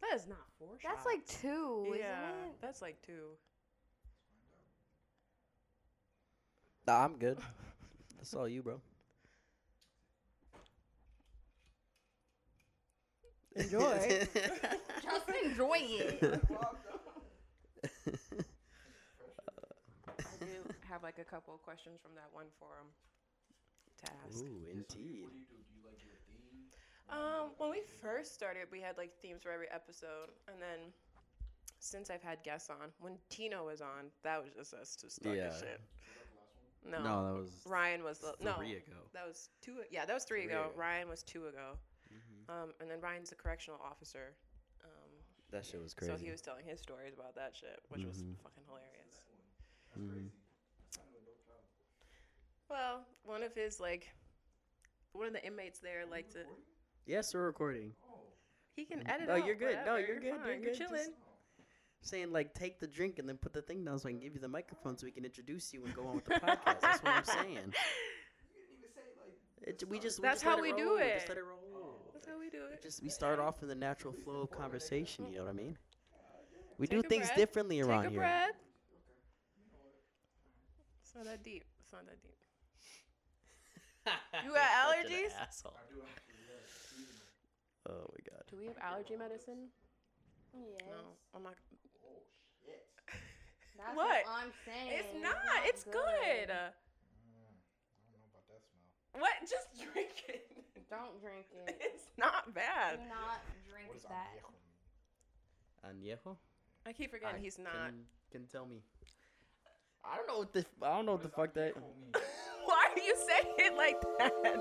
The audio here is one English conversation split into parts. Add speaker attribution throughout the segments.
Speaker 1: That is not four
Speaker 2: That's
Speaker 1: shots.
Speaker 2: like two,
Speaker 1: yeah,
Speaker 2: isn't it?
Speaker 1: that's like two.
Speaker 3: Nah, I'm good. That's all you, bro.
Speaker 2: Enjoy. Just enjoy it.
Speaker 1: I do have like a couple of questions from that one forum to ask.
Speaker 3: Ooh, indeed.
Speaker 1: Um, when we first started, we had like themes for every episode, and then since I've had guests on, when Tino was on, that was just us just talking
Speaker 3: Yeah.
Speaker 1: shit.
Speaker 3: No,
Speaker 1: No,
Speaker 3: that was
Speaker 1: Ryan was the, no.
Speaker 3: three ago.
Speaker 1: That was two. Yeah, that was three,
Speaker 3: Three
Speaker 1: ago.
Speaker 3: ago. Mm-hmm.
Speaker 1: Ryan was two ago. Um, and then Ryan's the correctional officer. Um,
Speaker 3: That shit was crazy. Mm-hmm.
Speaker 1: so he was telling his stories about that shit, which was fucking hilarious. Well, one of his like, one of the inmates there like to.
Speaker 3: yes, we're recording.
Speaker 1: He can edit.
Speaker 3: No,
Speaker 1: out
Speaker 3: you're good. No,
Speaker 1: whatever,
Speaker 3: you're good, you're
Speaker 1: fine,
Speaker 3: good,
Speaker 1: chilling.
Speaker 3: just- Saying like, take the drink and then put the thing down so I can give you the microphone so we can introduce you and go on with the podcast. That's what I'm saying. It, we just we
Speaker 1: That's
Speaker 3: just
Speaker 1: how
Speaker 3: let
Speaker 1: we do
Speaker 3: roll. We just
Speaker 1: it. Oh.
Speaker 3: let it roll.
Speaker 1: That's how we do it.
Speaker 3: Just we start off with a natural flow of conversation. You know what I mean? We
Speaker 1: Take
Speaker 3: do
Speaker 1: a
Speaker 3: things
Speaker 1: breath.
Speaker 3: differently around
Speaker 1: Take a
Speaker 3: here.
Speaker 1: breath. It's not that deep. It's not that deep. You got
Speaker 3: Such an
Speaker 1: allergies?
Speaker 3: asshole. Oh my god.
Speaker 1: Do we have allergy medicine?
Speaker 2: Yes.
Speaker 1: No, I'm not.
Speaker 2: That's
Speaker 1: What?
Speaker 2: what? I'm saying.
Speaker 1: It's not. It's good.
Speaker 4: I Mm, don't know about that smell.
Speaker 1: What? Just drink it.
Speaker 2: Don't drink it.
Speaker 1: It's not
Speaker 2: Do
Speaker 1: bad.
Speaker 2: not drink
Speaker 4: What does
Speaker 2: that.
Speaker 4: añejo mean?
Speaker 3: Añejo?
Speaker 1: I keep forgetting he's not.
Speaker 3: Can, can tell me. I don't know what the I don't know what the fuck that.
Speaker 4: Añejo mean?
Speaker 1: Why do you say it like that?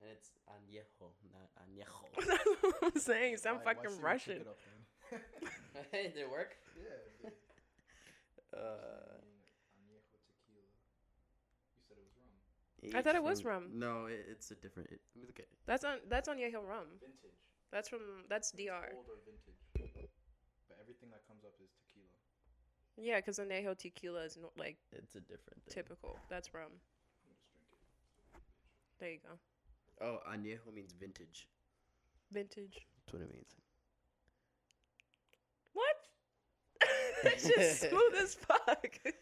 Speaker 3: And it's añejo, not añejo.
Speaker 1: That's what I'm saying. You sound
Speaker 4: Why- why
Speaker 1: fucking
Speaker 4: should we pick
Speaker 1: Russian.
Speaker 4: it up then?
Speaker 3: Did it work?
Speaker 4: Yeah. it
Speaker 3: Uh,
Speaker 4: did. Añejo tequila. You said it was rum.
Speaker 1: I thought it was rum.
Speaker 3: No, it, it's a different. It, let me look at it.
Speaker 1: That's on. That's on Yale rum.
Speaker 4: Vintage.
Speaker 1: That's from. That's DR.
Speaker 4: Old or vintage. But everything that comes up is tequila.
Speaker 1: Yeah, because Añejo tequila is not like
Speaker 3: It's a different thing.
Speaker 1: typical. That's rum.
Speaker 4: I'm just drinking.
Speaker 1: There you go.
Speaker 3: Oh, añejo means vintage.
Speaker 1: Vintage.
Speaker 3: That's what it means.
Speaker 1: What? That's just smooth as fuck.
Speaker 4: Shit.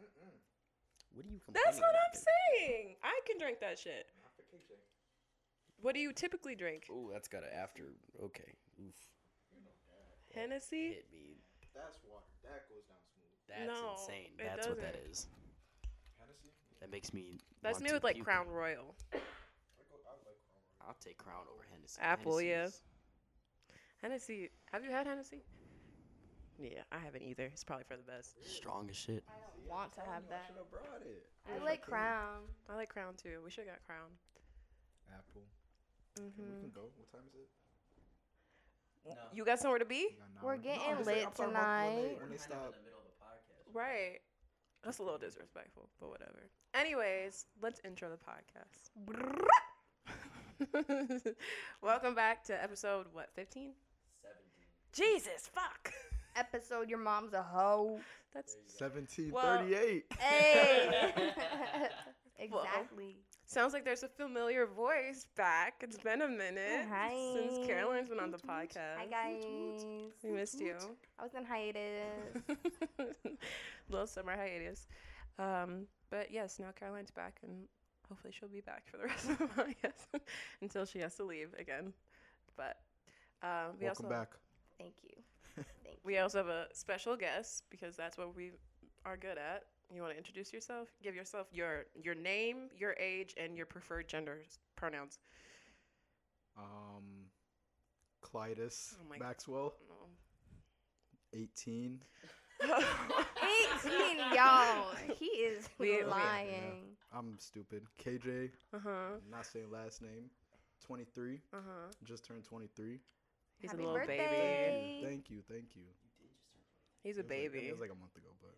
Speaker 4: Mm-mm.
Speaker 3: What do you complaining
Speaker 1: That's what
Speaker 3: about,
Speaker 1: I'm saying. I can drink that shit.
Speaker 4: Not for KJ.
Speaker 1: What do you typically drink?
Speaker 3: dude? Ooh, that's got an after. Okay. Oof.
Speaker 1: Hennessy?
Speaker 3: Hit me.
Speaker 4: That's water. That goes down smooth.
Speaker 3: That's
Speaker 1: No,
Speaker 3: insane.
Speaker 1: it
Speaker 3: That's what that
Speaker 1: doesn't.
Speaker 3: is.
Speaker 4: Hennessy?
Speaker 3: That makes me.
Speaker 1: That's
Speaker 3: want
Speaker 1: me
Speaker 3: to
Speaker 1: with like
Speaker 3: puke.
Speaker 1: Crown Royal.
Speaker 4: I, go, I like Crown Royal.
Speaker 3: I'll take Crown over Hennessy.
Speaker 1: Apple, yeah.
Speaker 3: Hennessy's-
Speaker 1: Hennessy. Have you had Hennessy? Yeah, I haven't either. It's probably for the best.
Speaker 3: Strong as shit.
Speaker 2: I don't want to have
Speaker 4: I
Speaker 2: that.
Speaker 4: should have brought it.
Speaker 2: I like Crown.
Speaker 1: I like Crown too. We should have got Crown.
Speaker 4: Apple. Okay,
Speaker 2: Mm-hmm.
Speaker 4: we can go. What time is it?
Speaker 3: No.
Speaker 1: Mm-hmm. You got somewhere to be?
Speaker 4: Got an
Speaker 2: We're
Speaker 4: hour.
Speaker 2: getting
Speaker 4: I'm just saying,
Speaker 2: lit
Speaker 4: I'm talking about when they-
Speaker 2: tonight.
Speaker 4: When they stop.
Speaker 3: middle of a podcast.
Speaker 1: Right. That's a little disrespectful, but whatever. Anyways, let's intro the podcast. Welcome back to episode what, 15?
Speaker 3: 17.
Speaker 1: Jesus, fuck.
Speaker 2: Episode Your Mom's a Hoe.
Speaker 1: That's
Speaker 4: 1738.
Speaker 2: Hey! exactly.
Speaker 1: sounds like there's a familiar voice back. It's been a minute
Speaker 2: Hi.
Speaker 1: since Caroline's been on the podcast.
Speaker 2: Hi, guys.
Speaker 1: We missed you.
Speaker 2: I was in hiatus.
Speaker 1: Little summer hiatus. Um, but yes, now Caroline's back and hopefully she'll be back for the rest of the podcast until she has to leave again. But um, we also
Speaker 2: Thank you. Thank you.
Speaker 1: we also have a special guest because that's what we are good at. You want to introduce yourself? Give yourself your your name, your age, and your preferred gender s- pronouns.
Speaker 4: Um, Clytus
Speaker 1: Oh my-
Speaker 4: Maxwell.
Speaker 1: No.
Speaker 4: 18.
Speaker 2: Eighteen, y'all. He is
Speaker 1: We- we-
Speaker 2: lying.
Speaker 4: I'm stupid. KJ,
Speaker 1: uh huh.
Speaker 4: I'm not saying last name. 23.
Speaker 1: Uh huh.
Speaker 4: Just turned 23.
Speaker 1: He's
Speaker 2: Happy
Speaker 1: a little
Speaker 2: birthday.
Speaker 1: baby.
Speaker 2: Hey.
Speaker 4: Thank you. Thank you.
Speaker 1: He's a
Speaker 4: It was like- I think
Speaker 1: baby.
Speaker 4: it was like a month ago, but.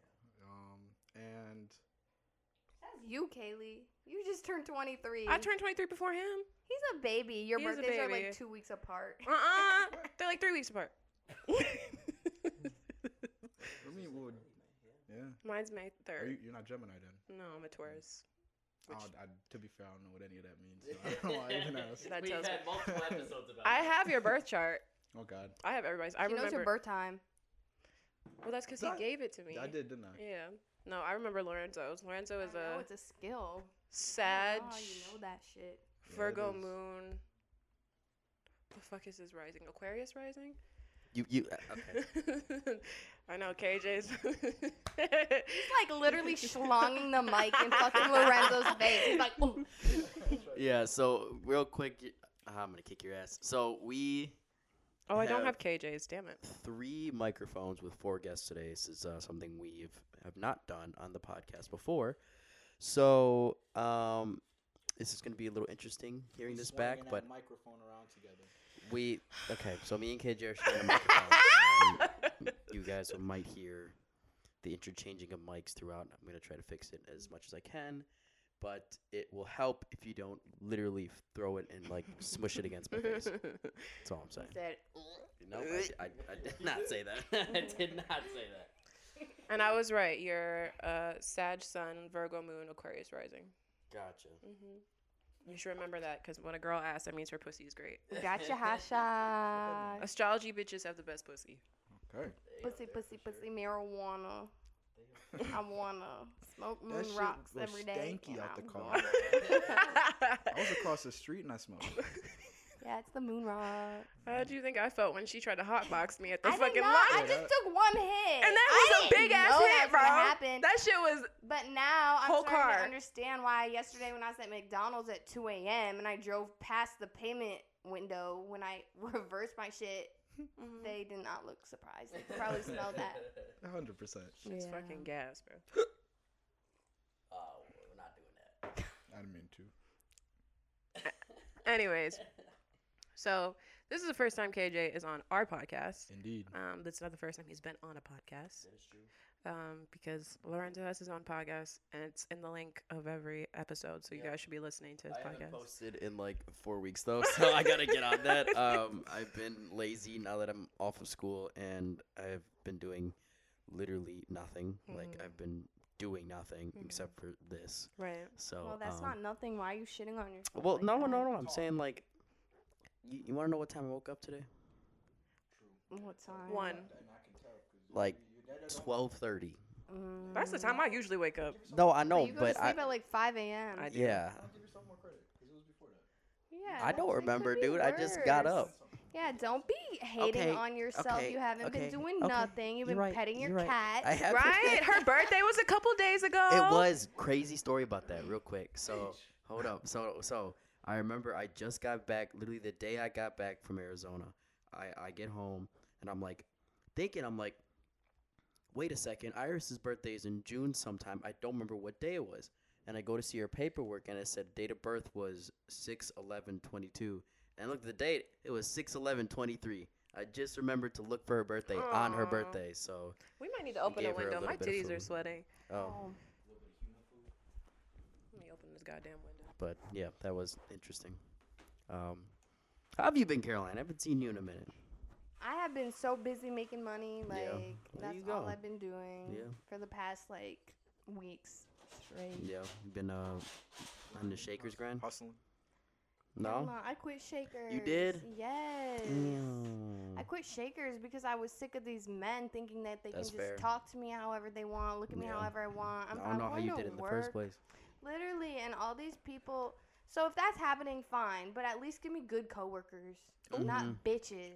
Speaker 4: Um, and
Speaker 2: That's you, Kaylee. You just turned twenty three.
Speaker 1: I turned 23 before him.
Speaker 2: He's a baby. Your
Speaker 1: He is a
Speaker 2: birthdays are
Speaker 1: baby.
Speaker 2: like two weeks apart.
Speaker 1: Uh uh-uh. uh. they are like three weeks apart.
Speaker 4: I mean, well, yeah.
Speaker 1: Mine's May
Speaker 4: Are
Speaker 1: 3rd.
Speaker 4: you, you're not Gemini then.
Speaker 1: No, I'm a Taurus.
Speaker 4: I
Speaker 1: Which-
Speaker 4: don't- I, to be fair, I don't know what any of that means. So I don't know why I even ask.
Speaker 1: That
Speaker 5: We've
Speaker 1: tells
Speaker 5: had
Speaker 1: me-
Speaker 5: multiple episodes about
Speaker 1: I
Speaker 5: that.
Speaker 1: have your birth chart.
Speaker 4: Oh God,
Speaker 1: I have everybody's. I
Speaker 2: he knows
Speaker 1: remember.
Speaker 2: your birth time.
Speaker 1: well, that's because he
Speaker 4: That-
Speaker 1: gave it to me.
Speaker 4: I did, didn't I?
Speaker 1: Yeah. No, I remember Lorenzo's. Lorenzo is
Speaker 2: I know
Speaker 1: a
Speaker 2: it's a skill.
Speaker 1: Sag,
Speaker 2: Oh, you know that shit.
Speaker 4: it
Speaker 1: Virgo
Speaker 4: is.
Speaker 1: moon. The fuck is his rising? Aquarius rising?
Speaker 3: You you uh, okay?
Speaker 1: I know KJ's.
Speaker 2: He's like literally schlonging the mic in fucking Lorenzo's face. He's like, "Ooh."
Speaker 3: yeah. So real quick, y- ah, I'm gonna kick your ass. So we
Speaker 1: oh, I don't
Speaker 3: have-
Speaker 1: have KJ's. Damn it.
Speaker 3: three microphones with four guests today. This is uh, something we've have not done on the podcast before. So um, this is going to be a little interesting hearing this back. But
Speaker 4: microphone around together.
Speaker 3: we okay. So me and KJ are sharing a microphone. and you guys might hear the interchanging of mics throughout. I'm going to try to fix it as much as I can. But it will help if you don't literally throw it and like smush it against my face. That's all I'm saying.
Speaker 2: He said,
Speaker 3: No, I, I, I did not say that.
Speaker 5: I did not say that.
Speaker 1: and I was right. You're uh, Sag Sun, Virgo Moon, Aquarius Rising.
Speaker 3: Gotcha.
Speaker 1: Mm-hmm. You should remember that because when a girl asks, that means her pussy is great.
Speaker 2: gotcha, Hasha.
Speaker 1: Astrology bitches have the best pussy.
Speaker 4: Okay.
Speaker 2: Pussy, pussy, pussy, marijuana. I wanna smoke moon
Speaker 4: That shit
Speaker 2: rocks
Speaker 4: was
Speaker 2: every day.
Speaker 4: stanky
Speaker 2: and
Speaker 4: out the
Speaker 2: I'm
Speaker 4: car.
Speaker 2: going-
Speaker 4: I was across the street and I smelled. it.
Speaker 2: Yeah, it's the moon rock.
Speaker 1: How do you think I felt when she tried to hotbox me at the
Speaker 2: I
Speaker 1: fucking
Speaker 2: did not.
Speaker 1: lot?
Speaker 2: I just took one hit.
Speaker 1: And that was
Speaker 2: a
Speaker 1: a big ass hit, bro.
Speaker 2: Happened.
Speaker 1: That shit was.
Speaker 2: But now I'm
Speaker 1: Whole
Speaker 2: starting
Speaker 1: car.
Speaker 2: to understand why yesterday when I was at McDonald's at 2 a.m. and I drove past the payment window when I reversed my shit,
Speaker 1: mm-hmm.
Speaker 2: they did not look surprised. They could probably smelled that.
Speaker 4: A hundred percent.
Speaker 1: It's
Speaker 2: Yeah.
Speaker 1: fucking gas, bro.
Speaker 5: Oh, we're not doing that.
Speaker 4: I didn't mean to.
Speaker 1: Anyways, so this is the first time KJ is on our podcast.
Speaker 4: Indeed.
Speaker 1: Um, that's not the first time he's been on a podcast. Um, because Lorenzo has his own podcast, and it's in the link of every episode, so you
Speaker 3: Yeah.
Speaker 1: guys should be listening to his
Speaker 3: I haven't
Speaker 1: podcast.
Speaker 3: posted in like four weeks though, so I gotta get on that. Um, I've been lazy now that I'm off of school, and I've been doing literally nothing. Like
Speaker 2: Mm-hmm.
Speaker 1: Mhm.
Speaker 3: I've been doing nothing
Speaker 1: Mhm.
Speaker 3: except for this.
Speaker 1: Right.
Speaker 3: So
Speaker 2: well, that's
Speaker 3: um,
Speaker 2: not nothing. Why are you shitting on yourself?
Speaker 3: Well,
Speaker 2: like
Speaker 3: no,
Speaker 2: that?
Speaker 3: no, no. I'm saying like, you, you want to know what time I woke up today?
Speaker 2: What time?
Speaker 1: One.
Speaker 3: Like twelve thirty.
Speaker 2: Mm.
Speaker 1: That's the time I usually wake up.
Speaker 3: No, I know,
Speaker 2: you go
Speaker 3: but
Speaker 2: to
Speaker 3: I
Speaker 2: sleep at like 5 a.m.
Speaker 1: I-
Speaker 3: yeah,
Speaker 4: give yourself more credit because it was before that.
Speaker 2: yeah,
Speaker 3: I don't
Speaker 2: it could
Speaker 3: remember,
Speaker 2: be
Speaker 3: dude. I just got
Speaker 2: worse.
Speaker 3: up.
Speaker 2: Yeah, don't be hating
Speaker 3: Okay,
Speaker 2: on yourself.
Speaker 3: okay,
Speaker 2: You haven't
Speaker 3: okay,
Speaker 2: been doing
Speaker 3: okay.
Speaker 2: nothing. You've
Speaker 3: You're
Speaker 2: been
Speaker 3: right,
Speaker 2: petting your
Speaker 3: you're right.
Speaker 2: cat.
Speaker 3: I have
Speaker 1: Right? Her birthday was a couple days ago.
Speaker 3: It was crazy story about that real quick. So hold up. So so I remember I just got back literally the day I got back from Arizona. I I get home and I'm like thinking I'm like wait a second, Iris's birthday is in June sometime. I don't remember what day it was. And I go to see her paperwork and it said date of birth was 6/11/22. And I looked at the date, it was 6/11/23. I just remembered to look for her birthday on her
Speaker 1: Aw.
Speaker 3: birthday. So
Speaker 1: We might need to open a
Speaker 3: gave her a
Speaker 1: window.
Speaker 3: little
Speaker 1: My
Speaker 3: bit of
Speaker 1: titties are
Speaker 3: food.
Speaker 1: sweating.
Speaker 3: oh.
Speaker 1: Let me open this goddamn window.
Speaker 3: But yeah, that was interesting. Um, how have you been, Caroline? I haven't seen you in a minute.
Speaker 2: I have been so busy making money, like
Speaker 3: Yeah. There
Speaker 2: that's
Speaker 3: you
Speaker 2: all
Speaker 3: go.
Speaker 2: I've been doing
Speaker 3: Yeah.
Speaker 2: for the past like weeks straight.
Speaker 3: Yeah, you've been uh, on the Shakers grind.
Speaker 4: Hustling.
Speaker 3: No.
Speaker 2: Grandma, I quit Shakers.
Speaker 3: did?
Speaker 2: Yes.
Speaker 3: Damn.
Speaker 2: I quit Shakers because I was sick of these men thinking that they
Speaker 3: That's
Speaker 2: can just
Speaker 3: fair.
Speaker 2: talk to me however they want, look at me
Speaker 3: Yeah.
Speaker 2: however I want. I'm,
Speaker 3: I don't know how
Speaker 2: want
Speaker 3: you
Speaker 2: to
Speaker 3: did it in the
Speaker 2: work.
Speaker 3: first place.
Speaker 2: Literally, and all these people. So if that's happening, fine, but at least give me good coworkers,
Speaker 3: Mm-hmm.
Speaker 2: not bitches.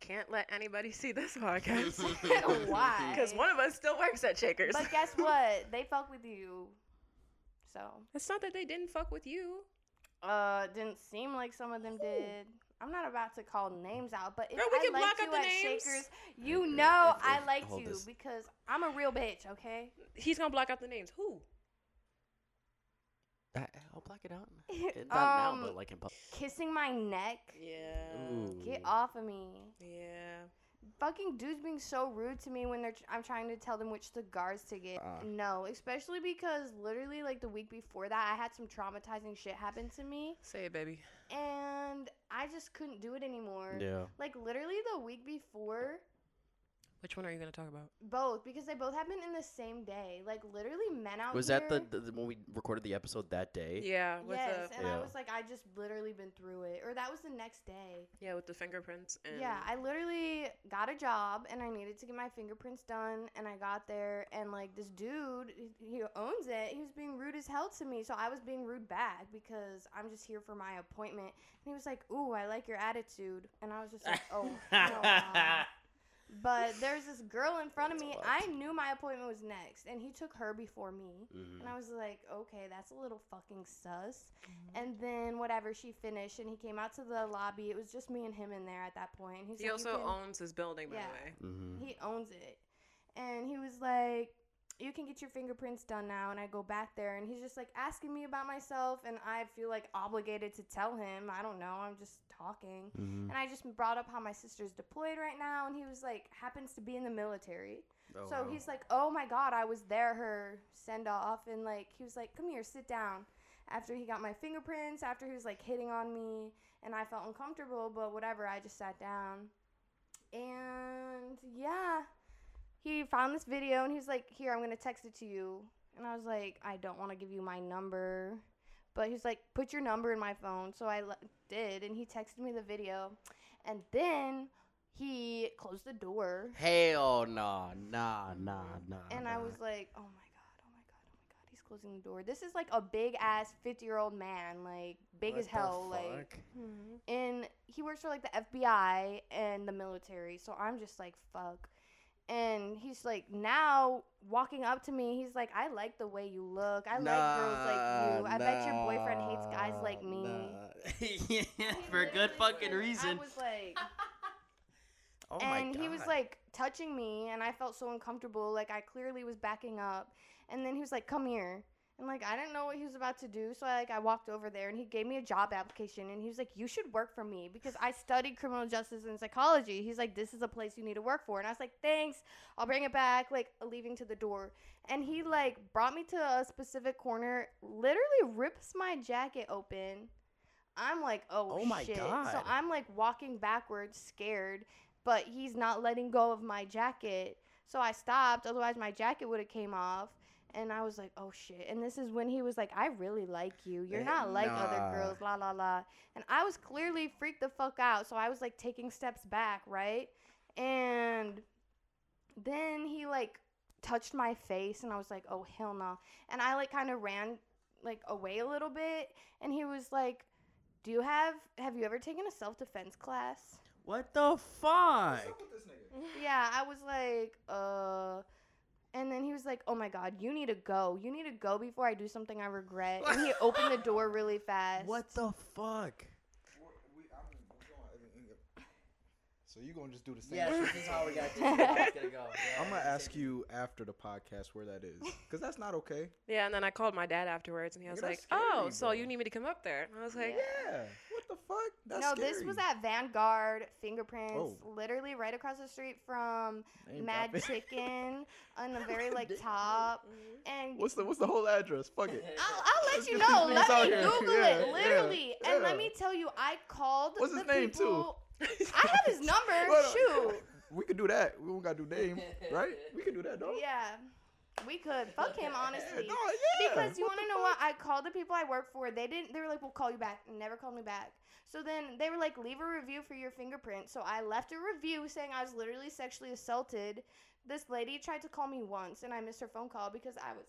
Speaker 1: Can't let anybody see this podcast.
Speaker 2: Why?
Speaker 1: Because one of us still works at Shakers.
Speaker 2: But guess what? They fuck with you. So
Speaker 1: It's not that they didn't fuck with you.
Speaker 2: Uh, didn't seem like some of them did. I'm not about to call names out, but if
Speaker 1: Girl, we
Speaker 2: I
Speaker 1: can
Speaker 2: like
Speaker 1: block
Speaker 2: you
Speaker 1: out the
Speaker 2: at
Speaker 1: names.
Speaker 2: Shakers, you know
Speaker 3: if-
Speaker 2: I
Speaker 3: if-
Speaker 2: liked
Speaker 3: hold
Speaker 2: you
Speaker 3: this.
Speaker 2: because I'm a real bitch, okay?
Speaker 1: He's gonna block out the names. Who?
Speaker 3: I, I'll block it out. Not now, but
Speaker 2: Um,
Speaker 3: like in public.
Speaker 2: Kissing my neck.
Speaker 1: Yeah.
Speaker 2: Uh, Get off of me.
Speaker 1: Yeah.
Speaker 2: Fucking dudes being so rude to me when they're tr- I'm trying to tell them which cigars to get.
Speaker 4: Uh-uh.
Speaker 3: Uh.
Speaker 2: No, especially because literally like the week before that I had some traumatizing shit happen to me
Speaker 1: Say it, baby.
Speaker 2: and I just couldn't do it anymore.
Speaker 3: Yeah.
Speaker 2: Like literally the week before
Speaker 1: Which one are you gonna talk about?
Speaker 2: both because they both happened in the same day. Like literally men out
Speaker 3: Was
Speaker 2: here.
Speaker 3: that the, the, the when we recorded the episode that day?
Speaker 1: Yeah. With
Speaker 2: Yes,
Speaker 1: the
Speaker 2: and I
Speaker 3: Yeah.
Speaker 2: was like, I just literally been through it, or that was the next day.
Speaker 1: yeah with the fingerprints and
Speaker 2: Yeah, I literally got a job and I needed to get my fingerprints done. And I got there, and like this dude, he- he owns it. He was being rude as hell to me. So I was being rude back because I'm just here for my appointment. And he was like, Ooh, I like your attitude. And I was just like, Oh, hell no." But there's this girl in front of me. I knew my appointment was next, and he took her before me.
Speaker 3: Mm-hmm.
Speaker 1: Mm.
Speaker 2: And I was like, okay, that's a little fucking sus.
Speaker 1: Mm-hmm.
Speaker 2: And then whatever, she finished, and he came out to the lobby. It was just me and him in there at that point. And he's
Speaker 1: he
Speaker 2: like, "You
Speaker 1: also
Speaker 2: can-"
Speaker 1: owns his building by
Speaker 2: Yeah.
Speaker 1: the way
Speaker 3: Mm-hmm.
Speaker 2: he owns it, and he was like, you can get your fingerprints done now. And I go back there, and he's just like asking me about myself, and I feel like obligated to tell him. I don't know. I'm just talking.
Speaker 1: Mm.
Speaker 3: Mm-hmm.
Speaker 2: And I just brought up how my sister's deployed right now, and he was like, happens to be in the military. so he's like, "Oh my god, I was there her send off." And like he was like, "Come here, sit down." After he got my fingerprints, after he was like hitting on me, and I felt uncomfortable, but whatever, I just sat down. And yeah, he found this video and he's like, "Here, I'm going to text it to you." And I was like, "I don't want to give you my number." But he's like, "Put your number in my phone." So I le- did, and he texted me the video. And then he closed the door.
Speaker 3: Hell nah, nah, nah, nah.
Speaker 2: And
Speaker 3: nah.
Speaker 2: I was like, oh my god, oh my god, oh my god, he's closing the door. This is like a big ass 50 year old man, like big
Speaker 3: What
Speaker 2: as hell.
Speaker 3: the
Speaker 2: Like,
Speaker 3: fuck?
Speaker 2: and he works for like the FBI and the military. So I'm just like, fuck. And he's like, now walking up to me, he's like, I like the way you look. I like girls like you. I bet your boyfriend hates guys like me.
Speaker 3: me. yeah,
Speaker 2: He
Speaker 3: for a good
Speaker 2: literally
Speaker 3: fucking
Speaker 2: said-
Speaker 3: reason.
Speaker 2: I was like,
Speaker 3: oh my
Speaker 2: and he was
Speaker 3: God.
Speaker 2: like touching me and i felt so uncomfortable like i clearly was backing up and then he was like come here and like i didn't know what he was about to do so i like i walked over there and he gave me a job application and he was like you should work for me because i studied criminal justice and psychology he's like this is a place you need to work for and i was like thanks i'll bring it back like leaving to the door and he like brought me to a specific corner literally rips my jacket open i'm like oh,
Speaker 3: Oh my
Speaker 2: shit. so
Speaker 3: God.
Speaker 2: i'm like walking backwards scared but he's not letting go of my jacket. So I stopped, otherwise my jacket would have came off. And I was like, oh shit. And this is when he was like, I really like you. You're
Speaker 3: Eh,
Speaker 2: not like
Speaker 3: nah.
Speaker 2: other girls, la la la. And I was clearly freaked the fuck out. So I was like taking steps back, right? And then he like touched my face and I was like, oh hell no. And I like kind of ran like away a little bit. And he was like, do you have, have you ever taken a self defense class?
Speaker 3: "What the
Speaker 4: What's
Speaker 3: fuck?"
Speaker 4: up with this nigga?
Speaker 2: yeah, I was like, uh. And then he was like, oh my God, you need to go. You need to go before I do something I regret. And he opened the door really fast.
Speaker 3: What the fuck?
Speaker 4: We're- we- I'm- we're going- I mean, yeah. So you gonna just do the same?
Speaker 5: Yeah, so
Speaker 4: shit?
Speaker 5: this is how we got this gonna go. Yeah,
Speaker 4: I'm gonna
Speaker 5: this
Speaker 4: ask
Speaker 5: is-
Speaker 4: you after the podcast where that is, cause that's not okay.
Speaker 1: yeah and then i called my dad afterwards and he
Speaker 4: Nigga,
Speaker 1: was
Speaker 4: that's
Speaker 1: like
Speaker 4: scary,
Speaker 1: oh so
Speaker 4: bro.
Speaker 1: you need me to come up there and i was like
Speaker 2: Yeah.
Speaker 4: Yeah. What the fuck? That's
Speaker 2: no, this was at Vanguard Fingerprints,
Speaker 4: Oh.
Speaker 2: literally right across the street from
Speaker 4: Name
Speaker 2: Mad
Speaker 4: dropping.
Speaker 2: Chicken on the very like
Speaker 4: Damn.
Speaker 2: top. And
Speaker 4: What's the What's the whole address? Fuck it.
Speaker 2: I'll, I'll let
Speaker 4: Let's
Speaker 2: you
Speaker 4: get
Speaker 2: know.
Speaker 4: these
Speaker 2: Let
Speaker 4: names out
Speaker 2: me
Speaker 4: here.
Speaker 2: Google
Speaker 4: Yeah,
Speaker 2: it,
Speaker 4: yeah,
Speaker 2: literally. And
Speaker 4: yeah.
Speaker 2: let me tell you, I called.
Speaker 4: What's
Speaker 2: the
Speaker 4: his name, too?
Speaker 2: people- I have his number.
Speaker 4: Hold on.
Speaker 2: Shoot.
Speaker 4: We could do that. We don't gotta do name,
Speaker 1: "Mm-hmm."
Speaker 4: right? We could do that, though.
Speaker 2: Yeah, we could fuck him
Speaker 4: Yeah,
Speaker 2: honestly.
Speaker 4: no, yeah.
Speaker 2: Because you
Speaker 4: What
Speaker 2: want to know what? I called the people I work for. They didn't. They were like, "We'll call you back." and Never called me back. So then they were like, "Leave a review for your fingerprint." So I left a review saying I was literally sexually assaulted. This lady tried to call me once, and I missed her phone call because I was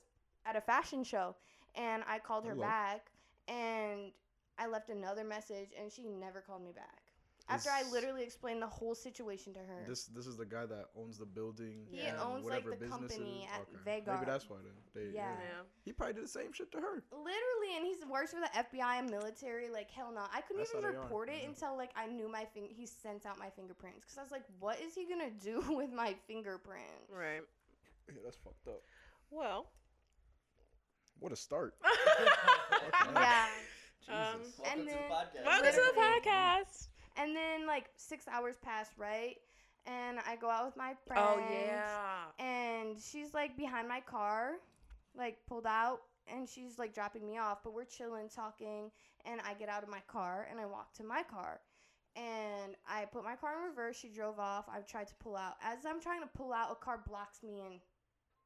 Speaker 2: at a fashion show, and I called her
Speaker 4: Hello.
Speaker 2: back, and I left another message, and she never called me back. After I
Speaker 4: This-
Speaker 2: literally explained the whole situation to her.
Speaker 4: This this is the guy that owns the building.
Speaker 2: He
Speaker 4: and
Speaker 2: owns, like,
Speaker 4: whatever
Speaker 2: the
Speaker 4: business it
Speaker 2: company
Speaker 4: is.
Speaker 2: at
Speaker 4: Maybe
Speaker 2: Vagar.
Speaker 4: that's why then. They,
Speaker 2: Yeah.
Speaker 1: Yeah.
Speaker 4: He probably did the same shit to her.
Speaker 2: Literally, and he's works for the FBI and military. Like hell no, I couldn't
Speaker 4: That's
Speaker 2: even
Speaker 4: how they are, Mm-hmm.
Speaker 2: report it
Speaker 4: yeah.
Speaker 2: until like I knew my fing- He sent out my fingerprints because I was like, what is he gonna do with my fingerprints?
Speaker 1: Right.
Speaker 4: Yeah, that's fucked up.
Speaker 1: Well.
Speaker 4: What a start.
Speaker 2: Yeah.
Speaker 1: Um,
Speaker 5: Jesus.
Speaker 2: and then-
Speaker 5: Welcome to the podcast.
Speaker 1: Welcome to the
Speaker 2: Literally.
Speaker 1: podcast.
Speaker 2: And then like six hours passed, right? And I go out with my friend.
Speaker 1: Oh yeah.
Speaker 2: And she's like behind my car, like pulled out, and she's like dropping me off. But we're chilling, talking, and I get out of my car and I walk to my car. And I put my car in reverse. She drove off. I tried to pull out. As I'm trying to pull out, a car blocks me in.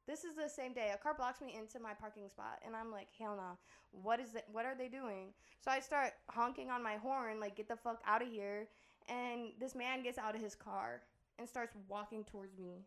Speaker 2: This is the same day. A car blocks me into my parking spot, and I'm like, "Hell no! What is it? What are they doing?" So I start honking on my horn, like, "Get the fuck out of here!" And this man gets out of his car and starts walking towards me.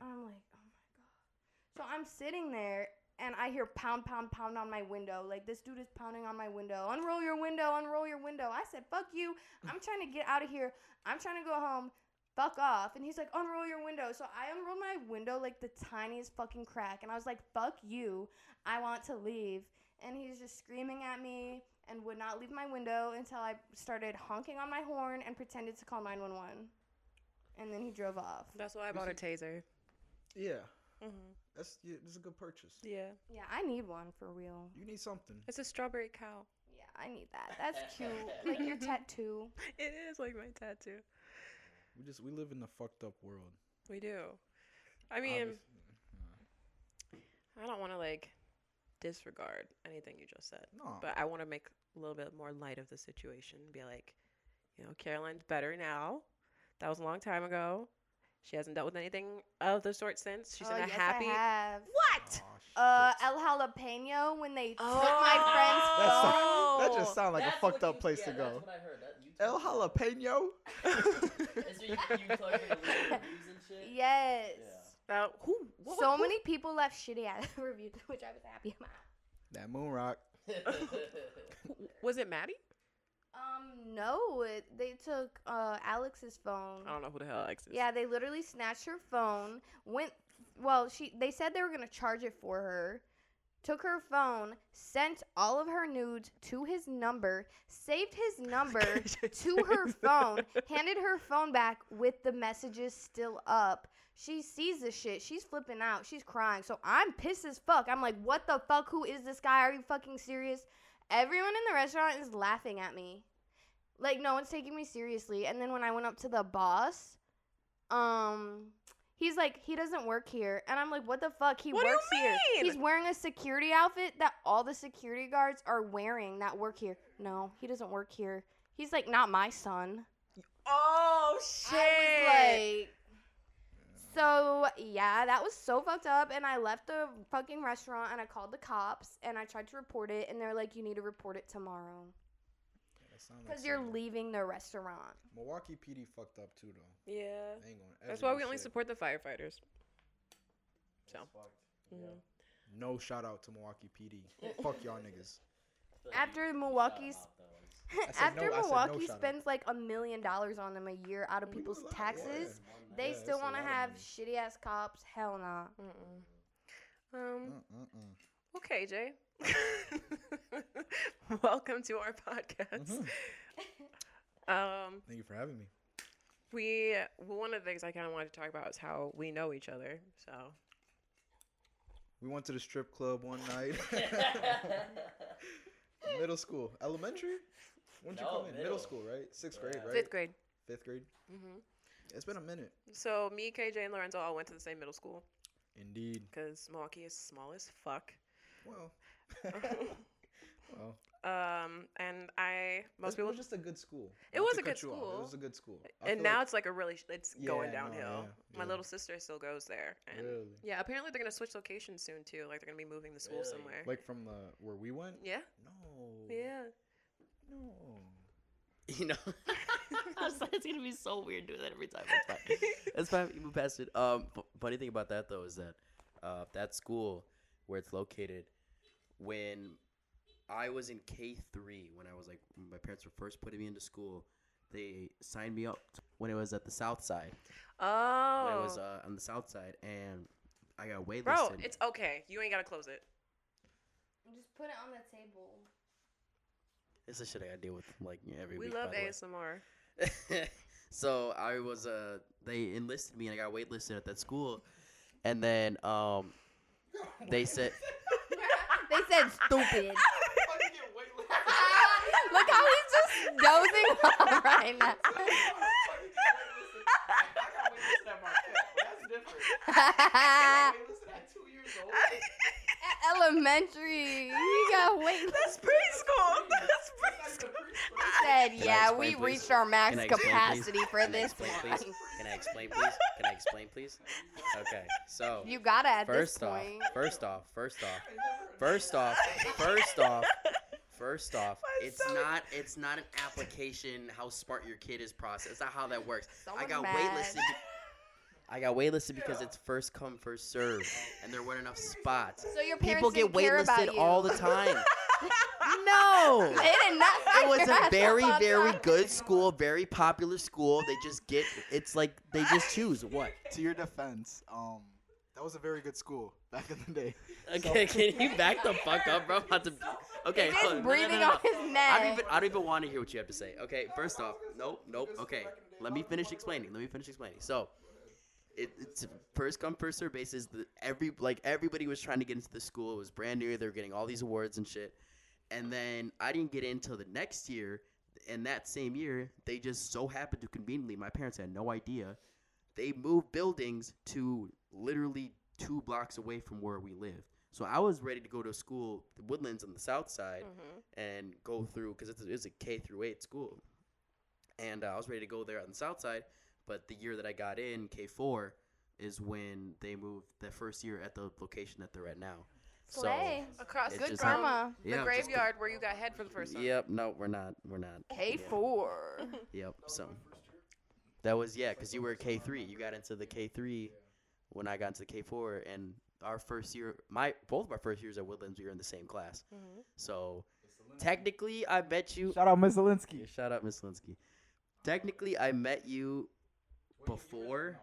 Speaker 4: Mm.
Speaker 2: I'm like, "Oh my god!" So I'm sitting there, and I hear pound, pound, pound on my window. Like this dude is pounding on my window. Unroll your window. Unroll your window. I said, "Fuck you! I'm trying to get out of here. I'm trying to go home. Fuck off. And he's like, unroll your window. So I unrolled my window like the tiniest fucking crack. And I was like, fuck you. I want to leave. And he's just screaming at me and would not leave my window until I started honking on my horn and pretended to call 911. And then he drove off.
Speaker 1: That's why I bought a taser.
Speaker 4: Yeah.
Speaker 1: hmm
Speaker 2: Mm-hmm.
Speaker 4: That's yeah, that's a good purchase.
Speaker 1: Yeah.
Speaker 2: Yeah, I need one for real.
Speaker 4: You need something.
Speaker 1: It's a strawberry cow.
Speaker 2: Yeah, I need that. That's cute. like your tattoo.
Speaker 1: It is like my tattoo.
Speaker 4: We just we live in the fucked up world.
Speaker 1: We do. I mean,
Speaker 4: Obviously.
Speaker 1: I don't want to like disregard anything you just said,
Speaker 4: no.
Speaker 1: but I want to make a little bit more light of the situation. and Be like, you know, Caroline's better now. That was a long time ago. She hasn't dealt with anything of the sort since. She's
Speaker 2: oh,
Speaker 1: in a
Speaker 2: yes,
Speaker 1: happy.
Speaker 2: I have.
Speaker 1: What?
Speaker 2: Uh, El Jalapeno when they
Speaker 1: Oh.
Speaker 2: took my friend's phone.
Speaker 4: That's-
Speaker 1: Oh.
Speaker 4: sounds
Speaker 5: That's what you- yeah, That's what I heard. That, you
Speaker 4: El
Speaker 5: told me
Speaker 4: Jalapeno?
Speaker 5: that. Is there, you, you told me the little reviews and shit?
Speaker 2: Yes.
Speaker 1: Now, who? What,
Speaker 2: so
Speaker 1: who-
Speaker 2: many people left shitty ass reviews, which I was happy about.
Speaker 4: That moon rock.
Speaker 1: who- Was it Maddie?
Speaker 2: Um, no, it, they took uh Alex's phone.
Speaker 1: I don't know who the hell Alex is.
Speaker 2: Yeah, they literally snatched her phone. Went well, she they said they were gonna charge it for her. Took her phone, sent all of her nudes to his number, saved his number to her phone, handed her phone back with the messages still up. She sees this shit. She's flipping out. She's crying. So I'm pissed as fuck. I'm like, what the fuck? Who is this guy? Are you fucking serious? Everyone in the restaurant is laughing at me. Like no one's taking me seriously. And then when I went up to the boss, um, he's like, he doesn't work here. And I'm like, what the fuck? He
Speaker 1: What do you
Speaker 2: works here.
Speaker 1: mean?
Speaker 2: He's wearing a security outfit that all the security guards are wearing that work here. No, he doesn't work here. He's like, not my son.
Speaker 1: Oh shit!
Speaker 2: I was like, so yeah, that was so fucked up. And I left the fucking restaurant and I called the cops and I tried to report it. And they're like, you need to report it tomorrow because you're leaving the restaurant.
Speaker 4: Milwaukee PD fucked up too though.
Speaker 1: yeah.
Speaker 4: I ain't gonna
Speaker 1: That's
Speaker 4: ever
Speaker 1: why
Speaker 4: do
Speaker 1: we only
Speaker 4: shit.
Speaker 1: support the firefighters. So.
Speaker 5: That's fucked. Yeah.
Speaker 4: No shout out to Milwaukee PD. Fuck y'all niggas.
Speaker 5: So
Speaker 2: After
Speaker 5: you- you
Speaker 3: Uh,
Speaker 2: Milwaukee's-
Speaker 5: shout 'em out, though, and-
Speaker 4: I said
Speaker 2: After
Speaker 4: no- I said no
Speaker 2: Milwaukee
Speaker 4: shout out.
Speaker 2: spends like a million dollars on them a year out of
Speaker 4: We do
Speaker 2: people's
Speaker 4: a lot, yeah.
Speaker 2: taxes,
Speaker 5: One
Speaker 2: they
Speaker 4: Yeah, it's
Speaker 2: still
Speaker 4: a
Speaker 2: want to
Speaker 4: lot of
Speaker 2: have
Speaker 4: money.
Speaker 2: shitty ass cops. Hell no.
Speaker 1: Mm-mm. Um.
Speaker 4: Mm-mm-mm.
Speaker 1: Okay, Jay. Welcome to our podcast.
Speaker 4: Mm-hmm.
Speaker 1: Um,
Speaker 4: Thank you for having me.
Speaker 1: we well, one of the things I kind of wanted to talk about is how we know each other. So
Speaker 4: We went to the strip club one night. middle school, elementary. When did you
Speaker 5: No,
Speaker 4: come in? Middle
Speaker 5: middle.
Speaker 4: school, right? Sixth grade,
Speaker 5: Yeah.
Speaker 4: right?
Speaker 1: fifth grade.
Speaker 4: Fifth grade.
Speaker 1: hmm
Speaker 4: It's been a minute.
Speaker 1: So me, KJ, and Lorenzo all went to the same middle school
Speaker 4: Indeed.
Speaker 1: because Milwaukee is small as fuck.
Speaker 4: Well. well,
Speaker 1: um, and I most
Speaker 4: it
Speaker 1: people
Speaker 4: was just a good school.
Speaker 1: It
Speaker 4: Not
Speaker 1: was
Speaker 4: to
Speaker 1: a good
Speaker 4: cut you off,
Speaker 1: school.
Speaker 4: It was a good school. I
Speaker 1: and
Speaker 4: feel
Speaker 1: now
Speaker 4: like-
Speaker 1: it's like a really sh- it's going
Speaker 4: Yeah, no,
Speaker 1: downhill.
Speaker 4: yeah,
Speaker 1: My
Speaker 4: yeah.
Speaker 1: little sister still goes there, and
Speaker 4: Really?
Speaker 1: yeah, apparently they're gonna switch locations soon too. Like they're gonna be moving the school
Speaker 5: Really?
Speaker 1: somewhere.
Speaker 4: like from the where we went.
Speaker 1: yeah,
Speaker 4: No.
Speaker 1: yeah.
Speaker 4: No.
Speaker 3: you know. I was like, it's gonna be so weird doing that every time. That's fine. That's fine. You move past it. Um, f- funny thing about that though is that, uh, that school where it's located, when I was in K three, when I was like, when my parents were first putting me into school, they signed me up when it was at the South Side.
Speaker 1: Oh.
Speaker 3: When it was uh, on the South Side, and I got waitlisted.
Speaker 1: Bro, it's okay. You ain't gotta close it.
Speaker 2: Just put it on the table.
Speaker 3: This is shit I gotta deal with like every
Speaker 1: We
Speaker 3: week.
Speaker 1: love
Speaker 3: by the way.
Speaker 1: ASMR.
Speaker 3: so I was uh they enlisted me and I got waitlisted at that school, and then um they said
Speaker 2: they said stupid.
Speaker 4: How do you get waitlisted?
Speaker 2: Look how he's just dozing off right now. At E-, elementary, you got wait.
Speaker 1: That's preschool. That's preschool.
Speaker 2: Said
Speaker 3: I
Speaker 2: yeah,
Speaker 3: explain,
Speaker 2: we
Speaker 3: please?
Speaker 2: reached our max
Speaker 3: Can I explain, please?
Speaker 2: capacity for
Speaker 3: Can I
Speaker 2: this
Speaker 3: explain,
Speaker 2: one.
Speaker 3: please? Can I explain, please? Can I explain, please? Okay, so
Speaker 2: You got it at
Speaker 3: first
Speaker 2: this
Speaker 3: off,
Speaker 2: point.
Speaker 3: first off, first off, first off, first off, first off,
Speaker 1: My
Speaker 3: it's
Speaker 1: stomach-
Speaker 3: not it's not an application how smart your kid is process. It's not how that works. I
Speaker 2: Someone's
Speaker 3: got
Speaker 2: mad.
Speaker 3: waitlisted. Be- I got waitlisted because it's first come first serve, and there weren't enough spots.
Speaker 2: So your parents
Speaker 3: People get
Speaker 2: didn't care about
Speaker 3: waitlisted
Speaker 2: you.
Speaker 3: all the time. no.
Speaker 2: They did not.
Speaker 3: It was
Speaker 2: figure
Speaker 3: a
Speaker 2: out
Speaker 3: very,
Speaker 2: about
Speaker 3: very
Speaker 2: that.
Speaker 3: good school, very popular school. They just get, it's like they just choose what.
Speaker 4: To your defense, um, that was a very good school back in the day.
Speaker 3: Okay, can you back the fuck up, bro? I'm about to- okay,
Speaker 2: He's
Speaker 3: hold on. No, no,
Speaker 2: breathing
Speaker 3: no, no.
Speaker 2: on his
Speaker 3: I
Speaker 2: neck.
Speaker 3: don't even, I don't even want to hear what you have to say. Okay, first off, nope, nope. Okay, let me finish explaining. Let me finish explaining. So, it, it's first come first serve basis. The, every like everybody was trying to get into the school. It was brand new. They were getting all these awards and shit. And then I didn't get in until the next year. And that same year, they just so happened to conveniently. My parents had no idea. They moved buildings to literally two blocks away from where we lived. So I was ready to go to school, the Woodlands on the south side,
Speaker 1: Mm-hmm.
Speaker 3: and go through because it's, a- it's a K through eight school, and uh, I was ready to go there on the south side. But the year that I got in K four is when they moved the first year at the location that they're at now.
Speaker 2: Slay.
Speaker 1: Across
Speaker 3: It
Speaker 1: good
Speaker 3: just-
Speaker 1: grandma.
Speaker 2: Grandma.
Speaker 1: The
Speaker 3: Yeah, just-
Speaker 1: graveyard where you got head for the first time.
Speaker 3: Yep. No, we're not. We're not.
Speaker 2: K four.
Speaker 3: Yep. So that was yeah, because you were K three. You got into the K three when I got into the K four, and our first year, my both of our first years at Woodlands, we were in the same class. So technically, I bet you.
Speaker 4: Shout out Miss Zelinsky.
Speaker 3: Yeah, shout out, Miss Linsky. Technically, I met you before.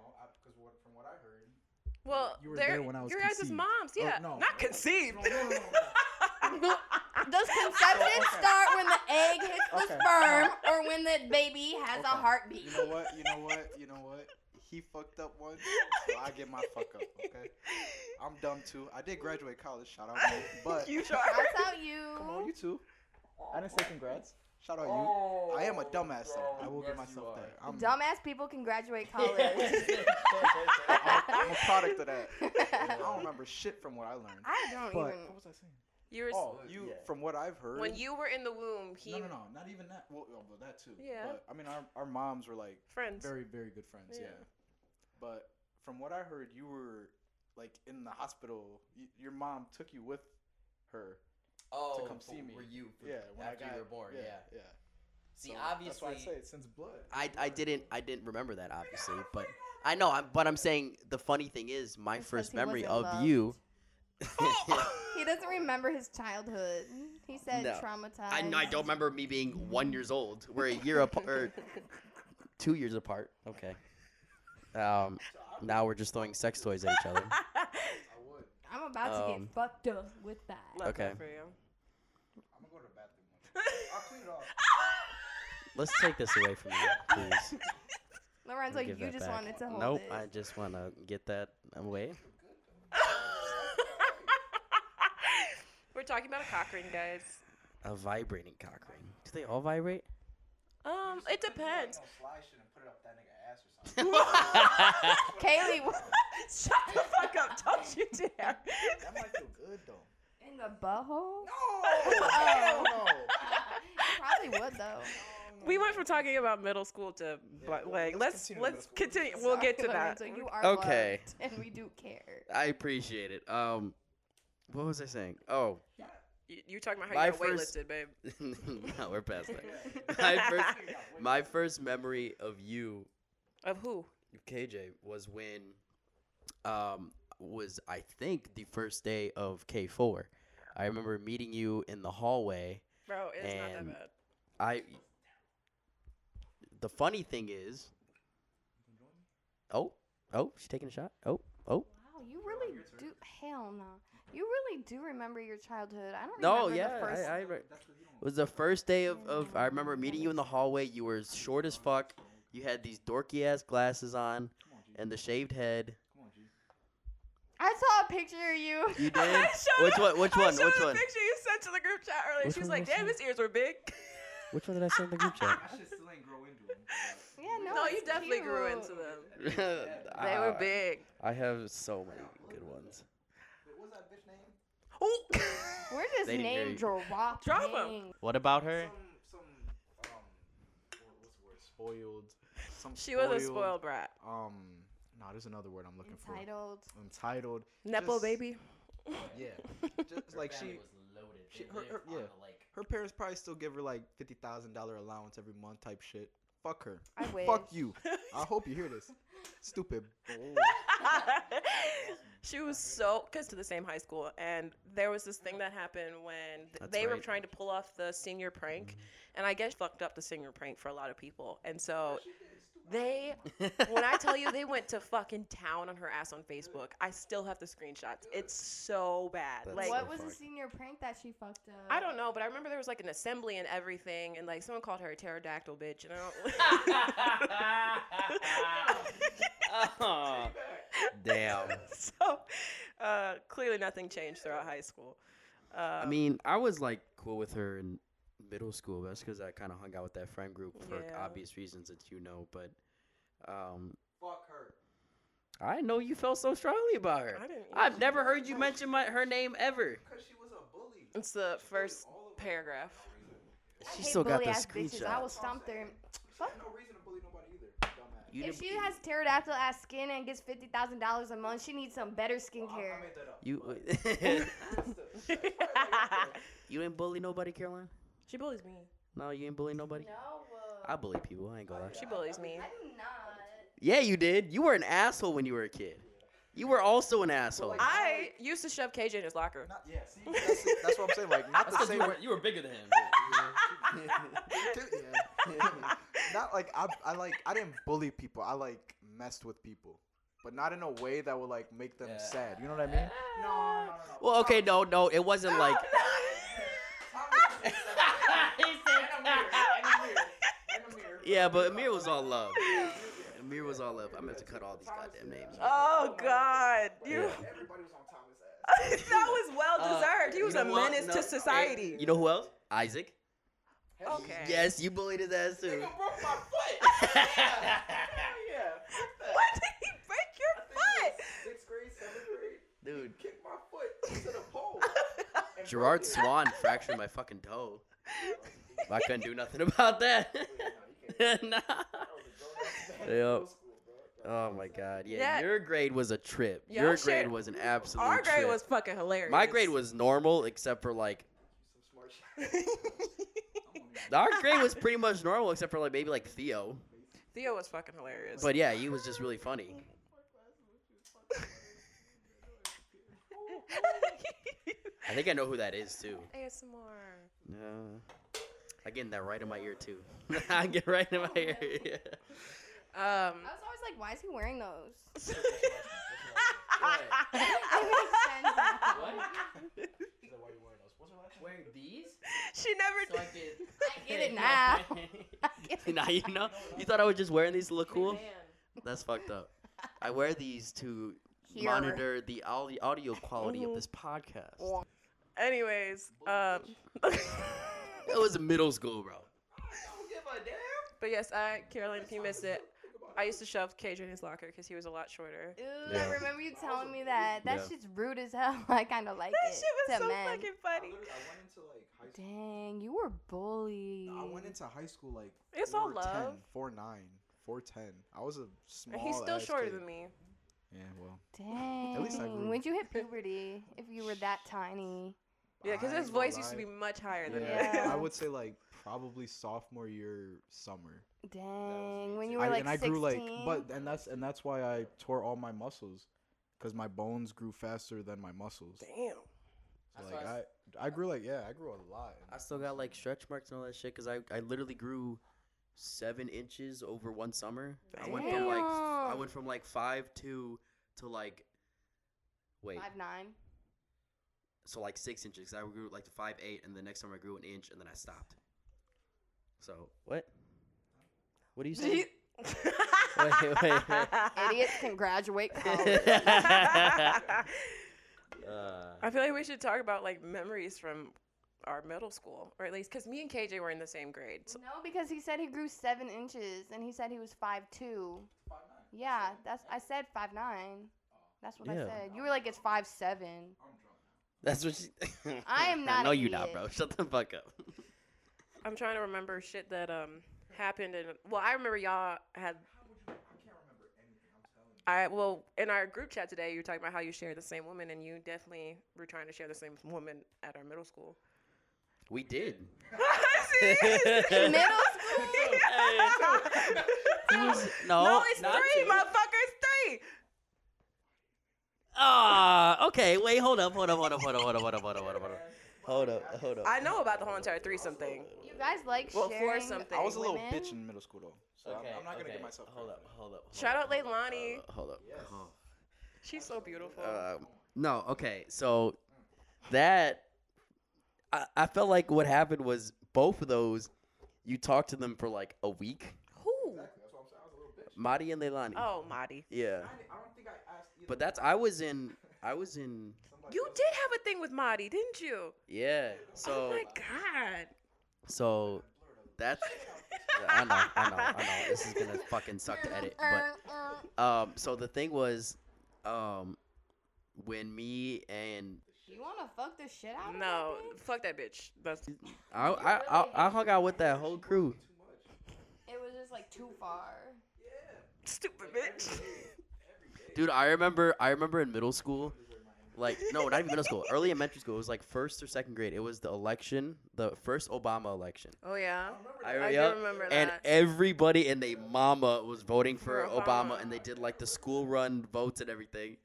Speaker 1: Well,
Speaker 4: You were
Speaker 1: they're-
Speaker 4: there when I was
Speaker 1: your guys'
Speaker 4: conceived.
Speaker 1: moms,
Speaker 4: Or-
Speaker 1: yeah.
Speaker 4: no.
Speaker 1: Not conceived.
Speaker 2: Does conception start when the egg hits the
Speaker 4: Okay.
Speaker 2: sperm or when the baby has a
Speaker 4: Okay.
Speaker 2: heartbeat?
Speaker 4: You know what? You know what? You know what? He fucked up once, so I get my fuck up. Okay, I'm dumb too. I did graduate college. Shout out, me. but
Speaker 1: you sure?
Speaker 2: That's out
Speaker 4: come on,
Speaker 2: you.
Speaker 4: you too. I didn't say congrats. Shout out Oh, you.
Speaker 3: Oh,
Speaker 4: I am a dumbass though. I will give myself that. I'm,
Speaker 2: Dumbass people can graduate college.
Speaker 4: I'm, I'm a product of that. I don't remember shit from what I learned.
Speaker 2: I don't
Speaker 4: But-
Speaker 2: even.
Speaker 4: was I saying?
Speaker 1: You were, s-
Speaker 4: Oh, you
Speaker 5: yeah.
Speaker 4: from what I've heard.
Speaker 1: when you were in the womb, he
Speaker 4: no, no, no, not even that. Well, well that too.
Speaker 1: Yeah.
Speaker 4: But, I mean, our our moms were like
Speaker 1: friends.
Speaker 4: very very good friends
Speaker 1: Yeah.
Speaker 4: yeah, but from what i heard you were like in the hospital y- your mom took you with her
Speaker 5: Oh,
Speaker 4: come see
Speaker 5: for-
Speaker 4: me.
Speaker 5: Were you? For,
Speaker 4: yeah when
Speaker 5: after
Speaker 4: I got,
Speaker 5: you were born. Yeah.
Speaker 4: yeah
Speaker 5: See,
Speaker 4: So that's
Speaker 5: obviously,
Speaker 4: why i say it's since blood
Speaker 3: I, I didn't I didn't remember that obviously, but I know. I'm, but I'm saying the funny thing is my
Speaker 2: It's 'cause
Speaker 3: first
Speaker 2: he
Speaker 3: memory of
Speaker 2: wasn't loved.
Speaker 3: you.
Speaker 2: He doesn't remember his childhood. He said
Speaker 3: No.
Speaker 2: traumatized.
Speaker 3: I know I don't remember me being one years old. We're a er, year apart, or two years apart. Okay. Um, now we're just throwing sex toys at each other.
Speaker 4: i would
Speaker 2: I'm about to
Speaker 3: Um,
Speaker 2: get fucked up with that.
Speaker 1: Love
Speaker 3: Okay.
Speaker 1: that for you.
Speaker 4: i'm gonna go to the bathroom i'll clean it off
Speaker 3: Let's take this away from you, please.
Speaker 2: Lorenzo,
Speaker 3: Give
Speaker 2: you
Speaker 3: that
Speaker 2: just
Speaker 3: back.
Speaker 2: wanted to hold
Speaker 3: Nope,
Speaker 2: it.
Speaker 3: I just want to get that away.
Speaker 1: We're talking about a cock ring, guys.
Speaker 3: A vibrating cock ring. Do they all vibrate?
Speaker 1: Um, it depends.
Speaker 4: slide shit and put it up that nigga ass or something
Speaker 2: Kaylee, what-
Speaker 1: Shut the fuck up! Don't you dare.
Speaker 4: that might feel good though
Speaker 2: in the butthole?
Speaker 4: no no
Speaker 2: Probably would though.
Speaker 1: We went from talking about middle school to
Speaker 4: Yeah,
Speaker 1: bl- like let's
Speaker 4: let's continue
Speaker 1: let's
Speaker 4: middle
Speaker 1: continue. We'll get to
Speaker 2: Sorry,
Speaker 1: that.
Speaker 2: Lorenzo, you are
Speaker 3: Okay.
Speaker 2: loved, and we do care.
Speaker 3: I appreciate it. Um, what was I saying? Oh,
Speaker 1: You, you talking about how
Speaker 3: My
Speaker 1: you got
Speaker 3: first-
Speaker 1: waitlisted, babe?
Speaker 3: no, we're past that. my first, my first memory of you,
Speaker 1: Of who?
Speaker 3: KJ, was when, um, was I think the first day of K four. I remember meeting you in the hallway.
Speaker 1: Bro, it's not that
Speaker 3: And-
Speaker 1: bad.
Speaker 3: I. The funny thing is, oh, oh, she's taking a shot. Oh, oh,
Speaker 2: Wow, you really
Speaker 4: your turn.
Speaker 2: do. Hell no. You really do remember your childhood. I don't
Speaker 3: no,
Speaker 2: remember
Speaker 3: yeah,
Speaker 2: the first.
Speaker 3: I, I, re-
Speaker 4: That's what you don't
Speaker 3: It was the first day of, of I remember meeting you in the hallway. You were short as fuck. You had these dorky ass glasses on
Speaker 4: Come on, G.
Speaker 3: and the shaved head.
Speaker 4: Come on, G.
Speaker 2: I saw a picture of you.
Speaker 3: You
Speaker 1: I
Speaker 3: did?
Speaker 1: showed
Speaker 3: Which
Speaker 1: her-
Speaker 3: one- which one?
Speaker 1: I showed
Speaker 3: Which
Speaker 1: her the
Speaker 3: one?
Speaker 1: picture you sent to the group chat earlier.
Speaker 3: Which
Speaker 1: she was
Speaker 3: one
Speaker 1: like,
Speaker 3: was
Speaker 1: damn,
Speaker 3: that?
Speaker 1: his ears were big.
Speaker 3: Which one did I send in the group chat?
Speaker 4: That shit still ain't grow into him.
Speaker 2: Yeah, no.
Speaker 1: No, you
Speaker 2: it's
Speaker 1: definitely grew
Speaker 2: cute.
Speaker 1: into them. They
Speaker 3: Uh,
Speaker 1: were big.
Speaker 3: I have so many good ones.
Speaker 4: Wait, what's that bitch name?
Speaker 1: Oh,
Speaker 2: We're just
Speaker 3: They didn't hear
Speaker 2: name
Speaker 3: you.
Speaker 2: dropping.
Speaker 1: Drop 'em.
Speaker 3: What about her?
Speaker 4: Some, some, um, what- what's the word? Spoiled. Some
Speaker 1: she was a spoiled brat.
Speaker 4: Um, no, there's another word I'm looking
Speaker 2: Entitled.
Speaker 4: for. Entitled.
Speaker 1: Nepo
Speaker 4: Just-
Speaker 1: baby.
Speaker 4: Yeah. Just
Speaker 5: Her
Speaker 4: like
Speaker 5: family
Speaker 4: she,
Speaker 5: was loaded.
Speaker 4: she-
Speaker 5: They
Speaker 4: her-
Speaker 5: lived
Speaker 4: her-
Speaker 5: on
Speaker 4: yeah.
Speaker 5: the lake.
Speaker 4: her parents probably still give her like fifty thousand dollar allowance every month type shit. Fuck her.
Speaker 2: I wish.
Speaker 4: Fuck you. I hope you hear this. Stupid. bull.
Speaker 1: she was so because to the same high school and there was this thing that happened when th-
Speaker 3: That's
Speaker 1: they were
Speaker 3: right. Mm-hmm.
Speaker 1: trying to pull off the senior prank and i guess fucked up the senior prank for a lot of people and so they when i tell you they went to fucking town on her ass on facebook i still have the screenshots it's so bad
Speaker 3: That's
Speaker 1: like
Speaker 3: so
Speaker 2: what was
Speaker 3: fucked.
Speaker 2: the senior prank that she fucked up?
Speaker 1: I don't know, but I remember there was like an assembly and everything, and like someone called her a pterodactyl bitch, and I don't.
Speaker 3: Oh, damn.
Speaker 1: so uh, clearly nothing changed throughout high school. Uh,
Speaker 3: I mean, I was like cool with her in middle school. That's because I kind of hung out with that friend group for
Speaker 1: Yeah.
Speaker 3: obvious reasons that you know. But um,
Speaker 4: Fuck her.
Speaker 3: I know you felt so strongly about her.
Speaker 1: I didn't.
Speaker 3: I've never heard you mention my, her name ever.
Speaker 4: Cause she was a bully.
Speaker 1: It's the first paragraph.
Speaker 2: I
Speaker 3: She
Speaker 2: hate
Speaker 3: still got the
Speaker 2: bully-ass bitches. I will
Speaker 3: screenshot.
Speaker 2: stomp their.
Speaker 4: She had no reason to bully nobody either. Dumbass.
Speaker 3: You
Speaker 2: If
Speaker 3: didn't-
Speaker 2: she has pterodactyl ass skin and gets fifty thousand dollars a month, she needs some better skincare.
Speaker 4: made that up.
Speaker 3: you you ain't bully nobody, Caroline.
Speaker 1: she bullies me.
Speaker 3: No, you ain't bully nobody. I bully people. I ain't gonna lie.
Speaker 1: She bullies me.
Speaker 2: uh, do not.
Speaker 3: Yeah, you did. You were an asshole when you were a kid. You were also an asshole.
Speaker 1: I used to shove KJ in his locker.
Speaker 4: Not, yeah, see, that's, it- that's what I'm saying. Like, not
Speaker 5: That's
Speaker 4: the
Speaker 5: 'cause
Speaker 4: same.
Speaker 5: you were,
Speaker 4: way-
Speaker 5: you were bigger than him.
Speaker 4: yeah. not like I, I like I didn't bully people. I like messed with people, but not in a way that would like make them
Speaker 5: Yeah.
Speaker 4: sad. You know what I mean? No, no, no. no.
Speaker 3: Well, okay, no, no, it wasn't like yeah, but Amir was all love. Amir was all love. I meant to cut all these goddamn names. out.
Speaker 1: oh God, you.
Speaker 3: Yeah.
Speaker 4: Everybody was on Thomas' ass.
Speaker 1: that was well
Speaker 5: Uh,
Speaker 1: deserved. he
Speaker 3: you
Speaker 1: was
Speaker 3: know
Speaker 1: a
Speaker 3: what?
Speaker 1: menace
Speaker 3: No,
Speaker 1: to
Speaker 3: it-
Speaker 1: society.
Speaker 3: You know who else? Isaac.
Speaker 1: Okay.
Speaker 3: Yes, you bullied his ass too.
Speaker 4: Nigga broke my foot. yeah. yeah.
Speaker 1: Why did he break your foot?
Speaker 4: Sixth grade, seventh grade,
Speaker 3: Dude,
Speaker 4: kicked my foot to the pole. And
Speaker 3: Gerard
Speaker 4: broke it.
Speaker 3: Swan fractured my fucking toe. I couldn't do nothing about that. nah. Yep. Oh my god. Yeah,
Speaker 1: Yeah.
Speaker 3: your grade was a trip.
Speaker 1: Yeah,
Speaker 3: your
Speaker 1: shit.
Speaker 3: grade was an absolute
Speaker 1: Our grade
Speaker 3: trip.
Speaker 1: was fucking hilarious.
Speaker 3: my grade was normal except for like our grade was pretty much normal except for like maybe like Theo.
Speaker 1: Theo was fucking hilarious.
Speaker 3: But yeah, he was just really funny. I think I know who that is too.
Speaker 1: ASMR.
Speaker 3: Yeah. I get that right in my ear too. I get right in my ear. Yeah.
Speaker 1: Um.
Speaker 2: I was always like, why is he wearing those?
Speaker 5: Wearing these?
Speaker 1: she never.
Speaker 5: So I could.
Speaker 2: I get it now.
Speaker 3: now you know. You thought I was just wearing these to look cool? That's fucked up. I wear these to
Speaker 2: Here.
Speaker 3: monitor the au- audio quality
Speaker 1: Mhm.
Speaker 3: of this podcast.
Speaker 1: Anyways, um,
Speaker 3: It was middle school, bro.
Speaker 1: but yes, I Caroline, if you missed it, I used to shove KJ in his locker because he was a lot shorter.
Speaker 2: Ooh,
Speaker 3: Yeah.
Speaker 2: I remember you telling me that. That
Speaker 3: Yeah.
Speaker 2: shit's rude as hell. I kind of like
Speaker 1: That
Speaker 2: it.
Speaker 1: shit was
Speaker 2: to
Speaker 1: so
Speaker 2: men.
Speaker 1: fucking funny.
Speaker 4: I went into like high school.
Speaker 2: Dang, you were bullied.
Speaker 4: I went into high school like
Speaker 1: It's all
Speaker 4: 4'10",
Speaker 1: love.
Speaker 4: 4'9", 4'10". I was a small.
Speaker 1: And he's still
Speaker 4: ass
Speaker 1: shorter
Speaker 4: kid.
Speaker 1: than me.
Speaker 4: Yeah, well,
Speaker 2: Dang.
Speaker 4: least I grew.
Speaker 2: When'd you hit puberty? If you were that tiny.
Speaker 1: Yeah, because
Speaker 4: I
Speaker 1: his
Speaker 4: ain't gonna
Speaker 1: voice used to
Speaker 4: lie.
Speaker 1: be much higher than
Speaker 4: Yeah.
Speaker 1: mine.
Speaker 2: Yeah.
Speaker 4: I would say like probably sophomore year summer.
Speaker 2: Dang. When
Speaker 5: me
Speaker 2: you were
Speaker 4: I,
Speaker 2: like
Speaker 4: and I
Speaker 2: 16.
Speaker 4: grew like, but and that's and that's why I tore all my muscles, because my bones grew faster than my muscles.
Speaker 1: Damn.
Speaker 4: So,
Speaker 5: That's
Speaker 4: like
Speaker 5: why I
Speaker 4: I,
Speaker 5: s-
Speaker 4: I grew like yeah, I grew a lot.
Speaker 3: I still got like stretch marks and all that shit because I, I literally grew seven inches over one summer. I went from like f- I
Speaker 2: Damn.
Speaker 3: went from like five two to like wait,
Speaker 2: Five nine.
Speaker 3: so like six inches. 'cause I grew like to five eight, and the next summer I grew an inch, and then I stopped. So what? What do you say? Wait, wait, wait.
Speaker 2: Idiots can graduate college. Uh.
Speaker 1: I feel like we should talk about like memories from our middle school, or at least because me and KJ were in the same grade. So
Speaker 2: no, because he said he grew seven inches, and he said he was five two. Yeah, that's I said five nine. That's what I
Speaker 3: Yeah.
Speaker 2: said. You were like it's five seven.
Speaker 3: That's what she.
Speaker 2: I am not
Speaker 3: No,
Speaker 2: an
Speaker 3: you not,
Speaker 2: idiot.
Speaker 3: bro. Shut the fuck up.
Speaker 1: I'm trying to remember shit that um happened, and well, I remember y'all had. I well in our group chat today you were talking about how you shared the same woman and you definitely were trying to share the same woman at our middle school.
Speaker 3: We did.
Speaker 1: See?
Speaker 2: Middle
Speaker 3: Who's-
Speaker 1: no, it's
Speaker 5: not
Speaker 1: three,
Speaker 5: two.
Speaker 1: motherfuckers, three.
Speaker 3: Ah, okay. Wait, hold up, hold up, hold up, hold up, hold up, hold up, hold up, hold up, hold up. Hold up, hold up.
Speaker 1: I know about the whole entire threesome thing.
Speaker 2: You guys like
Speaker 1: Well, for
Speaker 2: sharing.
Speaker 1: something.
Speaker 4: I was a little
Speaker 2: women?
Speaker 4: bitch in middle school though, so I'm- I'm, not gonna get myself.
Speaker 3: Hold
Speaker 4: credit
Speaker 3: up,
Speaker 4: for
Speaker 3: hold up. hold
Speaker 1: Shout
Speaker 3: up,
Speaker 1: out
Speaker 3: hold up,
Speaker 1: Leilani.
Speaker 3: uh, Hold up.
Speaker 4: Yes.
Speaker 3: huh.
Speaker 1: She's so beautiful.
Speaker 3: Um, no, okay. So that I, I felt like what happened was both of those, you talked to them for like a week,
Speaker 1: Who?
Speaker 3: Madi and Leilani.
Speaker 1: Oh, Madi.
Speaker 3: Yeah,
Speaker 4: it. I don't think I asked either
Speaker 3: but that's I was in I was in
Speaker 4: somebody
Speaker 1: You
Speaker 4: else.
Speaker 1: did have a thing with Madi, didn't you?
Speaker 3: yeah.
Speaker 1: oh
Speaker 3: So
Speaker 1: my god.
Speaker 3: so that's I know I know I know this is gonna fucking suck to edit, but Um, so the thing was, um, when me and
Speaker 2: you wanna fuck the shit out of
Speaker 1: No,
Speaker 2: that bitch?
Speaker 1: fuck that bitch. That's
Speaker 3: I, I, I, I hung out with that whole crew.
Speaker 2: It was just like too far.
Speaker 1: stupid bitch.
Speaker 3: Dude, I remember, I remember in middle school, like no, not even middle school, early elementary school. It was like first or second grade. It was the election, the first Obama election.
Speaker 1: Oh yeah.
Speaker 3: I,
Speaker 1: I do
Speaker 3: yup.
Speaker 1: remember
Speaker 3: And
Speaker 1: that.
Speaker 3: everybody and they mama was voting
Speaker 1: For
Speaker 3: for Obama.
Speaker 1: Obama.
Speaker 3: and they did like the school run votes and everything.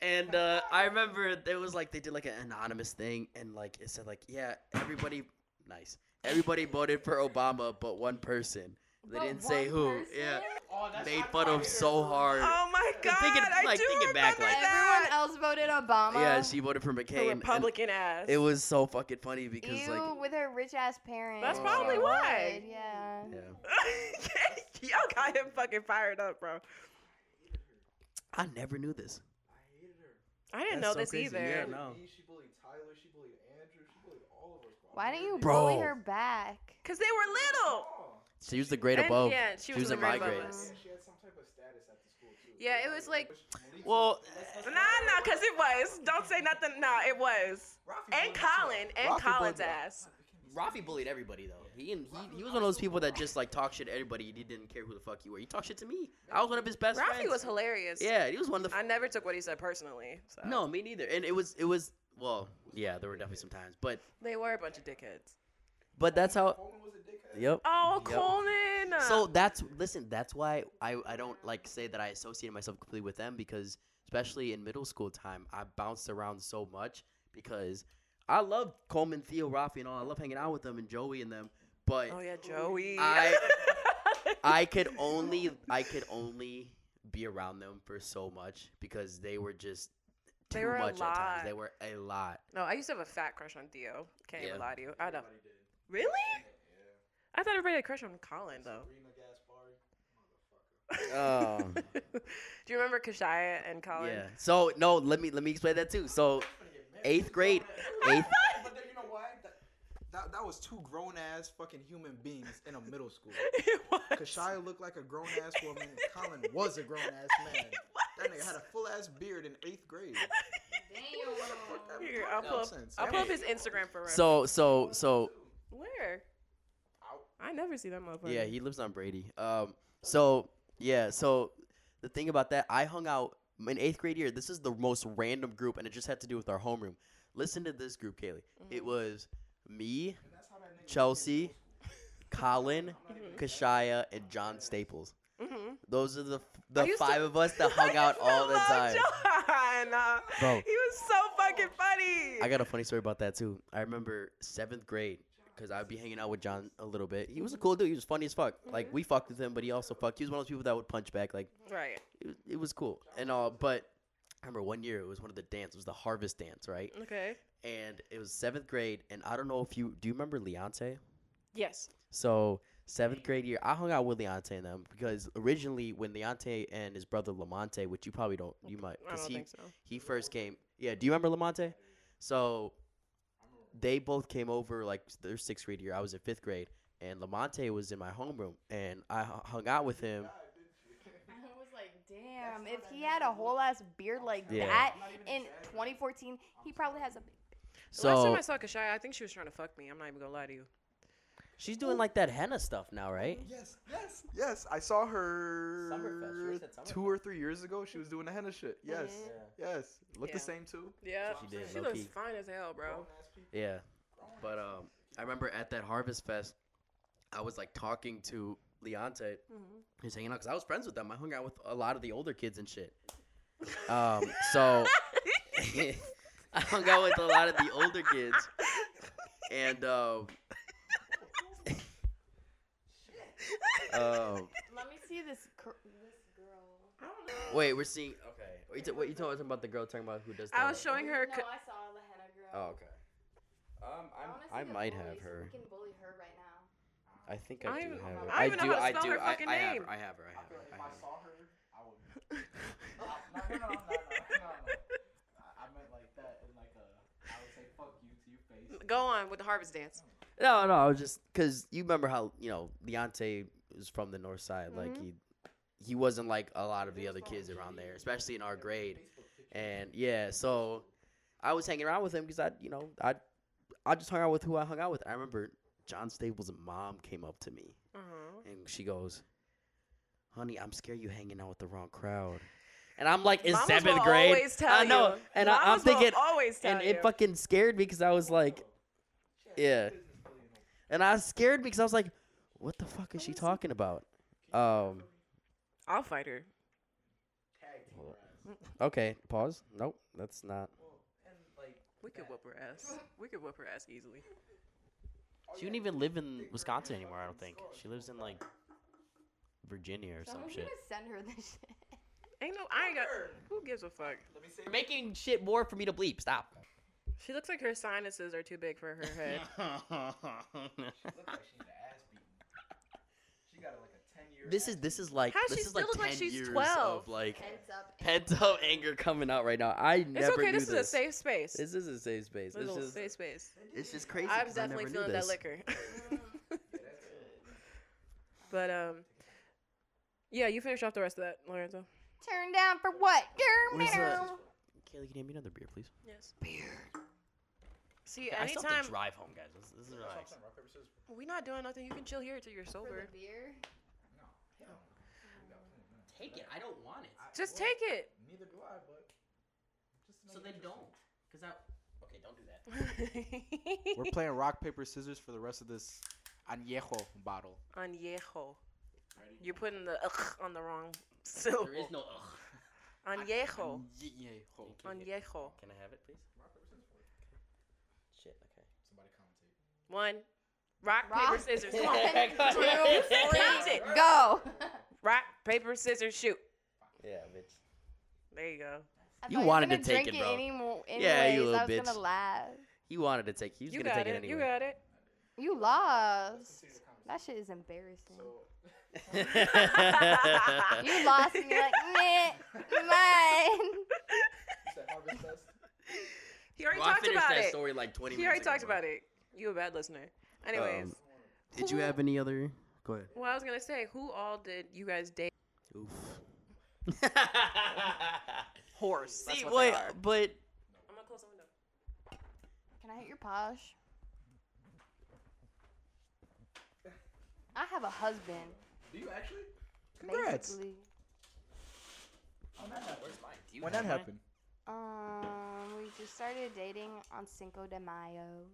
Speaker 3: And uh, I remember it was like they did like an anonymous thing, and like it said like yeah everybody nice everybody voted for Obama but one person. They
Speaker 2: But
Speaker 3: didn't say
Speaker 2: one
Speaker 3: who.
Speaker 2: person?
Speaker 3: Yeah,
Speaker 5: Oh, that's
Speaker 3: made
Speaker 5: my
Speaker 3: fun of
Speaker 5: favorite.
Speaker 3: so hard.
Speaker 1: Oh my god.
Speaker 3: thinking-
Speaker 1: I
Speaker 3: like,
Speaker 1: do
Speaker 3: thinking
Speaker 1: remember
Speaker 3: back, like-
Speaker 2: Everyone
Speaker 1: that.
Speaker 2: else voted Obama.
Speaker 3: yeah, she voted for
Speaker 1: the
Speaker 3: McCain. and
Speaker 1: Republican ass.
Speaker 3: It was so fucking funny
Speaker 2: Ew,
Speaker 3: because like
Speaker 2: with her rich ass parents.
Speaker 1: That's
Speaker 2: She
Speaker 1: probably
Speaker 2: would,
Speaker 1: why.
Speaker 2: Yeah.
Speaker 3: yeah.
Speaker 1: Y'all got him fucking fired up, bro.
Speaker 3: I never knew this.
Speaker 1: I didn't
Speaker 3: That's
Speaker 1: know
Speaker 3: so
Speaker 1: this
Speaker 3: crazy.
Speaker 1: either.
Speaker 3: Yeah, no.
Speaker 4: Me, She bullied Tyler. She bullied Andrew. She bullied all of us. bro.
Speaker 2: Why didn't you
Speaker 3: Bro.
Speaker 2: bully her back?
Speaker 1: Cause they were little.
Speaker 3: She was the grade
Speaker 1: And-
Speaker 3: above.
Speaker 1: yeah, she was
Speaker 3: was
Speaker 1: the
Speaker 3: in
Speaker 1: grade
Speaker 3: my
Speaker 1: above
Speaker 3: grade.
Speaker 1: us.
Speaker 4: Yeah, she had some type of status at the school too.
Speaker 1: Yeah, it was like
Speaker 3: Well,
Speaker 1: Nah, nah, cause it was. Don't say nothing. Nah, it was.
Speaker 4: Rafi
Speaker 1: And
Speaker 4: bullied us.
Speaker 1: Colin, and
Speaker 3: Rocky
Speaker 1: Colin's
Speaker 3: Bulldog.
Speaker 1: ass.
Speaker 3: Rafi bullied everybody though. He, and he he was one of those people that just like talk shit to everybody. He didn't care who the fuck you were. He talked shit to me. I was one of his best friends.
Speaker 1: Rafi was hilarious.
Speaker 3: Yeah, he was one of the.
Speaker 1: I never took what he said personally. So.
Speaker 3: no, me neither. And it was it was well, yeah, there were definitely some times, but
Speaker 1: They were a bunch of dickheads.
Speaker 3: but that's how.
Speaker 4: Coleman was a dickhead.
Speaker 3: Yep.
Speaker 1: Oh,
Speaker 3: Yep.
Speaker 1: Coleman.
Speaker 3: So that's listen. That's why I I don't like say that I associate myself completely with them because especially in middle school time I bounced around so much because I loved Coleman, Theo, Rafi, and all. I love hanging out with them and Joey and them. But
Speaker 1: oh yeah, Joey.
Speaker 3: I- I could only I could only be around them for so much because they were just too
Speaker 1: They were a
Speaker 3: much at times.
Speaker 1: lot.
Speaker 3: They were a lot.
Speaker 1: no, I used to have a fat crush on Theo. Can't even
Speaker 3: Yeah.
Speaker 1: lie to you. I don't. Really? I thought everybody had a crush on Colin though.
Speaker 4: Sabrina Gaspari.
Speaker 3: Um,
Speaker 1: Do you remember Kashaya and Colin?
Speaker 3: yeah. So no, let me let me explain that too. So eighth grade, eighth.
Speaker 4: But then you know why? That, that, that was two grown ass fucking human beings in a middle school.
Speaker 1: It was.
Speaker 4: Kashaya looked like a grown ass woman. Colin was a grown ass man. That nigga had a full ass beard in eighth grade. That
Speaker 1: Here,
Speaker 4: makes
Speaker 1: I'll
Speaker 4: no
Speaker 1: pull up.
Speaker 4: sense.
Speaker 1: I'll
Speaker 4: That
Speaker 1: pull up
Speaker 4: makes-
Speaker 1: his Instagram for reference.
Speaker 3: So so so
Speaker 1: where? I never see that motherfucker.
Speaker 3: yeah, he lives on Brady. Um, so yeah, so the thing about that, I hung out in eighth grade year. This is the most random group, and it just had to do with our homeroom. Listen to this group, Kaylee.
Speaker 1: Mm-hmm.
Speaker 3: It was me, Chelsea, Colin, Kashaya, and John Staples.
Speaker 1: Mhm.
Speaker 3: Those are the f-
Speaker 1: I
Speaker 3: the
Speaker 1: used to-
Speaker 3: five of us that hung out
Speaker 1: I
Speaker 3: all the
Speaker 1: love
Speaker 3: time.
Speaker 1: John. Uh,
Speaker 3: Bro.
Speaker 1: He was so fucking funny.
Speaker 3: I got a funny story about that too. I remember seventh grade. because I'd be hanging out with John a little bit. He was a cool dude. He was funny as fuck.
Speaker 1: Mm-hmm.
Speaker 3: Like we fucked with him, but he also fucked. He was one of those people that would punch back. Like
Speaker 1: Right.
Speaker 3: it was, it was cool and all. But I remember one year it was one of the dance. It was the harvest dance, right?
Speaker 1: Okay.
Speaker 3: And it was seventh grade. And I don't know if you do you remember Leonte?
Speaker 1: Yes.
Speaker 3: So
Speaker 1: Mm-hmm.
Speaker 3: seventh grade year, I hung out with Leonte and them because originally when Leonte and his brother Lamonte, which you probably don't, you might,
Speaker 1: I
Speaker 3: because
Speaker 1: don't
Speaker 3: he
Speaker 1: think so.
Speaker 3: he first came. Yeah, do you remember Lamonte? So they both came over like their sixth grade year. I was in fifth grade, and Lamonte was in my homeroom, and I hu- hung out with him.
Speaker 2: I was like, damn, if he had a whole ass beard like
Speaker 3: Yeah.
Speaker 2: that in 2014, he probably has a.
Speaker 1: the last time
Speaker 3: So
Speaker 1: I saw Kashaya, I think she was trying to fuck me. I'm not even gonna lie to you.
Speaker 3: she's doing like that henna stuff now, right?
Speaker 4: Yes, yes, yes. I saw her
Speaker 5: Summerfest. She was at
Speaker 4: two
Speaker 5: Summerfest.
Speaker 4: or three years ago. She was doing the henna shit. Yes,
Speaker 1: Mhm.
Speaker 4: yes. Look
Speaker 1: Yeah.
Speaker 4: the same too.
Speaker 1: Yeah.
Speaker 3: She did,
Speaker 1: She
Speaker 3: low
Speaker 1: looks
Speaker 3: key.
Speaker 1: fine as hell, bro.
Speaker 3: Yeah. But um, I remember at that Harvest Fest, I was like talking to Leonte.
Speaker 1: Mm-hmm.
Speaker 3: He's hanging out because I was friends with them. I hung out with a lot of the older kids and shit. Um, so I hung out with a lot of the older kids, and um, um,
Speaker 2: Let me see this. Cr- this girl.
Speaker 3: wait, we're seeing. Okay, wait, you what you talking about the girl talking about who does?
Speaker 1: I
Speaker 3: the-
Speaker 1: was showing her.
Speaker 2: No,
Speaker 1: Ka-
Speaker 2: I saw the henna girl.
Speaker 3: Oh, okay. Um,
Speaker 2: I, wanna see
Speaker 3: I
Speaker 2: the
Speaker 3: might
Speaker 2: bully,
Speaker 3: have
Speaker 2: so
Speaker 3: her.
Speaker 2: We can bully her right now.
Speaker 3: I think
Speaker 1: I
Speaker 3: I, do
Speaker 1: even-
Speaker 3: have her.
Speaker 1: I even know
Speaker 3: do.
Speaker 1: how to
Speaker 3: I
Speaker 1: spell
Speaker 3: do.
Speaker 1: her
Speaker 3: I,
Speaker 1: fucking
Speaker 3: I have
Speaker 1: name.
Speaker 3: her. I have her. I have her. I have her.
Speaker 4: her, I would. no, no, no, no, no, I meant like that in like a. I would say fuck you to your face.
Speaker 1: Go on with the harvest dance.
Speaker 3: No, no, I was just because you remember how you know Leonte was from the north side, like
Speaker 1: Mhm.
Speaker 3: he he wasn't like a lot of the other kids around there, especially in our grade. And yeah, so I was hanging around with him because I, you know, I I just hung out with who I hung out with. I remember John Staples' mom came up to me
Speaker 1: Uh
Speaker 4: Mm-hmm.
Speaker 3: and she goes, "Honey, I'm scared you hanging out with the wrong crowd." And I'm like in seventh grade, I know, and I, I'm thinking,
Speaker 1: always tell
Speaker 3: and
Speaker 1: you.
Speaker 3: it fucking scared me because I was like, yeah, and I was scared because I was like, what the fuck is she talking about? Um,
Speaker 1: I'll fight her.
Speaker 3: okay, pause. Nope, that's not.
Speaker 1: We could whoop her ass. We could whoop her ass easily.
Speaker 3: She wouldn't even live in Wisconsin anymore. I don't think she lives in like Virginia or some
Speaker 2: Someone's
Speaker 3: shit.
Speaker 2: gonna send her this shit.
Speaker 1: Ain't no, I ain't got. Who gives a fuck?
Speaker 3: You're making shit more for me to bleep. Stop.
Speaker 1: She looks like her sinuses are too big for her head.
Speaker 4: She got like a ten year.
Speaker 3: this is this is like
Speaker 1: How does
Speaker 3: this
Speaker 1: she
Speaker 3: is like
Speaker 1: still look like
Speaker 3: ten
Speaker 1: she's
Speaker 3: years
Speaker 1: 12?
Speaker 3: of like
Speaker 2: Ends up.
Speaker 3: pent up anger coming out right now. I never
Speaker 1: it's okay.
Speaker 3: knew
Speaker 1: This, is a safe space.
Speaker 3: This is a safe space.
Speaker 1: This is
Speaker 3: This
Speaker 1: a
Speaker 3: is
Speaker 1: safe space.
Speaker 3: it's just crazy.
Speaker 1: I'm
Speaker 3: 'cause I
Speaker 1: definitely
Speaker 3: never knew
Speaker 1: feeling that
Speaker 3: this.
Speaker 1: liquor. but um, yeah, you finish off the rest of that, Lorenzo.
Speaker 2: Turn down for what? Turn
Speaker 3: Where's
Speaker 2: down.
Speaker 3: the- Kaylee, can you hand me another beer, please?
Speaker 1: Yes. Beer. See,
Speaker 3: I still have
Speaker 1: anytime
Speaker 3: to drive home, guys. This, this is nice.
Speaker 1: we're not doing nothing, you can chill here till you're
Speaker 2: For
Speaker 1: sober.
Speaker 2: the beer.
Speaker 3: Take it. I don't want it.
Speaker 1: Just take it.
Speaker 4: Neither do I, but. Just
Speaker 3: So then don't. Cause I. Okay, don't do that.
Speaker 4: We're playing rock paper scissors for the rest of this añejo bottle.
Speaker 1: Añejo. You're putting the ugh on the wrong syllable.
Speaker 3: There is no. Ugh.
Speaker 1: Añejo.
Speaker 4: Añejo.
Speaker 3: Thank you.
Speaker 1: Añejo.
Speaker 3: Can I have it, please? Shit. Okay.
Speaker 1: One. Rock, paper,
Speaker 2: Rock.
Speaker 1: scissors. Come on.
Speaker 2: One, two,
Speaker 1: Count
Speaker 2: three,
Speaker 1: it.
Speaker 2: go.
Speaker 1: Rock, paper, scissors, shoot.
Speaker 3: Yeah, bitch.
Speaker 1: There you go.
Speaker 2: I
Speaker 3: You
Speaker 2: thought were
Speaker 3: wanted to
Speaker 2: gonna
Speaker 3: take
Speaker 2: drink
Speaker 3: it, bro.
Speaker 2: Anymore,
Speaker 3: Yeah, you
Speaker 2: anyways. I
Speaker 3: little
Speaker 2: was gonna
Speaker 3: bitch.
Speaker 2: laugh.
Speaker 3: He wanted to take. He was
Speaker 1: You
Speaker 3: gonna
Speaker 1: got it.
Speaker 3: take it,
Speaker 1: You
Speaker 3: anyway.
Speaker 1: got it.
Speaker 2: You lost. That shit is embarrassing. you lost, and you're like, meh, mine.
Speaker 1: He already
Speaker 3: Well, I
Speaker 1: talked
Speaker 3: finished
Speaker 1: about
Speaker 3: that
Speaker 1: it.
Speaker 3: story like 20
Speaker 1: He
Speaker 3: minutes
Speaker 1: already
Speaker 3: ago,
Speaker 1: talked
Speaker 3: bro.
Speaker 1: about it. You a bad listener. Anyways,
Speaker 3: Um, Did you have any other? Go ahead.
Speaker 1: well, I was gonna say, who all did you guys date?
Speaker 3: Oof.
Speaker 1: Horse.
Speaker 3: See, wait, but
Speaker 1: I'm gonna close the window.
Speaker 2: Can I hit your posh? I have a husband.
Speaker 4: Do you actually?
Speaker 2: Basically.
Speaker 4: When that happened?
Speaker 2: Um, we just started dating on Cinco de Mayo.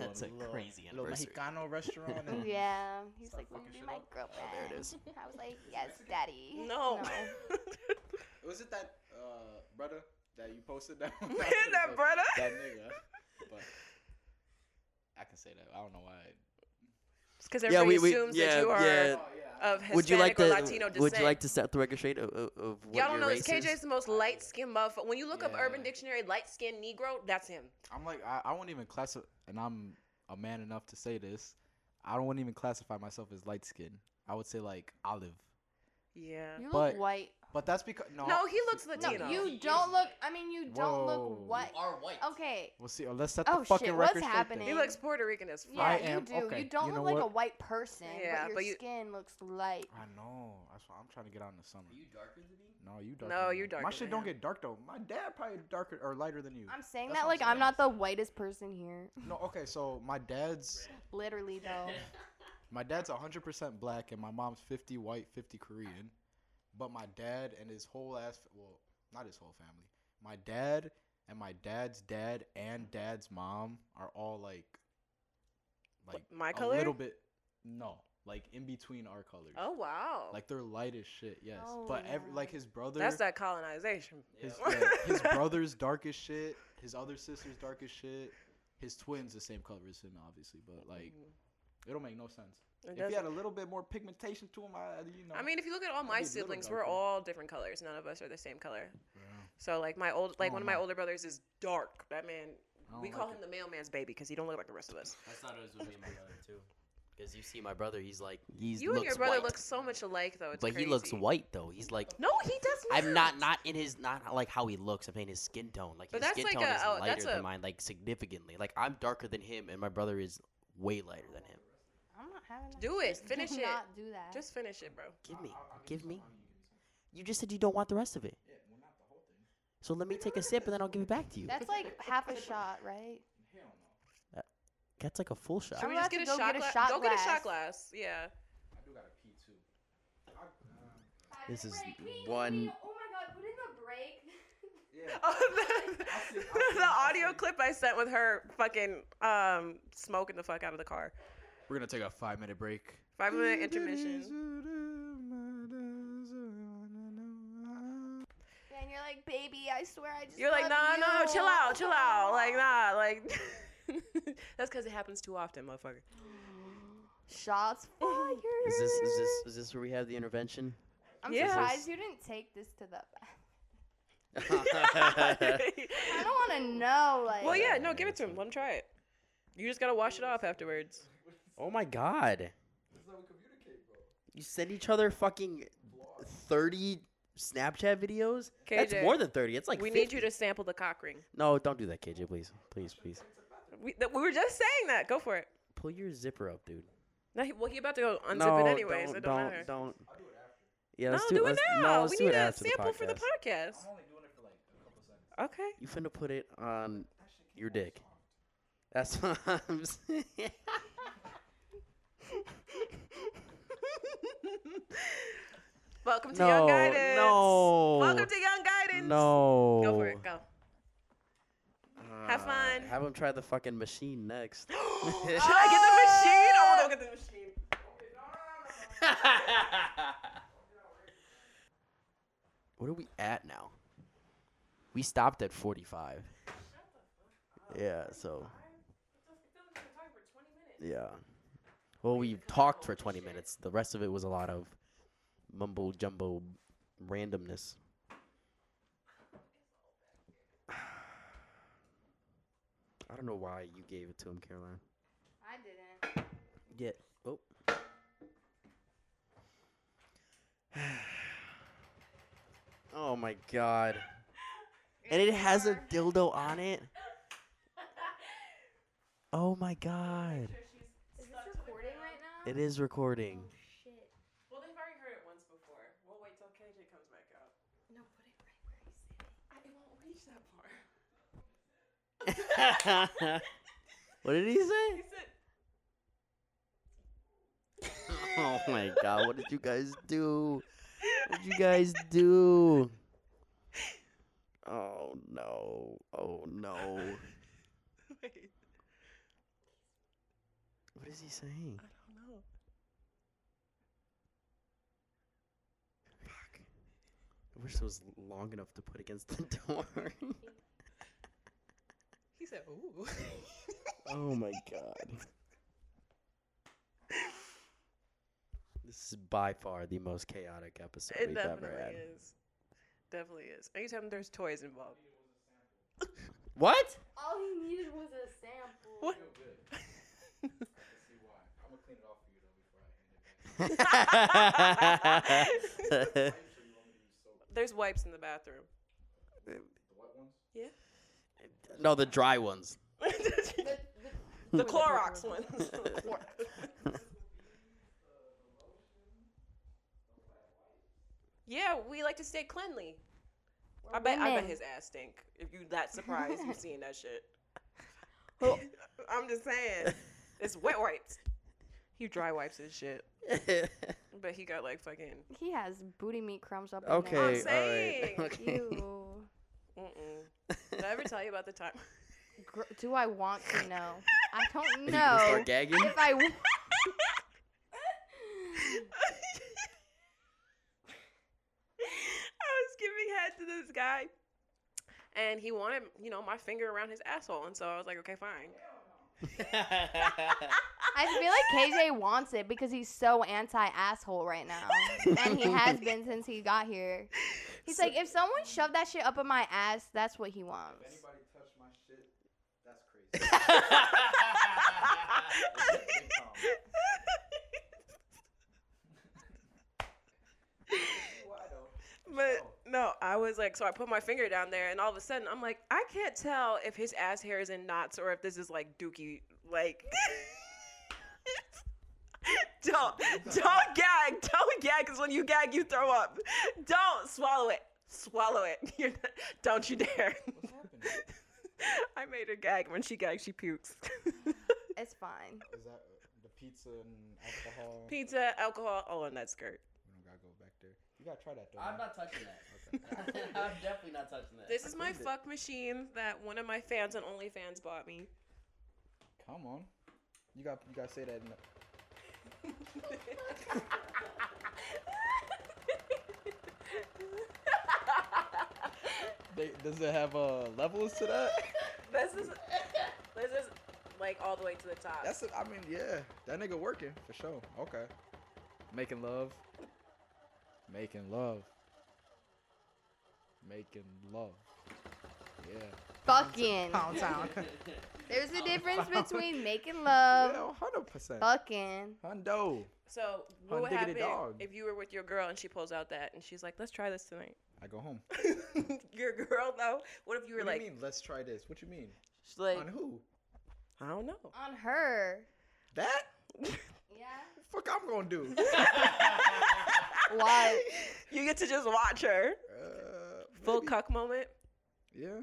Speaker 3: that's a crazy
Speaker 4: Little
Speaker 3: anniversary.
Speaker 4: Mexicano restaurant.
Speaker 2: Oh
Speaker 4: and-
Speaker 2: yeah, he's like, "Will
Speaker 4: Mm.
Speaker 2: you
Speaker 4: fucking
Speaker 2: be
Speaker 4: shit
Speaker 2: my
Speaker 4: up.
Speaker 2: girlfriend?"
Speaker 3: Oh, there it is.
Speaker 2: I was like, "Yes, daddy."
Speaker 1: No.
Speaker 4: Was it that uh, brother that you posted that?
Speaker 1: that brother?
Speaker 4: That nigga. But I can can say that. I don't know why.
Speaker 1: It's because everybody
Speaker 3: we- we-
Speaker 1: assumes
Speaker 3: yeah,
Speaker 1: that you are
Speaker 3: yeah.
Speaker 4: Oh,
Speaker 1: of Hispanic
Speaker 3: would you like
Speaker 1: or
Speaker 3: to?
Speaker 1: Latino descent.
Speaker 3: Would you like to set the record straight of, of, of what
Speaker 1: Y'all don't
Speaker 3: your
Speaker 1: know this.
Speaker 3: race
Speaker 1: KJ's
Speaker 3: is?
Speaker 1: the most light skinned motherfucker. When you look up
Speaker 4: Yeah.
Speaker 1: Urban Dictionary, light skinned Negro, that's him.
Speaker 4: I'm like I, I won't even classify, and I'm a man enough to say this. I don't want even classify myself as light skin. I would say like olive,
Speaker 1: Yeah.
Speaker 2: You
Speaker 4: But-
Speaker 2: look white.
Speaker 4: but that's because no.
Speaker 1: No, he looks
Speaker 2: No,
Speaker 1: Latino.
Speaker 5: He
Speaker 2: you
Speaker 5: is
Speaker 2: don't look.
Speaker 5: white.
Speaker 2: I mean, you don't
Speaker 4: Whoa.
Speaker 2: look white.
Speaker 5: You are white.
Speaker 2: Okay.
Speaker 4: We'll see. Oh, let's set
Speaker 2: Oh,
Speaker 4: the
Speaker 2: shit,
Speaker 4: fucking
Speaker 2: what's
Speaker 4: record
Speaker 2: happening?
Speaker 1: he looks Puerto Rican as fuck.
Speaker 2: Yeah,
Speaker 4: I
Speaker 2: you
Speaker 4: am-
Speaker 2: do.
Speaker 4: okay,
Speaker 2: You don't
Speaker 4: you know
Speaker 2: look like a
Speaker 4: what?
Speaker 2: white person,
Speaker 1: Yeah,
Speaker 2: but your
Speaker 1: but you-
Speaker 2: skin looks light.
Speaker 4: I know. That's why I'm trying to get out in the summer.
Speaker 5: Are you darker than me?
Speaker 4: No, you darker.
Speaker 1: No,
Speaker 4: than me.
Speaker 1: you're
Speaker 4: My
Speaker 1: darker
Speaker 4: shit
Speaker 1: than
Speaker 4: don't
Speaker 1: him.
Speaker 4: get dark though. My dad probably darker or lighter than you.
Speaker 2: I'm saying
Speaker 4: That's
Speaker 2: that
Speaker 4: what
Speaker 2: like
Speaker 4: I'm
Speaker 2: I'm not the whitest person here.
Speaker 4: No, okay. So my dad's
Speaker 2: Literally though.
Speaker 4: my dad's 100% black and my mom's 50 white, 50 Korean. But my dad and his whole ass well, not his whole family. My dad and my dad's dad and dad's mom are all like like
Speaker 1: my
Speaker 4: a
Speaker 1: color?
Speaker 4: little bit no, like in between our colors.
Speaker 1: Oh, wow.
Speaker 4: Like they're light as shit, yes.
Speaker 2: Oh,
Speaker 4: but every,
Speaker 2: yeah.
Speaker 4: like his brother
Speaker 1: that's that colonization.
Speaker 4: his,
Speaker 5: Yeah.
Speaker 4: yeah, his brother's dark as shit. His other sister's dark as shit. His twin's the same color as him, obviously, but like it'll make no sense.
Speaker 1: It
Speaker 4: if he had
Speaker 1: Mm-hmm. doesn't-
Speaker 4: a little bit more pigmentation to him, I you know.
Speaker 1: I mean, if you look at all
Speaker 4: Might
Speaker 1: my
Speaker 4: be a little
Speaker 1: siblings, we're
Speaker 4: darker.
Speaker 1: all different colors. None of us are the same color.
Speaker 4: Yeah.
Speaker 1: So like my old, like
Speaker 4: Oh,
Speaker 1: one of my
Speaker 4: no.
Speaker 1: older brothers is dark. That man,
Speaker 4: I don't
Speaker 1: we call
Speaker 4: like
Speaker 1: him the mailman's baby because he don't look like the rest of us.
Speaker 5: I thought it was with me and my brother too.
Speaker 3: Because you see, my brother, he's like he's
Speaker 1: you and your
Speaker 3: looks
Speaker 1: brother
Speaker 3: white.
Speaker 1: look so much alike though. It's
Speaker 3: but he looks
Speaker 1: crazy.
Speaker 3: white though. He's like
Speaker 1: No, he does not.
Speaker 3: I'm not not in his not how- like how he looks. I'm saying his skin tone. Like
Speaker 1: But
Speaker 3: his
Speaker 1: that's
Speaker 3: skin
Speaker 1: like
Speaker 3: tone
Speaker 1: a-
Speaker 3: is
Speaker 1: oh,
Speaker 3: lighter
Speaker 1: that's a-
Speaker 3: than mine, like significantly. Like I'm darker than him, and my brother is way lighter than him.
Speaker 2: I'm not having that.
Speaker 1: Do it.
Speaker 2: Just
Speaker 1: Finish
Speaker 2: do
Speaker 1: it.
Speaker 2: Not do that.
Speaker 1: Just finish it, bro.
Speaker 3: Give me, give me. You just said you don't want the rest of it. So let me take a sip and then I'll give it back to you.
Speaker 2: That's like half a shot, right?
Speaker 3: That's like a full shot.
Speaker 1: Should
Speaker 2: I'm
Speaker 1: we
Speaker 2: gonna
Speaker 1: just get a,
Speaker 2: have to go
Speaker 1: shot
Speaker 2: get a
Speaker 1: gla-
Speaker 2: shot
Speaker 1: Go get a
Speaker 2: glass.
Speaker 1: shot glass. Yeah.
Speaker 4: I do gotta pee too. uh,
Speaker 3: This is one.
Speaker 2: Oh my god! Put in the break.
Speaker 1: Oh. the, the audio clip I sent with her fucking um smoking the fuck out of the car.
Speaker 4: We're gonna take a five minute break.
Speaker 1: Five minute intermission.
Speaker 2: And you're like, baby, I swear I just.
Speaker 1: You're like,
Speaker 2: love
Speaker 1: nah,
Speaker 2: you.
Speaker 1: no, chill out, chill out. Like, nah, like. That's because it happens too often, motherfucker.
Speaker 2: Shots fired.
Speaker 3: Is this is this is this where we have the intervention?
Speaker 2: I'm
Speaker 1: Yeah.
Speaker 2: surprised you didn't take this to the.
Speaker 3: That's
Speaker 2: I don't want to know. Like.
Speaker 1: well, yeah, no, give it to him. Let him try it. You just gotta wash it off afterwards.
Speaker 3: Oh my god. You send each other fucking 30 Snapchat videos? That's
Speaker 1: KJ,
Speaker 3: more than 30. It's like
Speaker 1: we
Speaker 3: 50.
Speaker 1: need you to sample the cock ring.
Speaker 3: No, don't do that, KJ, please. Please, please.
Speaker 1: We, th- we were just saying that. Go for it.
Speaker 3: Pull your zipper up, dude.
Speaker 1: No, he, well, he about to go unzip
Speaker 3: no,
Speaker 1: it anyways.
Speaker 3: Don't,
Speaker 1: it don't,
Speaker 3: don't,
Speaker 1: matter.
Speaker 3: don't. Yeah,
Speaker 1: no,
Speaker 3: let's
Speaker 1: do,
Speaker 3: do,
Speaker 1: it
Speaker 3: let's-
Speaker 1: now.
Speaker 3: No, let's
Speaker 1: we
Speaker 3: do
Speaker 1: need
Speaker 3: it
Speaker 1: a
Speaker 3: after
Speaker 1: sample
Speaker 3: the
Speaker 1: for the
Speaker 3: podcast.
Speaker 1: podcast.
Speaker 4: only doing it for like a couple seconds.
Speaker 1: Okay.
Speaker 3: You finna put it on your dick. That's what I'm saying.
Speaker 1: Welcome to
Speaker 3: No,
Speaker 1: Young Guidance.
Speaker 3: no.
Speaker 1: Welcome to Young Guidance.
Speaker 3: no.
Speaker 1: Go for it. Go. Have
Speaker 3: Uh,
Speaker 1: fun. Oh,
Speaker 3: Have him try the fucking machine next.
Speaker 1: Should I get the machine? I
Speaker 3: Oh,
Speaker 1: want to go get the machine.
Speaker 3: what are we at now? We stopped at 45. Yeah, so. Yeah. Well, we talked for 20 minutes. The rest of it was a lot of mumbo jumbo randomness. I don't know why you gave it to him, Caroline.
Speaker 2: I didn't.
Speaker 3: Yeah. Oh. oh my god. And it has a dildo on it. Oh my god.
Speaker 2: Is this recording right now? Oh,
Speaker 3: It is recording.
Speaker 2: Shit.
Speaker 1: Well, they've already heard it once before. We'll wait till KJ comes back out.
Speaker 2: No, put it right where he's sitting.
Speaker 1: I it won't reach that far.
Speaker 3: what did he say?
Speaker 1: He said,
Speaker 3: Oh my god, what did you guys do? What did you guys do? Oh no. Oh no.
Speaker 1: wait,
Speaker 3: What is he saying?
Speaker 1: I don't know.
Speaker 3: Fuck. I wish it was long enough to put against the door.
Speaker 1: He said, "Ooh."
Speaker 3: Oh my god. This is by far the most chaotic episode
Speaker 1: It
Speaker 3: we've
Speaker 1: definitely
Speaker 3: ever had.
Speaker 1: is. Definitely is. Anytime there's toys involved.
Speaker 3: What?
Speaker 2: All he needed was a sample.
Speaker 1: What?
Speaker 4: I'm gonna clean it off for you though before I hand it back.
Speaker 1: There's wipes in the bathroom.
Speaker 4: The wet ones?
Speaker 3: no, the dry ones.
Speaker 2: The,
Speaker 1: the
Speaker 2: the,
Speaker 1: Clorox ones. yeah, we like to stay cleanly. I bet I bet his ass stink. If you that surprised you seeing that shit. I'm just saying. It's wet wipes. He dry wipes his shit. But he got like fucking
Speaker 2: He has booty meat crumbs up in
Speaker 3: okay, all
Speaker 1: I'm
Speaker 2: there.
Speaker 3: right.
Speaker 1: saying,
Speaker 3: Okay.
Speaker 2: Ew.
Speaker 1: mm-mm. Did I ever tell you about the time?
Speaker 2: Gr- do I want to know? I don't
Speaker 3: You gonna
Speaker 2: know.
Speaker 3: start gagging?
Speaker 2: If I w-
Speaker 1: I was giving head to this guy, and he wanted, you know, my finger around his asshole, and so I was like, okay, fine.
Speaker 2: I feel like KJ wants it because he's so anti asshole right now, and he has been since he got here. He's like, if someone shoved that shit up in my ass, that's what he
Speaker 1: Uh,
Speaker 4: If
Speaker 2: wants.
Speaker 4: anybody touched my shit, that's crazy. Big Tom. Why though?
Speaker 1: But no, I was like, so I put my finger down there, and all of a sudden, I'm like, I can't tell if his ass hair is in knots or if this is like dookie. Like, don't, don't gag, don't gag, because when you gag, you throw up. Don't swallow it, swallow it. You're not, don't you dare.
Speaker 4: What's happening?
Speaker 1: I made her gag. When she gags, she pukes.
Speaker 2: It's fine.
Speaker 4: Is that uh, the pizza and alcohol?
Speaker 1: Pizza, alcohol, all in that skirt.
Speaker 4: we don't gotta go back there. You gotta try that though.
Speaker 5: I'm
Speaker 4: man.
Speaker 5: not touching that. I'm definitely not touching that.
Speaker 1: This is my fuck machine that one of my fans on OnlyFans bought me.
Speaker 4: Come on. You got you gotta say that in the They, does it have uh, levels to that?
Speaker 1: this is this is like all the way to the top.
Speaker 4: That's a, I mean, yeah, that nigga working for sure. Okay, making love, making love, making love. Yeah.
Speaker 2: Fucking.
Speaker 4: town.
Speaker 2: There's a difference between making
Speaker 4: yeah,
Speaker 1: Um,
Speaker 2: love,
Speaker 4: hundred percent.
Speaker 1: uh,
Speaker 2: fucking.
Speaker 4: Hundo.
Speaker 1: so what would
Speaker 4: Undiggity
Speaker 1: happen
Speaker 4: dog.
Speaker 1: if you were with your girl and she pulls out that and she's like, "Let's try this tonight."
Speaker 4: I go home.
Speaker 1: your girl though. What if you were
Speaker 4: what
Speaker 1: like,
Speaker 4: do you mean? Let's try this. What you mean?
Speaker 1: she's like,
Speaker 4: On who?
Speaker 1: I don't know.
Speaker 2: On her.
Speaker 4: That?
Speaker 2: Yeah.
Speaker 4: Fuck, I'm gonna do.
Speaker 2: Why?
Speaker 1: You get to just watch her.
Speaker 4: uh,
Speaker 1: Full
Speaker 4: maybe.
Speaker 1: cuck moment.
Speaker 4: Yeah.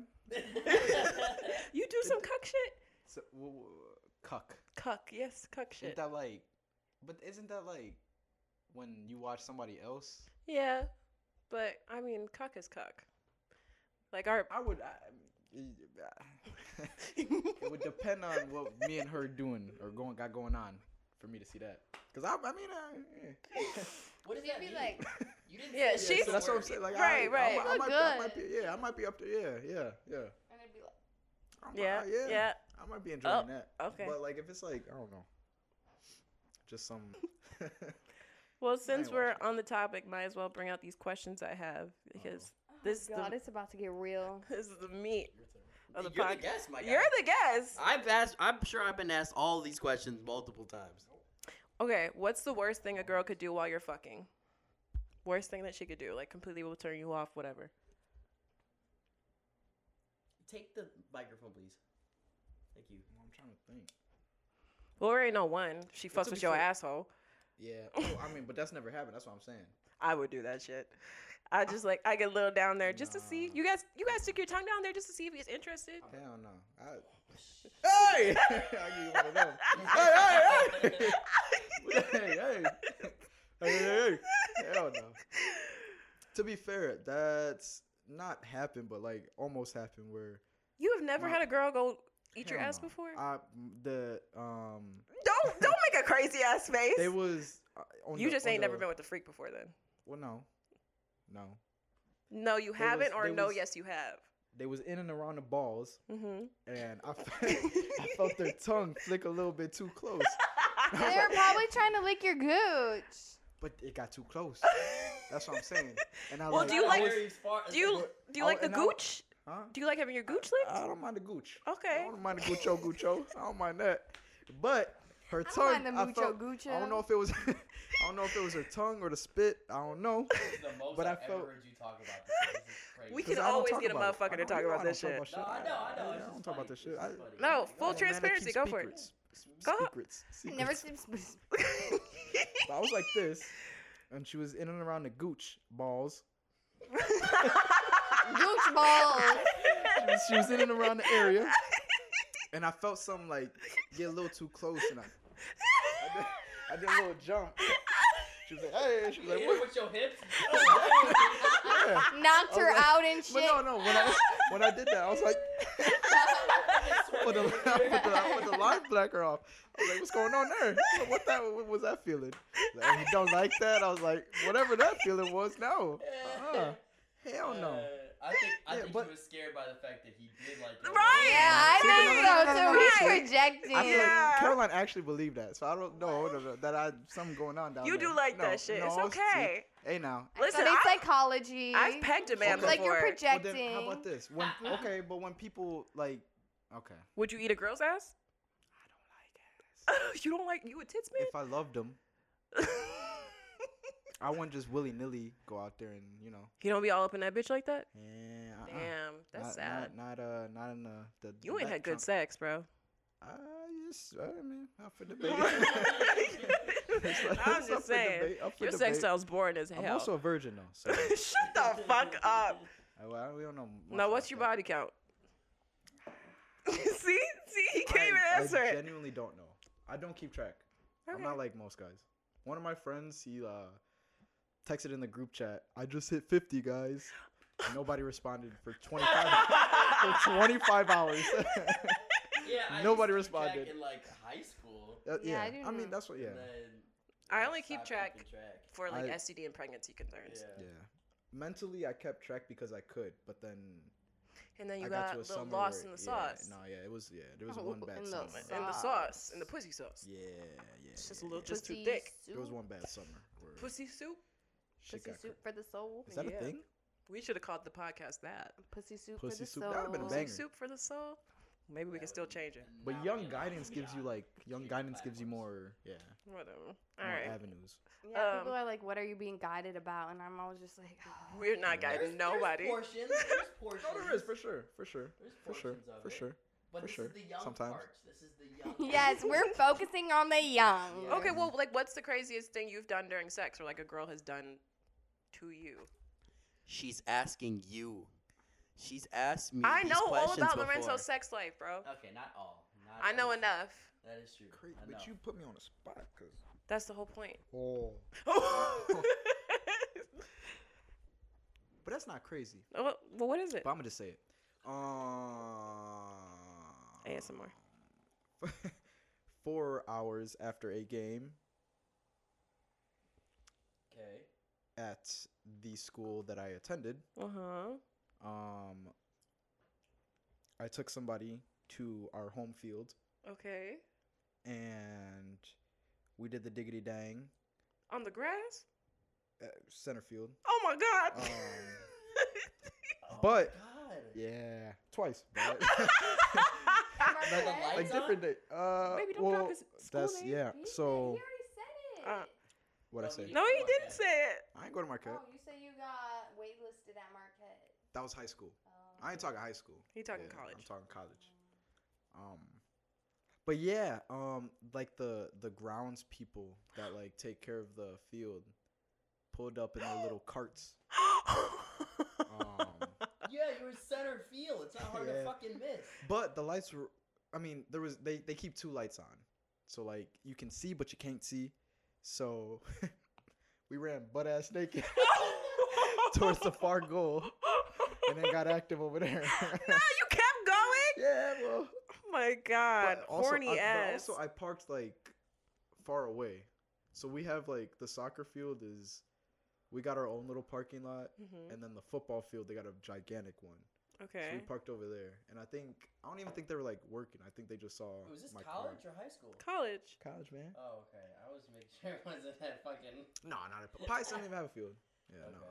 Speaker 1: You do some cuck shit.
Speaker 4: So, w- w- cuck.
Speaker 1: Cuck, yes, cuck
Speaker 4: Isn't
Speaker 1: shit.
Speaker 4: that like? But isn't that like when you watch somebody else?
Speaker 1: Yeah, but I mean, cuck is cuck. Like our
Speaker 4: I would. I, it would depend on what me and her doing or going got going on for me to see that. Cause I, I mean, I, yeah.
Speaker 5: What does
Speaker 2: You'd
Speaker 5: that
Speaker 2: be
Speaker 5: mean?
Speaker 2: like-
Speaker 5: you didn't
Speaker 1: Yeah,
Speaker 5: say
Speaker 1: she's-
Speaker 5: a
Speaker 4: so that's what I'm
Speaker 5: word.
Speaker 4: saying. Like,
Speaker 1: Right,
Speaker 4: I,
Speaker 1: right.
Speaker 4: I, might- I,
Speaker 2: Look
Speaker 4: might, I might
Speaker 2: good.
Speaker 4: be, yeah, I might be up there. Yeah, yeah, yeah.
Speaker 2: And it'd be like,
Speaker 4: I'm-
Speaker 1: yeah,
Speaker 4: I-
Speaker 1: yeah,
Speaker 4: I might be enjoying
Speaker 1: Oh,
Speaker 4: that.
Speaker 1: okay.
Speaker 4: But like, if it's like, I don't know, just some.
Speaker 1: Well, since
Speaker 4: watch
Speaker 1: we're
Speaker 4: it.
Speaker 1: on the topic, might as well bring out these questions I have because This is the-
Speaker 2: "Oh God, it's about to get real.
Speaker 1: this is the meat of the
Speaker 3: You're the
Speaker 1: podcast.
Speaker 3: guest, my guy.
Speaker 1: You're the guest.
Speaker 3: I've asked. I'm sure I've been asked all these questions multiple times.
Speaker 1: Okay, what's the worst thing a girl could do while you're fucking? Worst thing that she could do, like completely will turn you off, whatever.
Speaker 5: Take the microphone, please. Thank you.
Speaker 4: I'm trying to think.
Speaker 1: Well, we already know one. She fucks
Speaker 4: would
Speaker 1: with
Speaker 4: be
Speaker 1: your
Speaker 4: fun.
Speaker 1: asshole.
Speaker 4: Yeah. Oh, I mean, but that's never happened. That's what I'm saying.
Speaker 1: I would do that shit. I just like I get a little down there just to see.
Speaker 4: Nah.
Speaker 1: You guys, you guys stick your tongue down there just to see if he's interested.
Speaker 4: Hell no. I, hey! I give you one of them. Hey, hey, hey! hey, hey. Hey, hey, hey. Hell no. To be fair, that's not happened, but like almost happened where.
Speaker 1: You have never
Speaker 4: Wow.
Speaker 1: had a girl go eat your
Speaker 4: Hell
Speaker 1: ass
Speaker 4: no.
Speaker 1: before?
Speaker 4: I, the, um,
Speaker 1: don't don't make a crazy ass face.
Speaker 4: they was. Uh, on
Speaker 1: you
Speaker 4: the,
Speaker 1: just
Speaker 4: on
Speaker 1: ain't
Speaker 4: the,
Speaker 1: never been with a freak before then.
Speaker 4: Well, no. No.
Speaker 1: No, you
Speaker 4: They was-
Speaker 1: haven't, or
Speaker 4: they
Speaker 1: no,
Speaker 4: was-
Speaker 1: yes, you have.
Speaker 4: They was in and around the balls,
Speaker 1: Mm-hmm.
Speaker 4: and I felt, I felt their tongue flick a little bit too close.
Speaker 2: They were probably trying to lick your gooch.
Speaker 4: But it got too close. That's what I'm saying. And I
Speaker 1: Well,
Speaker 4: like,
Speaker 1: do you
Speaker 4: I
Speaker 1: like-
Speaker 4: was-
Speaker 1: Do you do you
Speaker 4: I
Speaker 1: like the
Speaker 4: would- Oh, and I would-
Speaker 1: gooch?
Speaker 4: huh?
Speaker 1: Do you like having your gooch licked?
Speaker 4: I don't mind the gooch. I
Speaker 1: Okay.
Speaker 4: don't mind the Gucho Gucho. I don't mind that. But her
Speaker 2: don't
Speaker 4: tongue,
Speaker 2: mind the
Speaker 4: I,
Speaker 2: Mucho
Speaker 4: felt, I
Speaker 2: Gucho.
Speaker 4: don't know if it was, I don't know if it was her tongue or the spit. I don't know.
Speaker 5: The most
Speaker 4: But
Speaker 5: I've
Speaker 4: I felt-
Speaker 5: ever heard you talk about this. This is crazy.
Speaker 1: We
Speaker 4: Because
Speaker 1: can
Speaker 4: I don't
Speaker 1: always
Speaker 4: talk
Speaker 1: get a
Speaker 4: about it.
Speaker 1: motherfucker
Speaker 4: I
Speaker 1: to
Speaker 4: don't-
Speaker 1: talk
Speaker 4: you know
Speaker 1: about
Speaker 4: I
Speaker 1: this
Speaker 4: don't
Speaker 1: shit.
Speaker 4: talk about
Speaker 5: No, I know, I know.
Speaker 4: I
Speaker 5: it's
Speaker 4: don't
Speaker 5: just
Speaker 4: talk about
Speaker 5: funny.
Speaker 4: this
Speaker 5: It's
Speaker 4: shit.
Speaker 5: just
Speaker 4: I-
Speaker 5: funny.
Speaker 1: No, full
Speaker 5: Like, I
Speaker 4: I'm a
Speaker 5: don't-
Speaker 4: man that
Speaker 1: transparency,
Speaker 4: keeps
Speaker 1: go for it.
Speaker 4: secrets. Secrets.
Speaker 2: Go
Speaker 1: ahead.
Speaker 4: Secrets.
Speaker 2: I've never
Speaker 4: Secrets.
Speaker 2: seen.
Speaker 4: So I was like this, and she was in and around the gooch balls.
Speaker 2: Gooch balls.
Speaker 4: She was, she was in and around the area, and I felt something like get a little too close, and I, I, did, I did a little jump. She was like, "Hey!" She was like,
Speaker 5: Yeah,
Speaker 4: "What?"
Speaker 5: with your hips? Oh,
Speaker 4: Yeah.
Speaker 2: Knocked her
Speaker 4: Oh, but-
Speaker 2: out and
Speaker 4: But
Speaker 2: shit.
Speaker 4: no, no. When I when I did that, I was like, I put the, I put the, I put the live blacker off. I was like, what's going on there? What, what that? What was that feeling? Like, "Oh, you don't like that? I was like, whatever that feeling was, no. Uh-uh. Hell no.
Speaker 5: Uh, I think I
Speaker 4: Yeah,
Speaker 5: think
Speaker 4: but-
Speaker 5: he was scared by the fact that he did like it.
Speaker 1: Right.
Speaker 2: Yeah, I
Speaker 4: See, but no,
Speaker 2: think
Speaker 4: no,
Speaker 2: so
Speaker 4: no, no,
Speaker 2: too.
Speaker 4: no,
Speaker 2: He's
Speaker 1: no.
Speaker 2: projecting.
Speaker 4: I feel
Speaker 1: Yeah.
Speaker 4: like Caroline actually believed that, so I don't know that- that I something going on down
Speaker 1: You
Speaker 4: there.
Speaker 1: do like
Speaker 4: No,
Speaker 1: that shit. it's
Speaker 4: no,
Speaker 1: okay.
Speaker 4: see, Hey now.
Speaker 1: Listen,
Speaker 2: Studied
Speaker 1: I-
Speaker 2: psychology.
Speaker 1: I've pegged a man
Speaker 2: It's
Speaker 4: It's
Speaker 1: before.
Speaker 2: like you're
Speaker 4: Well,
Speaker 2: projecting.
Speaker 4: then how about this? When okay, but when people like, okay,
Speaker 1: Would you eat a girl's ass? I don't like ass. you don't like you a tits man?
Speaker 4: if I loved them, I wouldn't just willy nilly go out there and you know.
Speaker 1: you don't be all up in that bitch like that?
Speaker 4: Yeah. uh-uh.
Speaker 1: Damn, that's
Speaker 4: not,
Speaker 1: sad.
Speaker 4: Not, not uh, not in the. the
Speaker 1: you ain't
Speaker 4: back
Speaker 1: had good
Speaker 4: trunk.
Speaker 1: sex, bro.
Speaker 4: I just, I mean, up for debate. It's like-
Speaker 1: I'm
Speaker 4: it's up
Speaker 1: just
Speaker 4: for
Speaker 1: saying.
Speaker 4: debate, up for
Speaker 1: Your sex
Speaker 4: debate.
Speaker 1: sounds boring as hell.
Speaker 4: I'm also a virgin though, so
Speaker 1: Shut the fuck up.
Speaker 4: I, well, I- we don't know. much
Speaker 1: Now, what's
Speaker 4: about
Speaker 1: your
Speaker 4: that.
Speaker 1: body count? see, see, he can't even
Speaker 4: I,
Speaker 1: answer
Speaker 4: I
Speaker 1: it.
Speaker 4: genuinely don't know. I don't keep track. I'm
Speaker 1: Okay.
Speaker 4: not like most guys. One of my friends, he uh, texted in the group chat. I just hit 50 guys. And Nobody responded for 25 for 25 hours.
Speaker 5: Yeah, I
Speaker 4: Nobody
Speaker 5: used to keep track
Speaker 4: responded.
Speaker 5: In like high school.
Speaker 4: Uh,
Speaker 2: Yeah, I
Speaker 4: yeah,
Speaker 2: do
Speaker 4: I, mean
Speaker 2: know.
Speaker 4: that's what. Yeah,
Speaker 5: And then,
Speaker 1: I
Speaker 5: like,
Speaker 1: only keep
Speaker 5: stopped
Speaker 1: track-
Speaker 5: keeping track.
Speaker 1: For like
Speaker 4: I-
Speaker 1: STD and pregnancy concerns.
Speaker 4: yeah. Mentally, I kept track because I could, but then
Speaker 1: And then you
Speaker 4: I
Speaker 1: got,
Speaker 4: got, to a
Speaker 1: the
Speaker 4: summer
Speaker 1: lost
Speaker 4: where-
Speaker 1: in the
Speaker 4: yeah,
Speaker 1: sauce.
Speaker 4: No, yeah, it was yeah, there was
Speaker 2: Oh,
Speaker 4: one bad
Speaker 2: in the
Speaker 4: summer.
Speaker 2: sauce.
Speaker 1: And the sauce. And the pussy sauce.
Speaker 4: Yeah, yeah.
Speaker 1: It's just a
Speaker 4: yeah,
Speaker 1: little
Speaker 4: yeah.
Speaker 1: just too
Speaker 2: Pussy
Speaker 1: thick.
Speaker 4: There was
Speaker 2: soup.
Speaker 4: one bad summer where
Speaker 1: Pussy soup?
Speaker 4: shit
Speaker 2: Pussy
Speaker 4: got
Speaker 2: soup
Speaker 4: cra-
Speaker 2: for the soul.
Speaker 4: Is that
Speaker 1: Yeah.
Speaker 4: a thing?
Speaker 1: We should have called the podcast that.
Speaker 2: Pussy soup for the
Speaker 4: Pussy soup.
Speaker 2: soul.
Speaker 4: That would've been a
Speaker 1: Pussy
Speaker 4: banger.
Speaker 1: soup for the soul? Maybe we can still change it.
Speaker 5: Now
Speaker 4: But
Speaker 5: we
Speaker 4: young
Speaker 5: like
Speaker 4: guidance
Speaker 5: the
Speaker 4: gives you
Speaker 5: yacht.
Speaker 4: like young
Speaker 5: Streaming
Speaker 4: guidance gives you
Speaker 5: platforms.
Speaker 4: more yeah
Speaker 1: Whatever. All
Speaker 4: more
Speaker 1: right.
Speaker 4: avenues.
Speaker 2: Yeah,
Speaker 1: Um,
Speaker 2: people are like, "What are you being guided about?" And I'm always just like, oh.
Speaker 1: We're not
Speaker 4: There's-
Speaker 1: guiding nobody.
Speaker 5: There's portions. There's portions.
Speaker 4: No, there is for sure, for sure,
Speaker 5: There's
Speaker 4: for sure,
Speaker 5: portions of
Speaker 4: for
Speaker 5: it.
Speaker 4: sure.
Speaker 5: But
Speaker 4: for
Speaker 5: this
Speaker 4: sure,
Speaker 5: is the young
Speaker 4: sometimes.
Speaker 5: part. This is the young.
Speaker 2: "Yes, we're focusing on the young."
Speaker 5: Yeah.
Speaker 1: Okay, well, like, what's the craziest thing you've done during sex or like a girl has done to you?
Speaker 3: She's asking you. She's asked me.
Speaker 1: I
Speaker 3: these
Speaker 1: know all
Speaker 3: questions
Speaker 1: about
Speaker 3: before.
Speaker 1: Lorenzo's sex life, bro.
Speaker 4: Uh,
Speaker 5: Okay, not all. Not
Speaker 1: I know
Speaker 5: all.
Speaker 1: enough.
Speaker 5: That is true.
Speaker 4: Cra-
Speaker 5: I know.
Speaker 4: But you put me on the spot, cause
Speaker 1: That's the whole point.
Speaker 4: oh,
Speaker 1: oh,
Speaker 4: but that's not crazy.
Speaker 1: well, what is it?
Speaker 4: But I'm gonna just say it. Um,
Speaker 1: ASMR.
Speaker 4: four hours after a game
Speaker 5: Okay.
Speaker 4: at the school that I attended,
Speaker 1: Uh huh.
Speaker 4: um, I took somebody to our home field
Speaker 1: Okay.
Speaker 4: and we did the diggity dang
Speaker 1: On the grass?
Speaker 4: uh center field.
Speaker 1: Oh my god.
Speaker 4: Um,
Speaker 5: Oh my
Speaker 4: But-
Speaker 5: God.
Speaker 4: Yeah, twice. but-
Speaker 5: But the
Speaker 2: Like
Speaker 4: like
Speaker 5: lights on?
Speaker 4: different day. Uh,
Speaker 1: Baby, don't
Speaker 4: well,
Speaker 1: drop his school
Speaker 4: that's
Speaker 1: name.
Speaker 4: yeah.
Speaker 2: He said-
Speaker 4: So
Speaker 2: he already said it.
Speaker 1: Uh,
Speaker 4: what I
Speaker 5: Oh,
Speaker 4: say?
Speaker 5: you-
Speaker 1: no, he didn't say it.
Speaker 4: I ain't go to Marquette.
Speaker 2: Oh, you say you got waitlisted at Marquette.
Speaker 4: That was high school.
Speaker 2: Oh.
Speaker 4: I ain't talking high school.
Speaker 1: He talking
Speaker 4: Yeah,
Speaker 1: college.
Speaker 4: I'm talking college. Um, but yeah, um, like the the grounds people that like take care of the field pulled up in their little carts. Um,
Speaker 5: Yeah, you were center field. It's not hard
Speaker 4: Yeah.
Speaker 5: to fucking miss.
Speaker 4: but the lights were. I mean, there was they they keep two lights on, so like you can see but you can't see. So we ran butt ass naked towards the far goal, and then got active over there.
Speaker 1: no, you kept going.
Speaker 4: yeah, well.
Speaker 1: Oh my god,
Speaker 4: But also,
Speaker 1: horny
Speaker 4: I,
Speaker 1: ass.
Speaker 4: But also, I parked like far away, so we have like the soccer field is, we got our own little parking lot,
Speaker 1: Mhm.
Speaker 4: and then the football field they got a gigantic one. So we
Speaker 1: Okay.
Speaker 4: parked over there, and I think I don't even think they were like working. I think they just saw.
Speaker 5: Wait, was this
Speaker 4: Oh, my car.
Speaker 5: college or high school?
Speaker 1: College.
Speaker 4: College, man.
Speaker 5: Oh, okay. I was making sure it wasn't that fucking.
Speaker 4: No, not at Pies doesn't even have a field. Yeah,
Speaker 5: okay.
Speaker 4: no.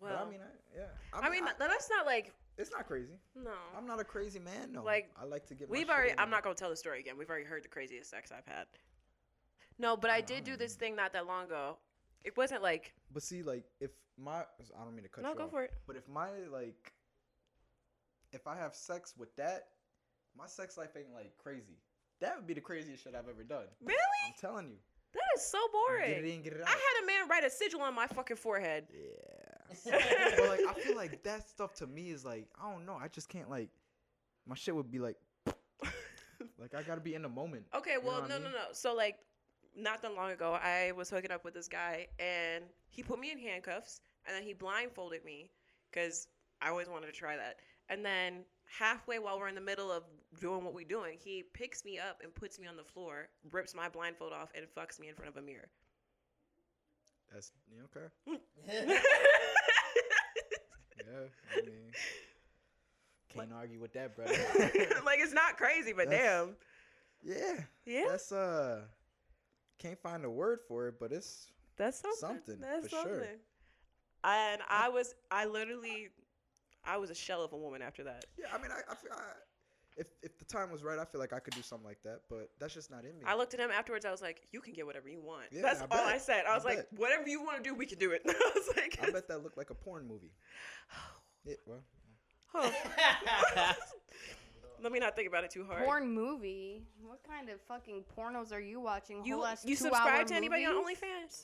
Speaker 1: Well,
Speaker 4: but I mean, I, yeah.
Speaker 1: I mean, let us not like
Speaker 4: it's not crazy.
Speaker 1: no.
Speaker 4: I'm not a crazy man. No,
Speaker 1: Like,
Speaker 4: I like to get. my
Speaker 1: We've
Speaker 4: shit
Speaker 1: already.
Speaker 4: in.
Speaker 1: I'm not gonna tell the story again. We've already heard the craziest sex I've had. No, but I did do this thing not that long ago. It wasn't like
Speaker 4: But see, like, if my I don't mean to cut
Speaker 1: no,
Speaker 4: you
Speaker 1: go
Speaker 4: off,
Speaker 1: for it.
Speaker 4: But if my like, if I have sex with that, my sex life ain't like crazy. That would be the craziest shit I've ever done.
Speaker 1: Really?
Speaker 4: I'm telling you.
Speaker 1: That is so
Speaker 4: Get it
Speaker 1: boring.
Speaker 4: in, get it out.
Speaker 1: I had a man write a sigil on my fucking forehead.
Speaker 4: yeah.
Speaker 5: Okay.
Speaker 4: but like, I feel like that stuff to me is like, I don't know. I just can't like, my shit would be like, like I gotta be in the moment.
Speaker 1: Okay,
Speaker 4: know
Speaker 1: well,
Speaker 4: what I
Speaker 1: no, no,
Speaker 4: mean?
Speaker 1: no. So like, not that long ago, I was hooking up with this guy, and he put me in handcuffs, and then he blindfolded me, because I always wanted to try that. And then halfway while we're in the middle of doing what we're doing, he picks me up and puts me on the floor, rips my blindfold off, and fucks me in front of a mirror.
Speaker 4: That's yeah, okay.
Speaker 1: like
Speaker 4: Yeah, I mean, can't argue with that, brother.
Speaker 1: it's not crazy, but
Speaker 4: That's-
Speaker 1: damn,
Speaker 4: yeah,
Speaker 1: yeah, that's,
Speaker 4: that's uh, can't find a word for it, but it's
Speaker 1: something.
Speaker 4: something,
Speaker 1: that's
Speaker 4: for sure.
Speaker 1: And I was, I literally, I was a shell of a woman after that.
Speaker 4: yeah. I mean, I, I feel I, if if the time was right, I feel like I could do something like that, but that's just not in me.
Speaker 1: I looked at him afterwards. I was like, "You can get whatever you want."
Speaker 4: Yeah,
Speaker 1: That's
Speaker 4: I
Speaker 1: all
Speaker 4: bet.
Speaker 1: I said. I
Speaker 4: I
Speaker 1: was like,
Speaker 4: bet.
Speaker 1: "Whatever you want to do, we can do it." I was like,
Speaker 4: I bet that looked like a porn movie. Yeah, well,
Speaker 1: huh. Let me not think about it too hard.
Speaker 2: Porn movie. What kind of fucking pornos are you watching?
Speaker 1: you
Speaker 2: Whole ass
Speaker 1: you
Speaker 2: two
Speaker 1: subscribe
Speaker 2: hour
Speaker 1: to anybody on
Speaker 2: movies?
Speaker 1: OnlyFans?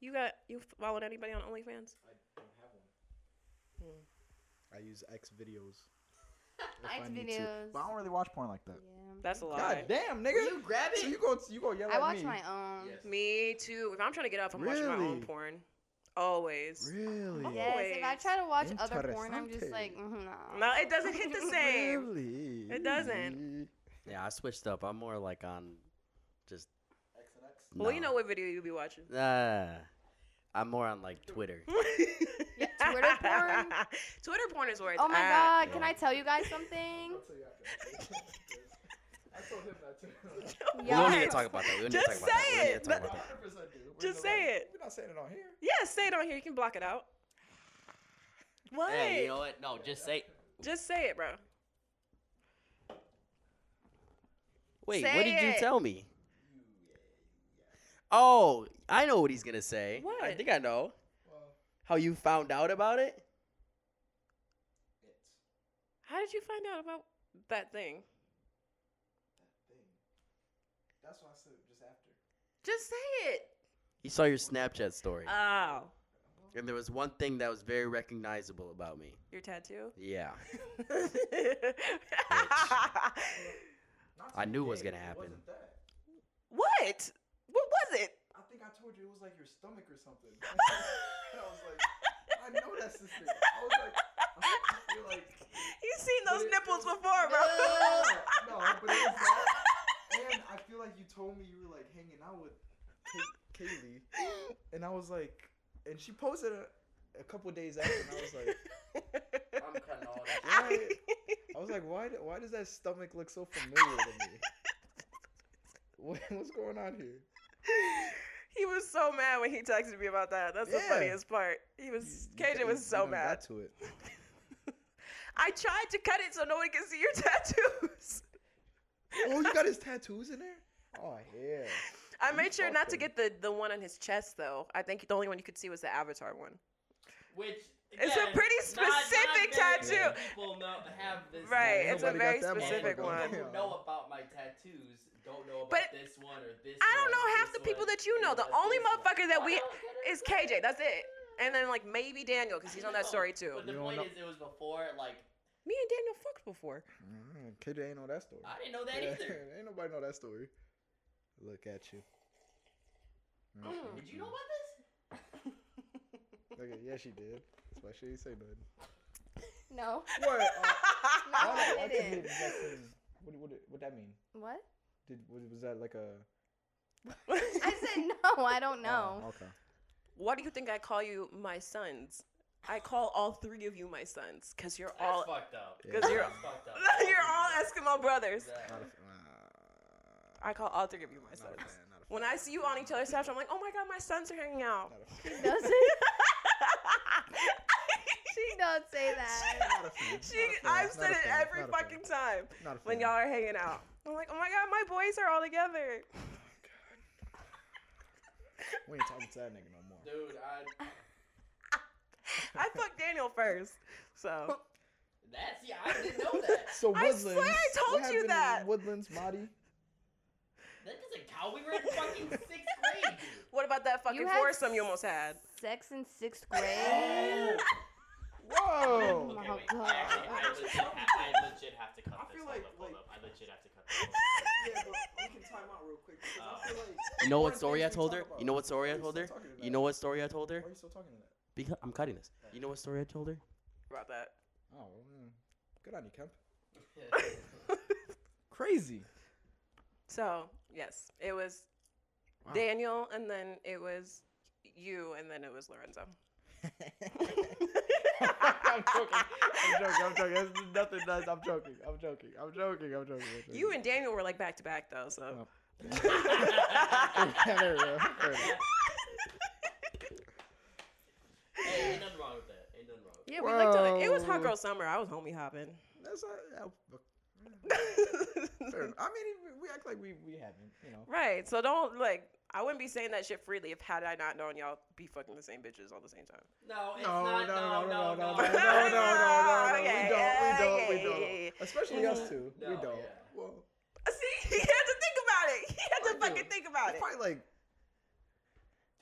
Speaker 1: You got you followed anybody on OnlyFans?
Speaker 4: I use X videos.
Speaker 2: X videos.
Speaker 4: But I don't really watch porn like that.
Speaker 2: Yeah.
Speaker 1: That's a lie.
Speaker 4: God damn, nigga.
Speaker 5: Will you grab
Speaker 4: So you
Speaker 5: it?
Speaker 4: go, you go yell
Speaker 2: I
Speaker 4: at
Speaker 2: watch
Speaker 4: me.
Speaker 2: my own.
Speaker 5: Yes.
Speaker 1: Me too. If I'm trying to get up, I'm watching my own
Speaker 4: Really?
Speaker 1: porn. Always.
Speaker 4: Really?
Speaker 1: Yeah.
Speaker 2: Yes, if I try to watch other porn, I'm just
Speaker 4: Interesante.
Speaker 2: like, mm, no.
Speaker 1: No, it doesn't hit the same.
Speaker 4: Really?
Speaker 1: It doesn't.
Speaker 3: Yeah, I switched up. I'm more like on just.
Speaker 4: X and X.
Speaker 1: Well, you
Speaker 3: no.
Speaker 1: know what video you be watching.
Speaker 3: Uh, I'm more on like Twitter.
Speaker 2: Twitter porn?
Speaker 1: Twitter porn is where it's
Speaker 2: Oh my
Speaker 1: at.
Speaker 2: god, can I tell you guys something?
Speaker 4: I told him that too.
Speaker 3: We don't need
Speaker 2: Yes.
Speaker 3: to talk about that. We don't
Speaker 1: Just
Speaker 3: need to talk about
Speaker 1: say
Speaker 3: that. We don't need
Speaker 1: it.
Speaker 3: to talk
Speaker 1: But-
Speaker 3: about that.
Speaker 1: Just say it.
Speaker 4: We're not saying it on here.
Speaker 1: Yeah, say it on here. You can block it out. What?
Speaker 5: Hey, you know what? No, just say.
Speaker 1: Just say it, bro.
Speaker 3: Wait,
Speaker 1: Say
Speaker 3: what did you
Speaker 1: it.
Speaker 3: tell me? Oh, I know what he's gonna say. I
Speaker 1: What?
Speaker 3: think I know. How you found out about it?
Speaker 1: How did you find out about that thing?
Speaker 4: That's what I said just after.
Speaker 1: Just say it.
Speaker 3: He saw your Snapchat story,
Speaker 1: Oh,
Speaker 3: and there was one thing that was very recognizable about me.
Speaker 1: your tattoo.
Speaker 3: Yeah,
Speaker 4: Not
Speaker 3: I
Speaker 4: to
Speaker 3: knew
Speaker 4: the
Speaker 3: it was
Speaker 4: day,
Speaker 3: gonna happen.
Speaker 4: wasn't that.
Speaker 1: what? What was it?
Speaker 4: I think I told you it was like your stomach or something. And I was like, I know that's the thing. I was like, I feel like.
Speaker 1: You've seen those
Speaker 4: But it-
Speaker 1: nipples before, bro.
Speaker 4: No, but it was that. And I feel like you told me you were like hanging out with Kay- Kaylee. And I was like, and she posted a, a couple days after, and I was like,
Speaker 5: I'm cutting all that.
Speaker 4: why? I was like, why? do- Why does that stomach look so familiar to me? What, what's going on here?
Speaker 1: he was so mad when he texted me about that. That's the
Speaker 4: Yeah.
Speaker 1: funniest part. He was
Speaker 4: You- you
Speaker 1: Cajun
Speaker 4: got-
Speaker 1: was
Speaker 4: you
Speaker 1: so
Speaker 4: done got
Speaker 1: mad.
Speaker 4: to it.
Speaker 1: I tried to cut it so no one can see your tattoos.
Speaker 4: Oh, you got his tattoos in there? Oh yeah.
Speaker 1: I
Speaker 4: You
Speaker 1: made sure not to
Speaker 4: fucking-
Speaker 1: get the the one on his chest though. I think the only one you could see was the avatar one.
Speaker 5: Which
Speaker 1: a
Speaker 5: again,
Speaker 1: pretty
Speaker 5: not- not
Speaker 1: specific
Speaker 5: very many
Speaker 1: tattoo.
Speaker 5: People know, have this
Speaker 1: Right,
Speaker 5: knowledge.
Speaker 1: it's a very
Speaker 4: Nobody got that
Speaker 1: specific one.
Speaker 4: motherfucker.
Speaker 5: People who
Speaker 4: Yeah.
Speaker 5: know about my tattoos don't know about
Speaker 1: But
Speaker 5: this one or this.
Speaker 1: I don't
Speaker 5: one or
Speaker 1: know half
Speaker 5: this
Speaker 1: the people
Speaker 5: one
Speaker 1: that you
Speaker 5: and
Speaker 1: know. The
Speaker 5: not
Speaker 1: only
Speaker 5: this one.
Speaker 1: motherfucker that
Speaker 5: I
Speaker 1: we
Speaker 5: don't get
Speaker 1: is
Speaker 5: it.
Speaker 1: KJ. That's it. And then like maybe Daniel because he's on that
Speaker 5: No,
Speaker 1: story too.
Speaker 5: But the
Speaker 4: You don't
Speaker 5: point
Speaker 4: know-
Speaker 5: is, it was before. Like
Speaker 1: Me and Daniel fucked before.
Speaker 4: Mm, Kid ain't know that story.
Speaker 5: I didn't know that
Speaker 4: Yeah,
Speaker 5: either.
Speaker 4: ain't nobody know that story. Look at you. Mm-hmm.
Speaker 1: Mm.
Speaker 5: Mm-hmm. Did you know about this?
Speaker 4: Okay, yeah, she did. That's why she didn't say nothing.
Speaker 2: No.
Speaker 4: What? Oh,
Speaker 2: No, I
Speaker 4: I
Speaker 2: didn't.
Speaker 4: didn't. What, what, what that mean?
Speaker 2: What?
Speaker 4: Did was, was that like a?
Speaker 2: I said no, I don't know.
Speaker 4: Oh, okay.
Speaker 1: Why do you think I call you my sons? I call all three of you my sons because you're
Speaker 5: That's
Speaker 1: all
Speaker 5: fucked up.
Speaker 1: 'Cause you're-
Speaker 5: That's fucked up.
Speaker 1: you're all Eskimo brothers.
Speaker 5: Exactly.
Speaker 1: I call all three of you my sons. When I see you on each other's Snapchat, I'm like, oh my god, my sons are hanging out.
Speaker 2: She doesn't. she don't say that.
Speaker 4: Not a fan,
Speaker 1: she,
Speaker 4: not a fan,
Speaker 1: I've
Speaker 4: not
Speaker 1: said
Speaker 4: a
Speaker 1: it
Speaker 4: fan,
Speaker 1: every
Speaker 4: not a fan.
Speaker 1: fucking time
Speaker 4: Not a
Speaker 1: when
Speaker 4: fan.
Speaker 1: y'all are hanging out. I'm like, oh my god, my boys are all together.
Speaker 4: We ain't talking to that nigga no more.
Speaker 5: Dude, I,
Speaker 1: I fucked Daniel first, so
Speaker 5: that's yeah. I didn't know that.
Speaker 4: So
Speaker 1: I
Speaker 4: Woodlands.
Speaker 1: swear I
Speaker 4: what
Speaker 1: told you
Speaker 4: happened in
Speaker 1: that.
Speaker 4: Woodlands, Marty.
Speaker 5: That doesn't count. We were in fucking sixth grade. dude.
Speaker 1: what about that fucking
Speaker 2: You had
Speaker 1: foursome you almost had?
Speaker 2: Sex in sixth grade.
Speaker 4: Whoa.
Speaker 2: my
Speaker 5: Okay, wait.
Speaker 2: God.
Speaker 5: I, actually- I, legit, have- I legit have to cut
Speaker 6: Oh I
Speaker 5: this.
Speaker 6: feel
Speaker 5: Hold
Speaker 6: like-
Speaker 5: up, hold
Speaker 6: like-
Speaker 5: up. I legit have to cut this.
Speaker 6: Yeah, but we can time out real quick because I feel like.
Speaker 3: You know
Speaker 6: What
Speaker 3: what
Speaker 6: are
Speaker 3: story I
Speaker 6: things we
Speaker 3: told
Speaker 6: talk
Speaker 3: her?
Speaker 6: about?
Speaker 3: You know what story I
Speaker 4: Why you
Speaker 3: told
Speaker 4: still
Speaker 3: her?
Speaker 4: talking to
Speaker 3: You
Speaker 4: that?
Speaker 3: know what story I told her?
Speaker 4: Why are you still talking to that?
Speaker 3: Because I'm cutting this. You know what story I told her?
Speaker 1: About that?
Speaker 4: Oh, mm. good on you, Kemp.
Speaker 5: Yeah.
Speaker 4: Crazy.
Speaker 1: So yes, it was
Speaker 4: Wow.
Speaker 1: Daniel, and then it was you, and then it was Lorenzo.
Speaker 4: I'm joking. I'm joking. I'm joking. That's nothing nice. I'm joking. I'm joking. I'm joking. I'm joking. I'm joking.
Speaker 1: You and Daniel were like back to back though, so
Speaker 4: Oh. Yeah, there we go. Fair enough.
Speaker 5: hey, ain't nothing wrong with that. Ain't nothing wrong. With
Speaker 1: yeah, we looked at it. It was
Speaker 4: Whoa.
Speaker 1: hot girl summer. I was homie hopping.
Speaker 4: That's not, yeah, fair enough. I mean, we, we act like we, we haven't, you know.
Speaker 1: right. So don't like. I wouldn't be saying that shit freely if had I not known y'all be fucking the same bitches all the same time.
Speaker 5: it. No, it's
Speaker 4: No, no,
Speaker 5: not.
Speaker 4: no, no, Oh, no, no,
Speaker 1: no,
Speaker 4: no, no, no, no.
Speaker 1: Okay,
Speaker 4: We don't. We don't. We
Speaker 1: okay, yeah, yeah.
Speaker 4: don't. Especially us two.
Speaker 5: No,
Speaker 4: We don't.
Speaker 5: yeah.
Speaker 4: Well,
Speaker 1: See, he had to think about it. He had to
Speaker 4: I do.
Speaker 1: fucking think about
Speaker 4: it's
Speaker 1: it.
Speaker 4: probably like,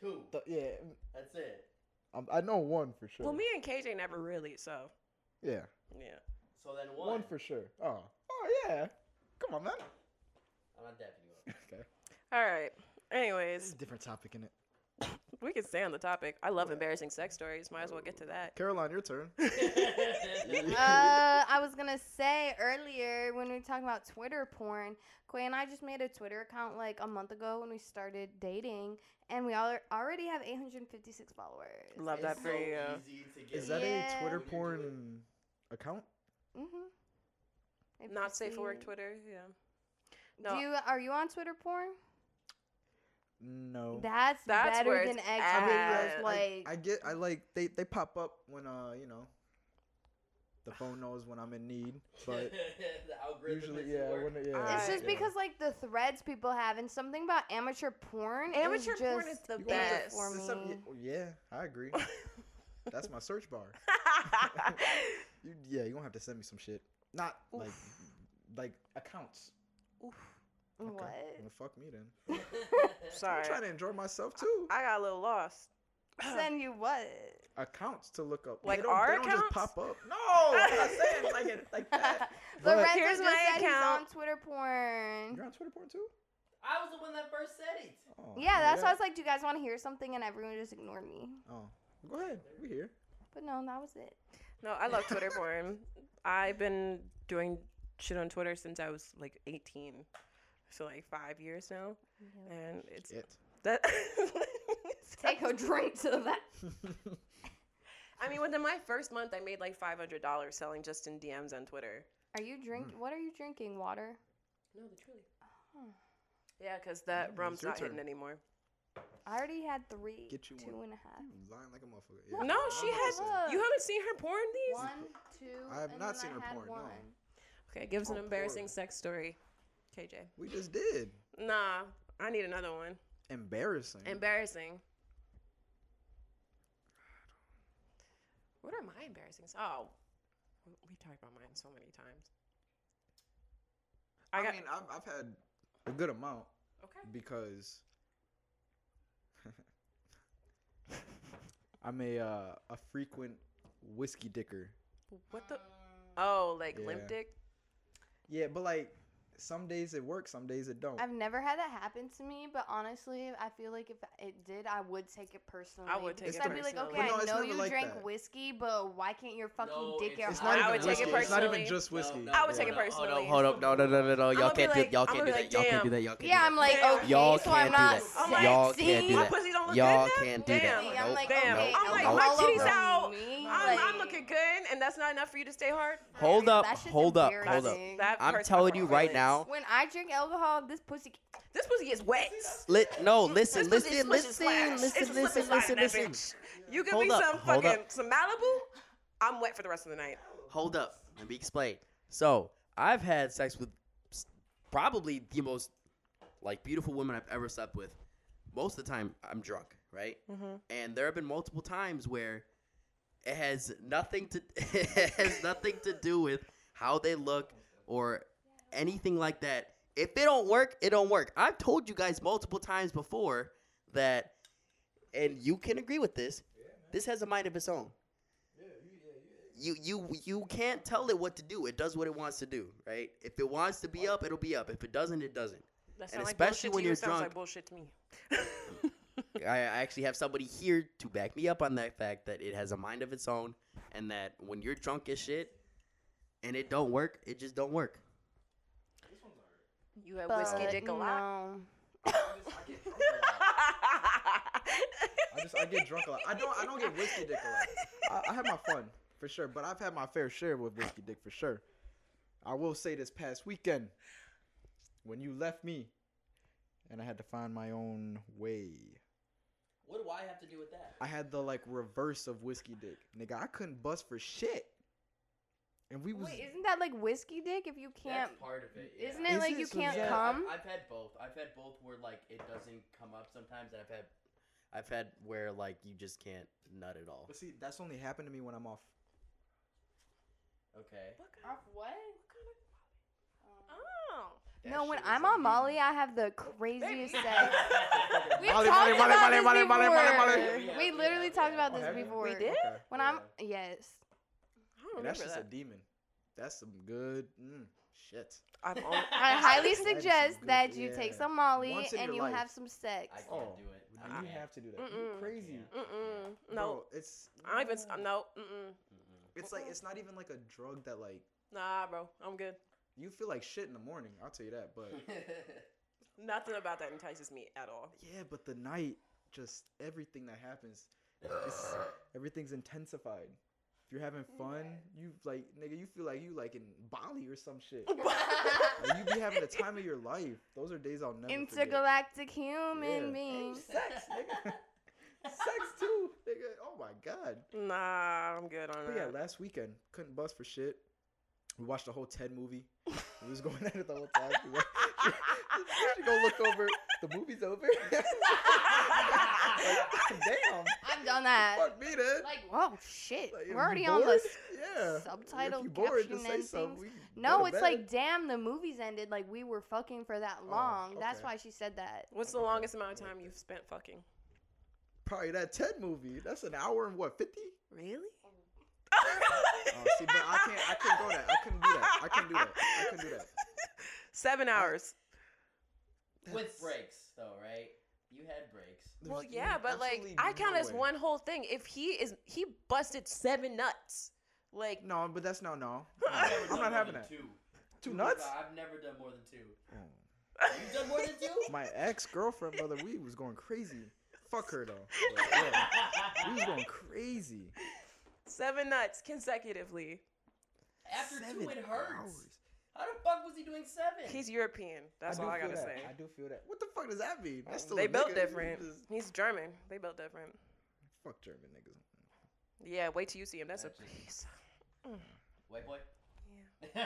Speaker 5: Two.
Speaker 4: the, yeah,
Speaker 5: That's it.
Speaker 4: Um, I know one for sure.
Speaker 1: Well, me and KJ never really. So
Speaker 4: yeah,
Speaker 1: yeah.
Speaker 5: So then
Speaker 4: one.
Speaker 5: one.
Speaker 4: for sure. Oh, oh yeah. Come on, man.
Speaker 5: I'm not dapping you up.
Speaker 4: Okay.
Speaker 1: All right.
Speaker 4: This is
Speaker 1: Anyways,
Speaker 4: a different topic in it.
Speaker 1: we could stay on the topic. I love embarrassing sex stories. Might as well get to that.
Speaker 4: Caroline, your turn.
Speaker 2: uh, I was gonna say earlier when we were talking about Twitter porn, Quay and I just made a Twitter account like a month ago when we started dating, and we all already have 856 followers.
Speaker 1: Love that
Speaker 5: It's
Speaker 1: for
Speaker 5: so
Speaker 1: you.
Speaker 5: easy to get
Speaker 4: Is that
Speaker 2: Yeah.
Speaker 4: a Twitter
Speaker 5: Would you do
Speaker 4: porn account?
Speaker 2: Mm-hmm.
Speaker 1: Not safe for work Twitter. Yeah. No.
Speaker 2: Do you, are you on Twitter porn?
Speaker 4: No.
Speaker 2: That's,
Speaker 1: That's where
Speaker 2: better
Speaker 1: it's
Speaker 2: than
Speaker 1: at. I mean,
Speaker 2: X videos.
Speaker 1: I-
Speaker 2: like
Speaker 4: Uh, I get. I like they they pop up when uh you know, the phone knows when I'm in need, but
Speaker 5: the algorithm
Speaker 4: usually
Speaker 5: doesn't
Speaker 4: yeah
Speaker 5: work.
Speaker 4: when it- yeah.
Speaker 2: it's just
Speaker 4: yeah.
Speaker 2: because like the threads people have and something about amateur porn.
Speaker 1: Amateur
Speaker 2: is
Speaker 1: porn is
Speaker 2: just
Speaker 1: the
Speaker 4: You gonna have to-
Speaker 1: best.
Speaker 2: for
Speaker 4: it's something-
Speaker 2: me.
Speaker 4: well, yeah, I agree. That's my search bar. You, yeah, you gonna have to send me some shit. Not like like accounts. Okay.
Speaker 2: What?
Speaker 4: Well, fuck me then. I'm
Speaker 1: Sorry.
Speaker 4: trying to enjoy myself too.
Speaker 1: I got a little lost.
Speaker 2: Send you what?
Speaker 4: accounts to look up.
Speaker 1: Like
Speaker 4: they don't,
Speaker 1: our
Speaker 4: they don't
Speaker 1: accounts?
Speaker 4: just pop up. No,
Speaker 1: Oh,
Speaker 4: I'm not saying like it like that. But-
Speaker 2: Lorenzo
Speaker 1: Here's
Speaker 2: just
Speaker 1: my
Speaker 2: said he's
Speaker 1: account.
Speaker 2: on Twitter porn.
Speaker 4: You're on Twitter porn too?
Speaker 5: I was the one that first said it.
Speaker 4: Oh,
Speaker 2: Yeah, that's why I
Speaker 4: yeah.
Speaker 2: was like, do you guys want to hear something? And everyone just ignored me.
Speaker 4: Oh, go ahead. We here.
Speaker 2: But no, that was it.
Speaker 1: No, I love Twitter porn. I've been doing shit on Twitter since I was like 18. So like five years now, and it's
Speaker 4: It.
Speaker 1: that.
Speaker 2: Take a drink to that.
Speaker 1: I mean, within my first month, I made like five hundred dollars selling just in DMs on Twitter.
Speaker 2: Are you drink?
Speaker 4: Hmm.
Speaker 2: What are you drinking? Water.
Speaker 1: No, the truly. Uh-huh. Yeah, because that
Speaker 4: Mm,
Speaker 1: rum's
Speaker 4: it's your
Speaker 1: not hitting
Speaker 4: turn.
Speaker 1: anymore.
Speaker 2: I already had three,
Speaker 4: Get you
Speaker 2: two
Speaker 4: one.
Speaker 2: and a half.
Speaker 4: You lying like a motherfucker. Yeah.
Speaker 1: No, she
Speaker 4: I'm
Speaker 1: has.
Speaker 4: just saying.
Speaker 1: You haven't seen her porn these.
Speaker 2: One, two.
Speaker 4: I have
Speaker 2: and
Speaker 4: not
Speaker 2: then
Speaker 4: seen her
Speaker 2: had
Speaker 4: porn, no.
Speaker 2: One.
Speaker 1: Okay, give us an
Speaker 4: Oh,
Speaker 1: embarrassing
Speaker 4: porn.
Speaker 1: sex story, KJ.
Speaker 4: We just did.
Speaker 1: Nah, I need another one.
Speaker 4: Embarrassing.
Speaker 1: Embarrassing. What are my embarrassing? s- Oh, we- we've talked about mine so many times. I
Speaker 4: I,
Speaker 1: got
Speaker 4: mean, I've, I've had a good amount
Speaker 1: okay.
Speaker 4: because I'm a uh, a frequent whiskey dicker.
Speaker 1: What the? Oh, like
Speaker 4: Yeah.
Speaker 1: limp dick.
Speaker 4: Yeah, but like some days it works, some days it don't.
Speaker 2: I've never had that happen to me, but honestly, I feel like if it did, I would take it personally.
Speaker 1: would take
Speaker 2: because
Speaker 4: it
Speaker 2: I'd be like,
Speaker 1: personally.
Speaker 2: okay,
Speaker 4: But no,
Speaker 2: I
Speaker 4: it's
Speaker 2: know
Speaker 4: never
Speaker 2: you
Speaker 4: like
Speaker 2: drank
Speaker 4: that.
Speaker 2: whiskey, but why can't your fucking
Speaker 5: No,
Speaker 2: dick
Speaker 5: it's
Speaker 2: get
Speaker 5: not.
Speaker 4: it's
Speaker 2: hard?
Speaker 4: not
Speaker 1: I
Speaker 4: even
Speaker 1: would take
Speaker 4: whiskey.
Speaker 1: it
Speaker 4: it's not even
Speaker 1: personally.
Speaker 4: just whiskey.
Speaker 5: No, no,
Speaker 1: I would take
Speaker 5: no,
Speaker 1: it
Speaker 5: no,
Speaker 1: personally.
Speaker 5: Hold
Speaker 3: Hold
Speaker 5: up.
Speaker 3: up, no, no, no, no, no. Y'all
Speaker 1: I'ma be
Speaker 3: can't do,
Speaker 1: like-
Speaker 3: y'all
Speaker 1: I'ma
Speaker 3: can't
Speaker 1: be
Speaker 3: do
Speaker 1: like,
Speaker 3: that. Y'all can't
Speaker 1: damn.
Speaker 3: do that. Y'all can't
Speaker 2: Yeah,
Speaker 3: do
Speaker 2: I'm
Speaker 3: that.
Speaker 2: like,
Speaker 1: Damn.
Speaker 2: okay,
Speaker 3: Y'all
Speaker 2: so I'm
Speaker 3: can't do
Speaker 2: not.
Speaker 3: that.
Speaker 1: I'm like,
Speaker 3: y'all
Speaker 2: see?
Speaker 3: can't do
Speaker 1: My
Speaker 3: that.
Speaker 1: pussy don't look
Speaker 3: Y'all
Speaker 1: good enough?
Speaker 3: can't do
Speaker 1: Damn.
Speaker 3: that.
Speaker 2: I'm
Speaker 3: Nope,
Speaker 2: like,
Speaker 1: Damn.
Speaker 2: okay,
Speaker 1: I'm
Speaker 2: I'm
Speaker 1: like,
Speaker 2: like,
Speaker 1: my
Speaker 2: all
Speaker 1: titties
Speaker 2: over
Speaker 1: out.
Speaker 2: me.
Speaker 1: I'm
Speaker 2: like-
Speaker 1: I'm looking good, and that's not enough for you to stay hard.
Speaker 3: Hold
Speaker 2: That
Speaker 3: up,
Speaker 2: shit's
Speaker 3: hold up, hold up.
Speaker 2: embarrassing.
Speaker 1: That
Speaker 3: I'm
Speaker 1: hurts my
Speaker 3: telling you right
Speaker 1: feelings.
Speaker 3: now.
Speaker 2: When I drink alcohol, this pussy.
Speaker 1: this pussy is wet.
Speaker 3: Li- no, listen,
Speaker 1: This pussy is
Speaker 3: listen,
Speaker 1: splish and splash.
Speaker 3: listen,
Speaker 1: It's a
Speaker 3: listen, listen,
Speaker 1: slip and
Speaker 3: listen,
Speaker 1: slide in that
Speaker 3: listen.
Speaker 1: bitch. You give
Speaker 3: Hold
Speaker 1: me
Speaker 3: up,
Speaker 1: some
Speaker 3: hold
Speaker 1: fucking
Speaker 3: up.
Speaker 1: some Malibu. I'm wet for the rest of the night.
Speaker 3: Hold up. Let me explain. So I've had sex with s- probably the most like beautiful woman I've ever slept with. Most of the time, I'm drunk, right?
Speaker 1: Mm-hmm.
Speaker 3: And there have been multiple times where it has nothing to it has nothing to do with how they look or anything like that. If it don't work, it don't work. I've told you guys multiple times before that, and you can agree with this. this has a mind of its own you you you can't tell it what to do. It does what it wants to do, right? If it wants to be up, it'll be up. If it doesn't, it doesn't.
Speaker 1: That
Speaker 3: And
Speaker 1: sound like
Speaker 3: especially
Speaker 1: bullshit to
Speaker 3: when
Speaker 1: you,
Speaker 3: you're
Speaker 1: it sounds
Speaker 3: drunk.
Speaker 1: like bullshit to me.
Speaker 3: I, I actually have somebody here to back me up on that fact that it has a mind of its own, and that when you're drunk as shit, and it don't work, it just don't work.
Speaker 1: you had
Speaker 2: But
Speaker 1: whiskey dick a lot.
Speaker 2: no.
Speaker 4: I just I get drunk a lot. I don't I don't get whiskey dick a lot. I, I have my fun for sure, but I've had my fair share with whiskey dick for sure. I will say this past weekend, when you left me, and I had to find my own way.
Speaker 5: What do I have to do with that?
Speaker 4: I had the like reverse of whiskey dick, nigga. I couldn't bust for shit, and we was
Speaker 2: Wait, isn't that like whiskey dick? If you can't,
Speaker 3: part of it.
Speaker 2: isn't it
Speaker 4: Is
Speaker 2: like
Speaker 4: it?
Speaker 2: you
Speaker 4: So
Speaker 2: can't
Speaker 4: yeah, I-
Speaker 2: come?
Speaker 3: I've had both. I've had both where like it doesn't come up sometimes, and I've had, I've had where like you just can't nut at all.
Speaker 4: But see, that's only happened to me when I'm off.
Speaker 3: Okay.
Speaker 2: Off what?
Speaker 1: Oh.
Speaker 2: No, when I'm on Molly, I have the craziest sex.
Speaker 5: Okay.
Speaker 2: We've
Speaker 4: Molly,
Speaker 2: talked
Speaker 4: Molly, Molly,
Speaker 2: about
Speaker 4: Molly,
Speaker 2: this
Speaker 4: Molly, Molly, Molly,
Speaker 2: before.
Speaker 4: Molly.
Speaker 5: Yeah,
Speaker 2: We
Speaker 5: yeah,
Speaker 2: literally
Speaker 5: yeah.
Speaker 2: talked about
Speaker 5: Oh,
Speaker 2: this
Speaker 4: have you?
Speaker 2: before.
Speaker 1: We did?
Speaker 4: Okay.
Speaker 2: When I'm yes.
Speaker 1: I don't
Speaker 4: And
Speaker 1: remember
Speaker 4: that's just
Speaker 1: that.
Speaker 4: a demon. That's some good mm, shit.
Speaker 1: I'm only,
Speaker 2: I highly
Speaker 4: That is some
Speaker 2: suggest
Speaker 4: good-
Speaker 2: that you
Speaker 4: yeah.
Speaker 2: take some Molly
Speaker 4: Once in
Speaker 2: and
Speaker 4: your
Speaker 2: you
Speaker 4: life.
Speaker 2: have some sex.
Speaker 5: I can't
Speaker 4: Oh,
Speaker 5: do it.
Speaker 4: You
Speaker 5: I can't.
Speaker 4: have to do that. You
Speaker 1: Mm-mm.
Speaker 4: crazy.
Speaker 5: Yeah.
Speaker 1: Mm-mm. No,
Speaker 4: Bro, it's
Speaker 1: I don't even. s- No, mm-mm.
Speaker 5: Mm-mm.
Speaker 4: It's like it's not even like a drug that like
Speaker 1: nah, bro, I'm good.
Speaker 4: you feel like shit in the morning. I'll tell you that. But
Speaker 1: Nothing about that entices me at all.
Speaker 4: yeah, but the night, just everything that happens, it's, everything's intensified. If you're having fun, you like nigga, you feel like you like in Bali or some shit. Like, you be having the time of your life. Those are days I'll never forget.
Speaker 2: Intergalactic human
Speaker 4: Yeah.
Speaker 2: being.
Speaker 4: Sex, nigga. Sex too, nigga. Oh my god.
Speaker 1: Nah, I'm good on
Speaker 4: But yeah,
Speaker 1: that.
Speaker 4: last weekend couldn't bust for shit. We watched the whole Ted movie. We was going at it the whole time. We wa- she go look over. The movie's over. Like, Damn.
Speaker 2: I've done that.
Speaker 4: Fuck me then.
Speaker 2: Like, whoa, shit.
Speaker 4: Like, if
Speaker 2: We're already
Speaker 4: you
Speaker 2: on
Speaker 4: bored,
Speaker 2: the
Speaker 4: yeah.
Speaker 2: subtitle
Speaker 4: If you bored,
Speaker 2: caption
Speaker 4: just say
Speaker 2: and
Speaker 4: something.
Speaker 2: things.
Speaker 4: We can
Speaker 2: No,
Speaker 4: go to
Speaker 2: it's
Speaker 4: bed.
Speaker 2: like, damn, the movie's ended. Like, we were fucking for that
Speaker 4: Oh,
Speaker 2: long. That's
Speaker 4: okay.
Speaker 2: why she said that.
Speaker 1: What's the
Speaker 4: Okay,
Speaker 1: longest amount of
Speaker 4: I like
Speaker 1: time you've spent fucking?
Speaker 4: probably that Ted movie. That's an hour and what fifty?
Speaker 1: Really?
Speaker 4: Oh, see, but I can't. I couldn't go that. I couldn't do that. I couldn't do that. I couldn't do that.
Speaker 1: Seven hours.
Speaker 5: With breaks, though, right? You had breaks.
Speaker 4: There's
Speaker 1: Well, yeah, but like
Speaker 4: absolutely
Speaker 1: I count
Speaker 4: no
Speaker 1: as
Speaker 4: way.
Speaker 1: one whole thing. If he is, he busted seven nuts. Like
Speaker 4: No, but that's no, no.
Speaker 5: I've never
Speaker 4: I'm
Speaker 5: done
Speaker 4: not
Speaker 5: more
Speaker 4: having
Speaker 5: than
Speaker 4: that.
Speaker 5: Two.
Speaker 4: Two
Speaker 5: Two
Speaker 4: nuts?
Speaker 5: I've never done more than two.
Speaker 4: Oh.
Speaker 5: You've done more than two?
Speaker 4: My ex girlfriend, brother, we was going crazy. Fuck her though. But, yeah, we was going crazy.
Speaker 1: seven nuts consecutively.
Speaker 5: After two,
Speaker 4: Seven
Speaker 5: it hurts.
Speaker 4: hours.
Speaker 5: How the fuck was he doing seven?
Speaker 1: He's European. That's
Speaker 4: I
Speaker 1: all
Speaker 4: do
Speaker 1: I
Speaker 4: feel
Speaker 1: gotta
Speaker 4: that.
Speaker 1: say.
Speaker 4: I do feel that. What the fuck does that mean? That's still
Speaker 1: they
Speaker 4: a
Speaker 1: built
Speaker 4: nigga.
Speaker 1: different.
Speaker 4: Just-
Speaker 1: He's German. They built different.
Speaker 4: Fuck German niggas.
Speaker 1: Yeah, wait till you see him. That's a
Speaker 5: Actually.
Speaker 1: piece.
Speaker 5: White boy.
Speaker 1: Yeah.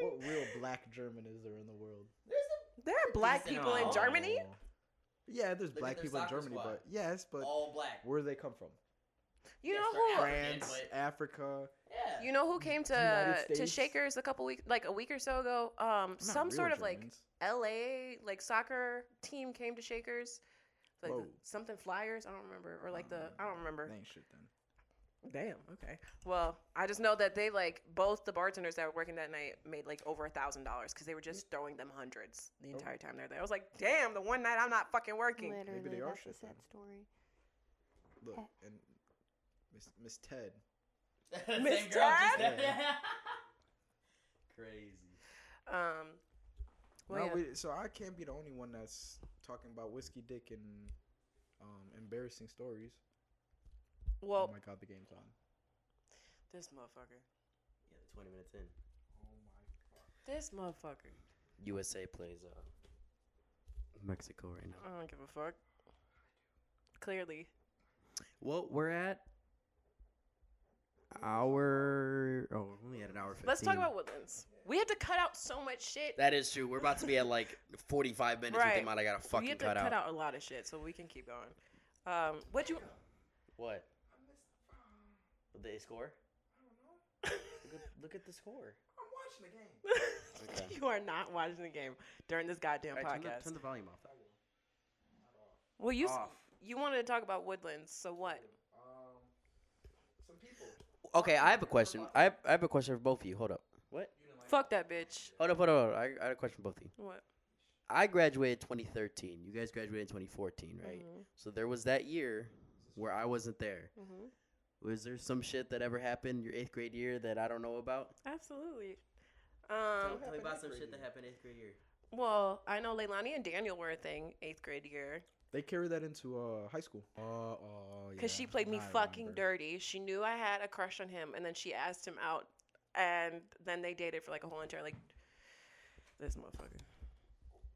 Speaker 4: What real black German is there in the world?
Speaker 1: there are black
Speaker 5: Decent
Speaker 1: people in
Speaker 5: amount.
Speaker 1: Germany.
Speaker 4: Oh. Yeah, there's
Speaker 5: at
Speaker 4: black
Speaker 5: their
Speaker 4: people in
Speaker 5: soccer
Speaker 4: Germany,
Speaker 5: squad.
Speaker 4: but yes, but
Speaker 5: All black.
Speaker 4: where do they come from?
Speaker 1: You
Speaker 5: Yes,
Speaker 1: know
Speaker 5: they're
Speaker 1: who?
Speaker 5: African,
Speaker 4: France,
Speaker 5: but-
Speaker 4: Africa.
Speaker 5: Yeah.
Speaker 1: You know who came to
Speaker 4: United
Speaker 1: to
Speaker 4: States?
Speaker 1: Shakers a couple weeks, like a week or so ago? Um,
Speaker 4: Not
Speaker 1: some
Speaker 4: real
Speaker 1: sort of like
Speaker 4: Germans.
Speaker 1: L.A. like soccer team came to Shakers, like the-
Speaker 4: Whoa.
Speaker 1: something Flyers. I don't remember, or like the I don't remember.
Speaker 4: They ain't shit then.
Speaker 1: Damn. Okay. Well, I just know that they like both the bartenders that were working that night made like over a thousand dollars because they were just throwing them hundreds the entire time they're there. I was like, damn, the one night I'm not fucking working.
Speaker 2: Literally,
Speaker 4: they are
Speaker 2: that's a
Speaker 4: shit
Speaker 2: sad
Speaker 4: then.
Speaker 2: story.
Speaker 4: Look,
Speaker 1: Eh.
Speaker 4: and Miss Miss Ted.
Speaker 5: Same
Speaker 1: Miss
Speaker 5: girl just
Speaker 4: Ted?
Speaker 5: did that. Crazy.
Speaker 1: Um. Well,
Speaker 4: no,
Speaker 1: yeah.
Speaker 4: wait, so I can't be the only one that's talking about whiskey dick and um, embarrassing stories.
Speaker 1: Well,
Speaker 4: oh my god, the game's on.
Speaker 1: this motherfucker.
Speaker 3: Yeah, 20 minutes in.
Speaker 1: This motherfucker.
Speaker 3: USA plays uh, Mexico right now.
Speaker 1: I don't give a fuck. Clearly.
Speaker 3: Well, we're at hour. Oh, we're only at an hour 15.
Speaker 1: Let's talk about Woodlands. We had to cut out so much shit.
Speaker 3: That is true. We're about to be at like 45 minutes with
Speaker 1: Right.
Speaker 3: the amount I gotta
Speaker 1: we
Speaker 3: fucking
Speaker 1: had to
Speaker 3: cut out.
Speaker 1: a lot of shit, so we can keep going. Um, what you?
Speaker 3: What?
Speaker 6: uh,
Speaker 3: Did they score? Look at, look at the score.
Speaker 6: I'm watching the game.
Speaker 3: Okay.
Speaker 1: you are not watching the game during this goddamn
Speaker 3: turn, the,
Speaker 1: podcast.
Speaker 3: turn the volume off.
Speaker 1: well, you s-
Speaker 3: off.
Speaker 1: you wanted to talk about Woodlands, so what?
Speaker 6: Um, some people.
Speaker 3: Okay, I have a question. I have, I have a question for both of you. Hold up. What?
Speaker 1: Fuck that bitch.
Speaker 3: Hold up, hold up. Hold up. I, I had a question for both of you.
Speaker 1: What?
Speaker 3: I graduated 2013. You guys graduated in 2014, right?
Speaker 1: Mm-hmm.
Speaker 3: So there was that year where I wasn't there.
Speaker 1: hmm
Speaker 3: Was there some shit that ever happened your eighth grade year that I don't know about?
Speaker 1: Absolutely. Um,
Speaker 3: Tell me about some shit that happened eighth grade year.
Speaker 1: well, I know Leilani and Daniel were a thing eighth grade year
Speaker 4: They carry that into uh, high school. Uh, oh,
Speaker 1: because she played me fucking dirty. She knew I had a crush on him, and then she asked him out, and then they dated for like a whole entire like this motherfucker.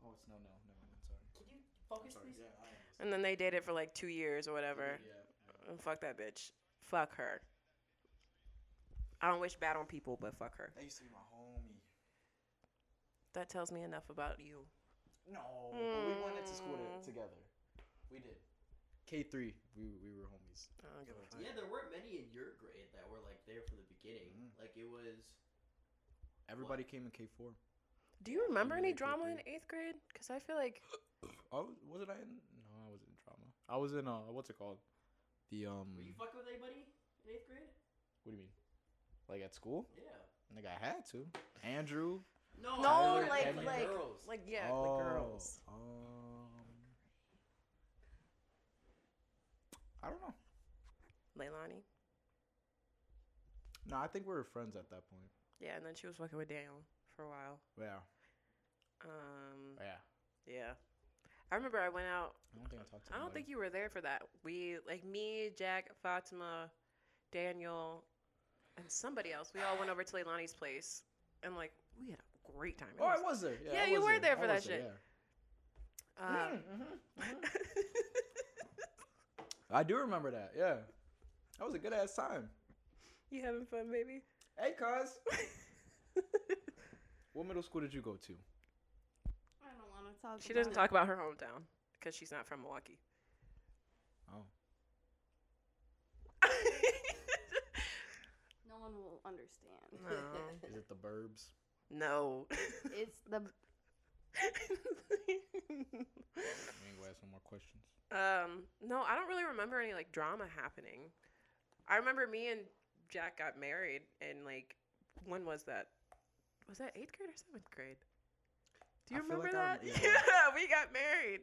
Speaker 4: Oh, it's no, no, no. I'm sorry.
Speaker 5: Can you focus, please?
Speaker 1: And then they dated for like two years or whatever. And fuck that bitch. Fuck her. I don't wish bad on people, but fuck her.
Speaker 4: That used to be my homie.
Speaker 1: That tells me enough about you.
Speaker 4: No, but we went into school
Speaker 1: Mm.
Speaker 4: to, together. We did. K three, we we were homies.
Speaker 1: I don't give a fuck.
Speaker 5: Yeah, there weren't many in your grade that were like there from the beginning.
Speaker 4: Mhm.
Speaker 5: Like it was.
Speaker 4: Everybody came in K four.
Speaker 1: Do you remember any
Speaker 4: Really
Speaker 1: drama in
Speaker 4: creepy.
Speaker 1: eighth grade? Because I feel like
Speaker 4: Oh, wasn't I in? No, I wasn't in drama. I was in uh, what's it called? The um.
Speaker 7: Hmm.
Speaker 5: Were you fucking with anybody in eighth grade?
Speaker 4: What do you mean? Like at school?
Speaker 5: Yeah.
Speaker 4: Nigga, I had to. Andrew.
Speaker 5: No,
Speaker 1: No,
Speaker 5: I mean,
Speaker 1: like-
Speaker 5: the
Speaker 1: like-
Speaker 5: girls.
Speaker 1: like yeah,
Speaker 4: Oh,
Speaker 1: like girls.
Speaker 4: Um. I don't know.
Speaker 1: Leilani.
Speaker 4: No, I think we were friends at that point.
Speaker 1: Yeah, and then she was fucking with Daniel for a while.
Speaker 4: Yeah.
Speaker 1: Um
Speaker 4: Yeah.
Speaker 1: yeah. I remember I went out
Speaker 4: I don't think I talked to
Speaker 1: I don't think you were there for that. We like me, Jack, Fatima, Daniel, and somebody else. We all went over to Leilani's place and like we had a great time. It
Speaker 4: Oh, I
Speaker 1: was-
Speaker 4: was there. Yeah,
Speaker 1: Yeah,
Speaker 4: I
Speaker 1: you
Speaker 4: was
Speaker 1: were there for
Speaker 4: I
Speaker 1: that
Speaker 4: was there, Mm,
Speaker 1: shit.
Speaker 4: yeah.
Speaker 1: um,
Speaker 4: mm-hmm. I do remember that. Yeah, that was a good ass time.
Speaker 1: you having fun, baby?
Speaker 4: Hey, cuz. what middle school did you go to?
Speaker 2: I don't want to talk.
Speaker 1: She doesn't talk about her hometown because she's not from Milwaukee.
Speaker 4: Oh,
Speaker 2: No one will understand.
Speaker 1: no,
Speaker 4: is it the Burbs?
Speaker 1: no.
Speaker 2: It's the
Speaker 4: I ain't gonna ask no more questions.
Speaker 1: um, no, I don't really remember any like drama happening. I remember me and Jack got married, and like, when was that? Was that eighth grade or seventh grade? Do you
Speaker 4: I feel
Speaker 1: remember
Speaker 4: like I
Speaker 1: that?
Speaker 4: rem-
Speaker 1: yeah,
Speaker 4: yeah.
Speaker 1: we got married.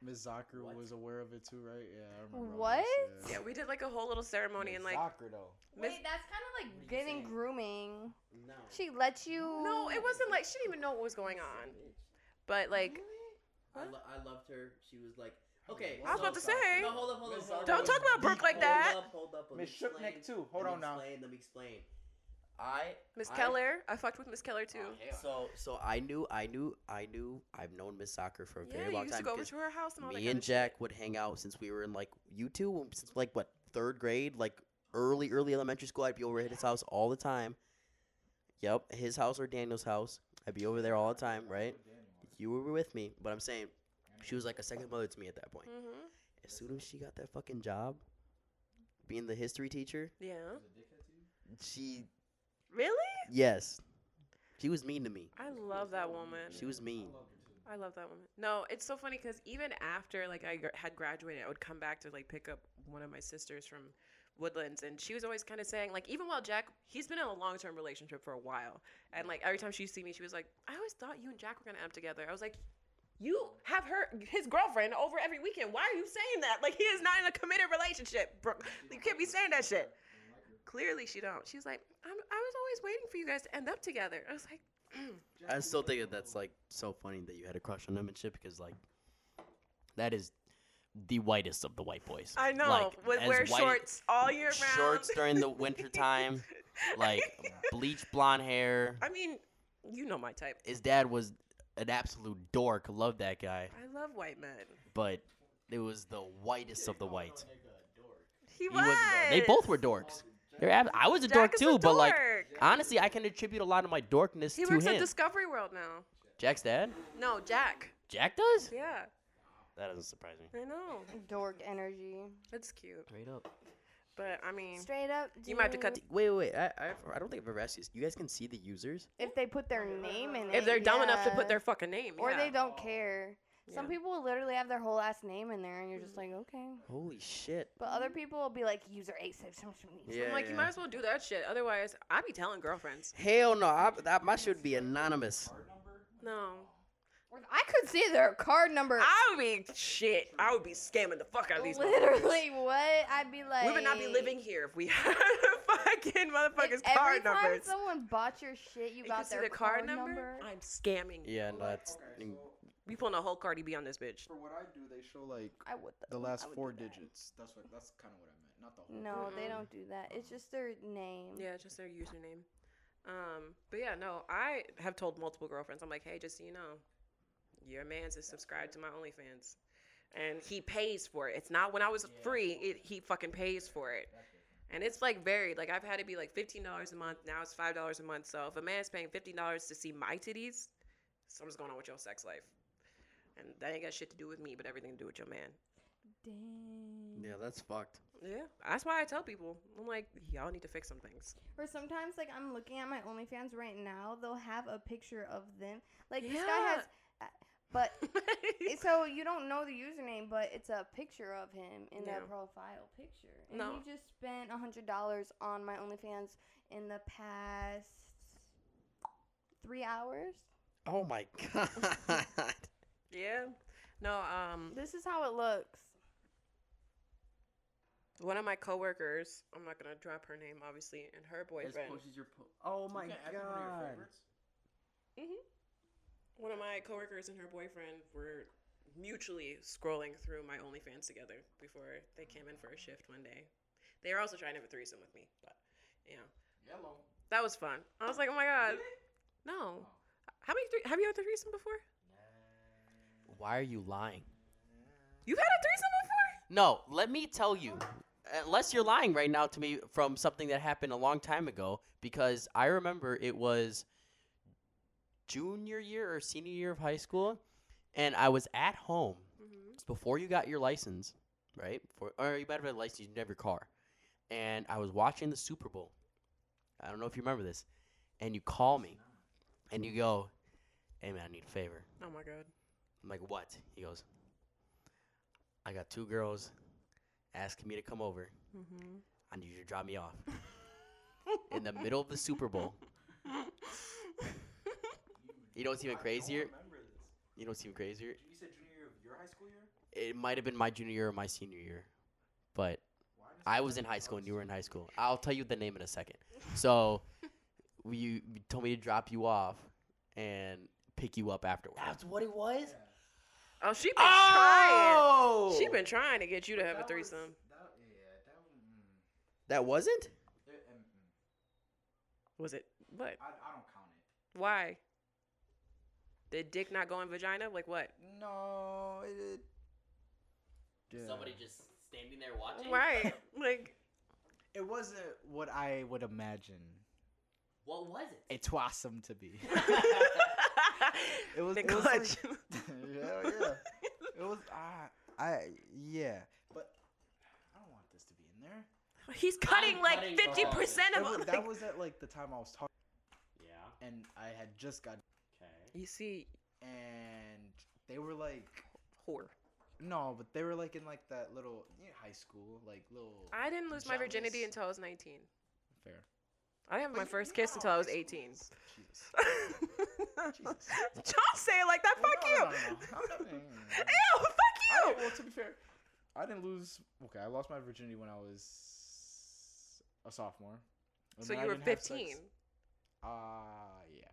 Speaker 4: Ms. Zucker
Speaker 5: What?
Speaker 4: was aware of it too, right? Yeah, I remember.
Speaker 2: What?
Speaker 1: Yeah, we did like a whole little ceremony, and like,
Speaker 4: Zucker though.
Speaker 1: Miss-
Speaker 2: wait. That's kind of
Speaker 5: What are you
Speaker 2: like getting
Speaker 5: saying?
Speaker 2: grooming.
Speaker 5: no.
Speaker 2: She lets you.
Speaker 1: no, it wasn't like she didn't even know what was going on, but like,
Speaker 5: I,
Speaker 1: Huh?
Speaker 5: lo- I loved her. She was like, okay.
Speaker 1: I was
Speaker 5: so-
Speaker 1: about to say,
Speaker 5: No, hold up, hold up,
Speaker 4: Miss
Speaker 5: hold up.
Speaker 4: Don't
Speaker 5: hold
Speaker 4: talk
Speaker 5: up.
Speaker 1: about Brooke like
Speaker 5: hold
Speaker 1: that.
Speaker 5: Up, hold up, let me
Speaker 4: Miss Shookneck
Speaker 5: explain.
Speaker 4: too. Hold
Speaker 5: Let me
Speaker 4: on now.
Speaker 5: Explain, let me explain. I
Speaker 1: Miss
Speaker 5: I-
Speaker 1: Keller, I fucked with Miss Keller too.
Speaker 3: Oh, So, so I knew, I knew, I knew. I've known Miss Soccer for a
Speaker 1: yeah,
Speaker 3: very
Speaker 1: you
Speaker 3: long
Speaker 1: used to
Speaker 3: time.
Speaker 1: go over
Speaker 3: 'cause
Speaker 1: to her house and all that.
Speaker 3: me
Speaker 1: kinda
Speaker 3: and
Speaker 1: shit.
Speaker 3: Jack would hang out since we were in like you two since like what third grade, like early, early elementary school. I'd be over at his house all the time. Yep, his house or Daniel's house. I'd be over there all the time, right? You were with me, but I'm saying she was like a second mother to me at that point.
Speaker 1: Mhm.
Speaker 3: As soon as she got that fucking job, being the history teacher,
Speaker 1: Yeah.
Speaker 3: she
Speaker 1: Really?
Speaker 3: yes, she was mean to me.
Speaker 1: I love that woman.
Speaker 3: She was mean.
Speaker 1: I love that woman. No, it's so funny because even after like I gr- had graduated, I would come back to like pick up one of my sisters from Woodlands, and she was always kind of saying like, even while Jack, he's been in a long term relationship for a while, and like every time she see me, she was like, I always thought you and Jack were gonna end up together. I was like. You have her, his girlfriend, over every weekend. Why are you saying that? Like he is not in a committed relationship, bro. You can't be saying that shit. Clearly, she don't. She's like, I'm, I was always waiting for you guys to end up together. I was like,
Speaker 3: I still think that that's like so funny that you had a crush on him and shit because like that is the whitest of the white boys.
Speaker 1: I know.
Speaker 3: Like,
Speaker 1: would
Speaker 3: as
Speaker 1: wear
Speaker 3: white-
Speaker 1: shorts all year round.
Speaker 3: Shorts during the winter time, like bleach blonde hair.
Speaker 1: I mean, you know my type.
Speaker 3: His dad was an absolute dork. Loved that guy,
Speaker 1: I love white men.
Speaker 3: but it was the whitest of the white.
Speaker 1: He,
Speaker 3: He
Speaker 1: was.
Speaker 3: wasn't a- They both were dorks. They're ab- I was a
Speaker 1: Jack
Speaker 3: dork
Speaker 1: is
Speaker 3: too, but like
Speaker 1: dork.
Speaker 3: honestly, I can attribute a lot of my dorkness
Speaker 1: he
Speaker 3: to
Speaker 1: works
Speaker 3: him.
Speaker 1: at Discovery World now.
Speaker 3: Jack's dad?
Speaker 1: No, Jack.
Speaker 3: Jack does?
Speaker 1: Yeah,
Speaker 3: That doesn't surprise me.
Speaker 1: I know.
Speaker 2: Dork energy.
Speaker 1: That's cute.
Speaker 8: Straight up.
Speaker 1: But I mean,
Speaker 2: Straight up.
Speaker 1: you might have to cut. The-
Speaker 8: Wait, wait, wait. I, I, I don't think I've ever asked you. this. You guys can see the users.
Speaker 2: if they put their name in it.
Speaker 1: if they're dumb enough to put
Speaker 2: yeah.
Speaker 1: their fucking name,
Speaker 2: Or
Speaker 1: yeah.
Speaker 2: they don't care. Some
Speaker 1: Yeah. Mm-hmm.
Speaker 2: people will literally have their whole last name in there, and you're just like, okay.
Speaker 8: Holy shit.
Speaker 2: But other people will be like, user eight six something.
Speaker 8: Yeah.
Speaker 1: I'm like, you might as well do that shit. Otherwise, I'd be telling girlfriends.
Speaker 8: Hell no. I, that, my should be anonymous.
Speaker 1: No,
Speaker 2: I could see their card number.
Speaker 1: I would be shit. I would be scamming the fuck out of these.
Speaker 2: literally, what? I'd be like.
Speaker 1: motherfuckers. we would not be living here if we had fucking
Speaker 2: If
Speaker 1: motherfuckers'
Speaker 2: every
Speaker 1: card
Speaker 2: time
Speaker 1: numbers.
Speaker 2: someone bought your shit, you
Speaker 1: You
Speaker 2: got
Speaker 1: can see
Speaker 2: their
Speaker 1: the card number? I'm scamming. you.
Speaker 8: Yeah, no, that's.
Speaker 5: Okay, so
Speaker 1: We pulling a whole Cardi B on this bitch.
Speaker 5: for what I do, they show like
Speaker 2: I would.
Speaker 4: The
Speaker 2: though.
Speaker 4: last
Speaker 2: I would
Speaker 4: four
Speaker 2: do that.
Speaker 4: digits. That's what. That's kind of what I meant. Not the whole.
Speaker 2: No, they
Speaker 1: Mm-mm.
Speaker 2: don't do that. It's just their name.
Speaker 1: Yeah, just their username. Um, but yeah, no, I have told multiple girlfriends. I'm like, hey, just so you know, your man's is subscribed to my OnlyFans, and he pays for it. It's not when I was free. It, he fucking pays for it, and it's like varied. Like I've had it be like fifteen dollars a month. Now it's five dollars a month. So if a man's paying fifteen dollars to see my titties, something's going on with your sex life, and that ain't got shit to do with me, but everything to do with your man.
Speaker 2: Dang.
Speaker 8: Yeah, that's fucked.
Speaker 1: Yeah, that's why I tell people. I'm like, y'all need to fix some things.
Speaker 2: Or sometimes, like, I'm looking at my OnlyFans right now, they'll have a picture of them. Like, this guy has. But it- so you don't know the username, but it's a picture of him in
Speaker 1: Yeah.
Speaker 2: that profile picture. And
Speaker 1: No.
Speaker 2: he just spent a hundred dollars on my OnlyFans in the past three hours.
Speaker 8: Oh my god.
Speaker 1: Yeah. No, um
Speaker 2: This is how it looks.
Speaker 1: one of my coworkers, I'm not gonna drop her name obviously, and her boyfriend.
Speaker 8: your po- oh my
Speaker 5: you can't add one of your favorites?
Speaker 2: Mm-hmm.
Speaker 1: One of my coworkers and her boyfriend were mutually scrolling through my OnlyFans together before they came in for a shift one day. They were also trying to have a threesome with me, but you know.
Speaker 5: Yellow.
Speaker 1: That was fun. I was like, Oh my god. No. How many three have you had a threesome before?
Speaker 3: Why are you lying?
Speaker 1: You've had a threesome before?
Speaker 3: No, let me tell you. Unless you're lying right now to me from something that happened a long time ago, because I remember it was junior year or senior year of high school, and I was at home
Speaker 1: Mm-hmm.
Speaker 3: It's before you got your license, right? Before, or you might have had a license, you didn't have your car. And I was watching the Super Bowl. I don't know if you remember this. And you call me, and you go, "Hey man, I need a favor."
Speaker 1: Oh my god.
Speaker 3: I'm like, "What?" He goes, "I got two girls asking me to come over.
Speaker 1: Mm-hmm.
Speaker 3: I need you to drop me off in the middle of the Super Bowl." You know what's even
Speaker 5: I
Speaker 3: crazier?
Speaker 5: don't remember this.
Speaker 3: You know what's even crazier?
Speaker 5: You said junior year of your high school year?
Speaker 3: It might have been my junior year or my senior year, but
Speaker 5: Why does
Speaker 3: I
Speaker 5: it
Speaker 3: was
Speaker 5: say
Speaker 3: in high school and you were in
Speaker 5: Boston?
Speaker 3: high school. I'll tell you the name in a second. So, we- you you told me to drop you off and pick you up afterwards.
Speaker 9: That's what it was?
Speaker 1: Oh, she been
Speaker 3: Oh!
Speaker 1: trying. She been trying to get you to have a
Speaker 5: That was-
Speaker 1: threesome.
Speaker 5: that- yeah, that was- mm.
Speaker 8: That wasn't?
Speaker 5: There- mm, mm.
Speaker 1: Was it what?
Speaker 5: I, I don't count it.
Speaker 1: Why? Did dick not go in vagina? Like what?
Speaker 4: No, it. it
Speaker 3: Somebody just standing there watching.
Speaker 1: Right. Like
Speaker 4: It wasn't what I would imagine
Speaker 3: What was it?
Speaker 4: a twasm to be. It was.
Speaker 1: the
Speaker 4: it was
Speaker 1: clutch.
Speaker 4: like- yeah, yeah. It was. I. I. Yeah. But I don't want this to be in there.
Speaker 1: He's cutting like
Speaker 3: cutting the
Speaker 1: fifty percent
Speaker 4: It
Speaker 1: of
Speaker 4: was-
Speaker 1: all-
Speaker 4: that was at like the time I was talking,
Speaker 3: Yeah.
Speaker 4: and I had just got,
Speaker 3: Okay.
Speaker 1: You see,
Speaker 4: and they were like,
Speaker 1: whore.
Speaker 4: no, but they were like in like that little you know, high school, like little.
Speaker 1: I didn't lose my virginity
Speaker 4: Jealous.
Speaker 1: until I was nineteen.
Speaker 4: Fair.
Speaker 1: I didn't have my first kiss until I was eighteen.
Speaker 4: Jesus.
Speaker 1: Don't
Speaker 4: Jesus.
Speaker 1: say it like that.
Speaker 4: Well,
Speaker 1: Fuck
Speaker 4: no,
Speaker 1: you.
Speaker 4: no, no, no.
Speaker 1: Ew.
Speaker 4: I
Speaker 1: Fuck
Speaker 4: didn't-
Speaker 1: you.
Speaker 4: well, to be fair, I didn't lose. Okay, I lost my virginity when I was a sophomore. And
Speaker 1: So
Speaker 4: then
Speaker 1: you
Speaker 4: I
Speaker 1: were
Speaker 4: didn't have sex-
Speaker 1: fifteen.
Speaker 4: Ah, yeah.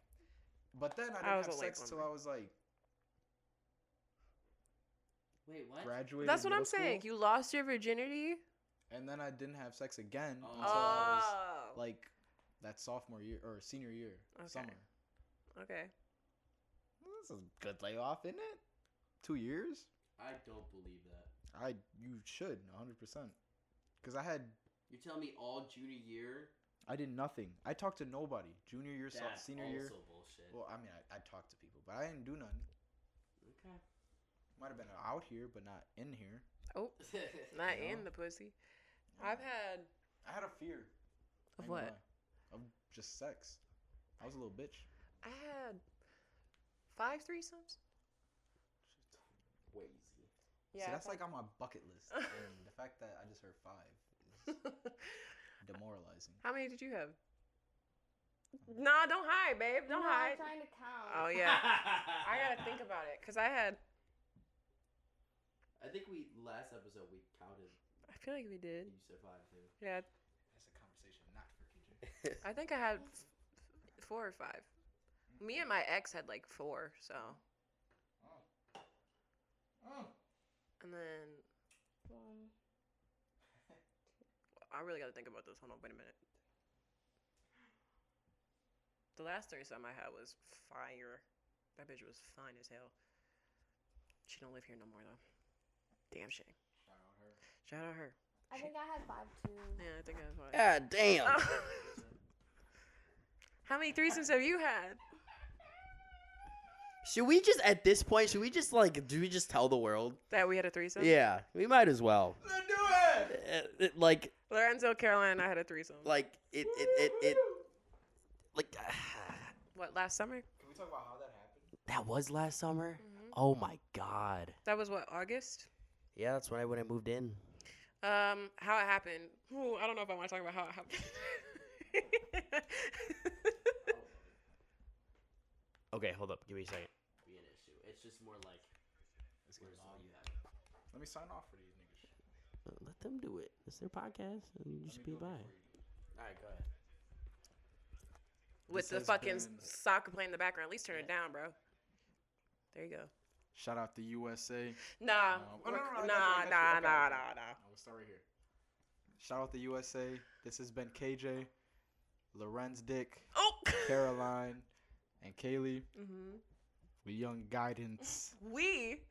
Speaker 4: But then I didn't
Speaker 1: was
Speaker 4: have
Speaker 1: a late
Speaker 4: sex till I
Speaker 1: bloomer.
Speaker 4: was like
Speaker 5: Wait, what?
Speaker 4: graduated.
Speaker 1: That's what
Speaker 4: middle
Speaker 1: I'm saying.
Speaker 4: school,
Speaker 1: You lost your virginity.
Speaker 4: and then I didn't have sex again
Speaker 5: Oh.
Speaker 4: until I
Speaker 1: Oh.
Speaker 4: was like that sophomore year or senior year
Speaker 1: Okay.
Speaker 4: summer.
Speaker 1: okay.
Speaker 4: Well, This is a good layoff, isn't it? Two years?
Speaker 5: I don't believe that.
Speaker 4: I you should 100 percent because I had
Speaker 5: You're telling me all junior year?
Speaker 4: I did nothing. I talked to nobody. Junior year, so-
Speaker 5: That's
Speaker 4: senior
Speaker 5: also
Speaker 4: year.
Speaker 5: bullshit.
Speaker 4: Well, I mean, I, I talked to people, but I didn't do nothing. Might have been out here, but not in here.
Speaker 1: Oh,
Speaker 5: Okay.
Speaker 1: not
Speaker 4: You know?
Speaker 1: in the pussy. I've had
Speaker 4: I had a fear.
Speaker 1: Of
Speaker 4: I ain't gonna
Speaker 1: what?
Speaker 4: lie. Of just sex. I was a little bitch.
Speaker 1: I had five threesomes.
Speaker 4: Way easy. Yeah. See, that's like on my bucket list, and the fact that I just heard five is demoralizing.
Speaker 1: How many did you have? Nah, don't hide, babe. Don't
Speaker 2: no,
Speaker 1: hide.
Speaker 2: I'm trying to count.
Speaker 1: Oh yeah. I gotta think about it because I had.
Speaker 5: I think we last episode we counted.
Speaker 1: I feel like we did.
Speaker 5: You survived too.
Speaker 1: Yeah,
Speaker 6: That's a conversation not for KJ.
Speaker 1: I think I had f- f- four or five. Me and my ex had like four, so.
Speaker 6: Oh.
Speaker 4: Mm.
Speaker 6: Oh.
Speaker 1: And then
Speaker 2: One.
Speaker 1: I really gotta think about this. Hold on, wait a minute. The last threesome I had was fire. That bitch was fine as hell. She don't live here no more though. Damn shame.
Speaker 6: Shout out her.
Speaker 1: Shout out her.
Speaker 2: I think I had five too.
Speaker 1: Yeah, I think I was.
Speaker 7: God damn.
Speaker 1: How many threesomes have you had?
Speaker 7: Should we just at this point? Should we just like? Do we just tell the world?
Speaker 1: That we had a threesome.
Speaker 7: Yeah, we might as well.
Speaker 6: Let's do it!
Speaker 3: Uh,
Speaker 7: It- it- like,
Speaker 1: Lorenzo, Caroline, and I had a threesome.
Speaker 7: like it, it, it, it like
Speaker 1: what last summer?
Speaker 6: Can we talk about how that happened?
Speaker 7: that was last summer.
Speaker 3: Mm-hmm.
Speaker 7: Oh my god.
Speaker 1: That was what August.
Speaker 7: Yeah, that's when I when I moved in.
Speaker 1: Um, how it happened. Ooh, I don't know if I want to talk about how it happened.
Speaker 7: Okay, hold up. Give me a second.
Speaker 5: Be an issue. It's just more like where's all you have.
Speaker 4: Let me sign off for these niggas.
Speaker 7: Let them do it. It's their podcast, and you
Speaker 6: Let
Speaker 7: should
Speaker 6: me do
Speaker 7: be
Speaker 6: it
Speaker 7: by.
Speaker 6: before you do.
Speaker 5: Alright, go ahead.
Speaker 1: With
Speaker 4: This
Speaker 1: the
Speaker 4: has
Speaker 1: fucking
Speaker 4: been-
Speaker 1: soccer playing in the background. At least turn it down, bro. There you go.
Speaker 4: Shout out the USA.
Speaker 1: Nah.
Speaker 4: No.
Speaker 1: we're-
Speaker 4: Oh, no, no, no, I
Speaker 1: nah,
Speaker 4: got you,
Speaker 1: nah,
Speaker 4: I got you.
Speaker 1: nah, nah,
Speaker 4: Okay, okay.
Speaker 1: nah.
Speaker 4: No, we'll start right here. Shout out the USA. This has been KJ, Lorenz Dick,
Speaker 1: Oh!
Speaker 4: Caroline, and Kaylee.
Speaker 1: hmm
Speaker 4: We young guidance.
Speaker 1: We.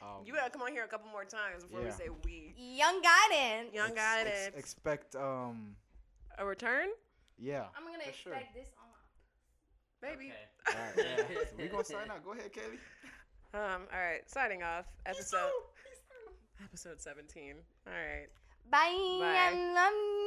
Speaker 4: Um,
Speaker 1: You gotta come on here a couple more times before we
Speaker 4: Yeah.
Speaker 1: say we.
Speaker 2: Young guidance.
Speaker 1: Young
Speaker 4: ex-
Speaker 1: guidance.
Speaker 4: ex- expect um
Speaker 1: a return?
Speaker 4: yeah.
Speaker 2: I'm gonna
Speaker 4: For
Speaker 2: expect
Speaker 4: sure.
Speaker 2: this on.
Speaker 1: Maybe.
Speaker 5: Okay.
Speaker 4: Alright, yeah. we gonna sign out. Go ahead, Kaylee.
Speaker 1: Um, all right. Signing off. Episode. Episode 17. All right.
Speaker 2: Bye. I
Speaker 1: Bye.
Speaker 2: love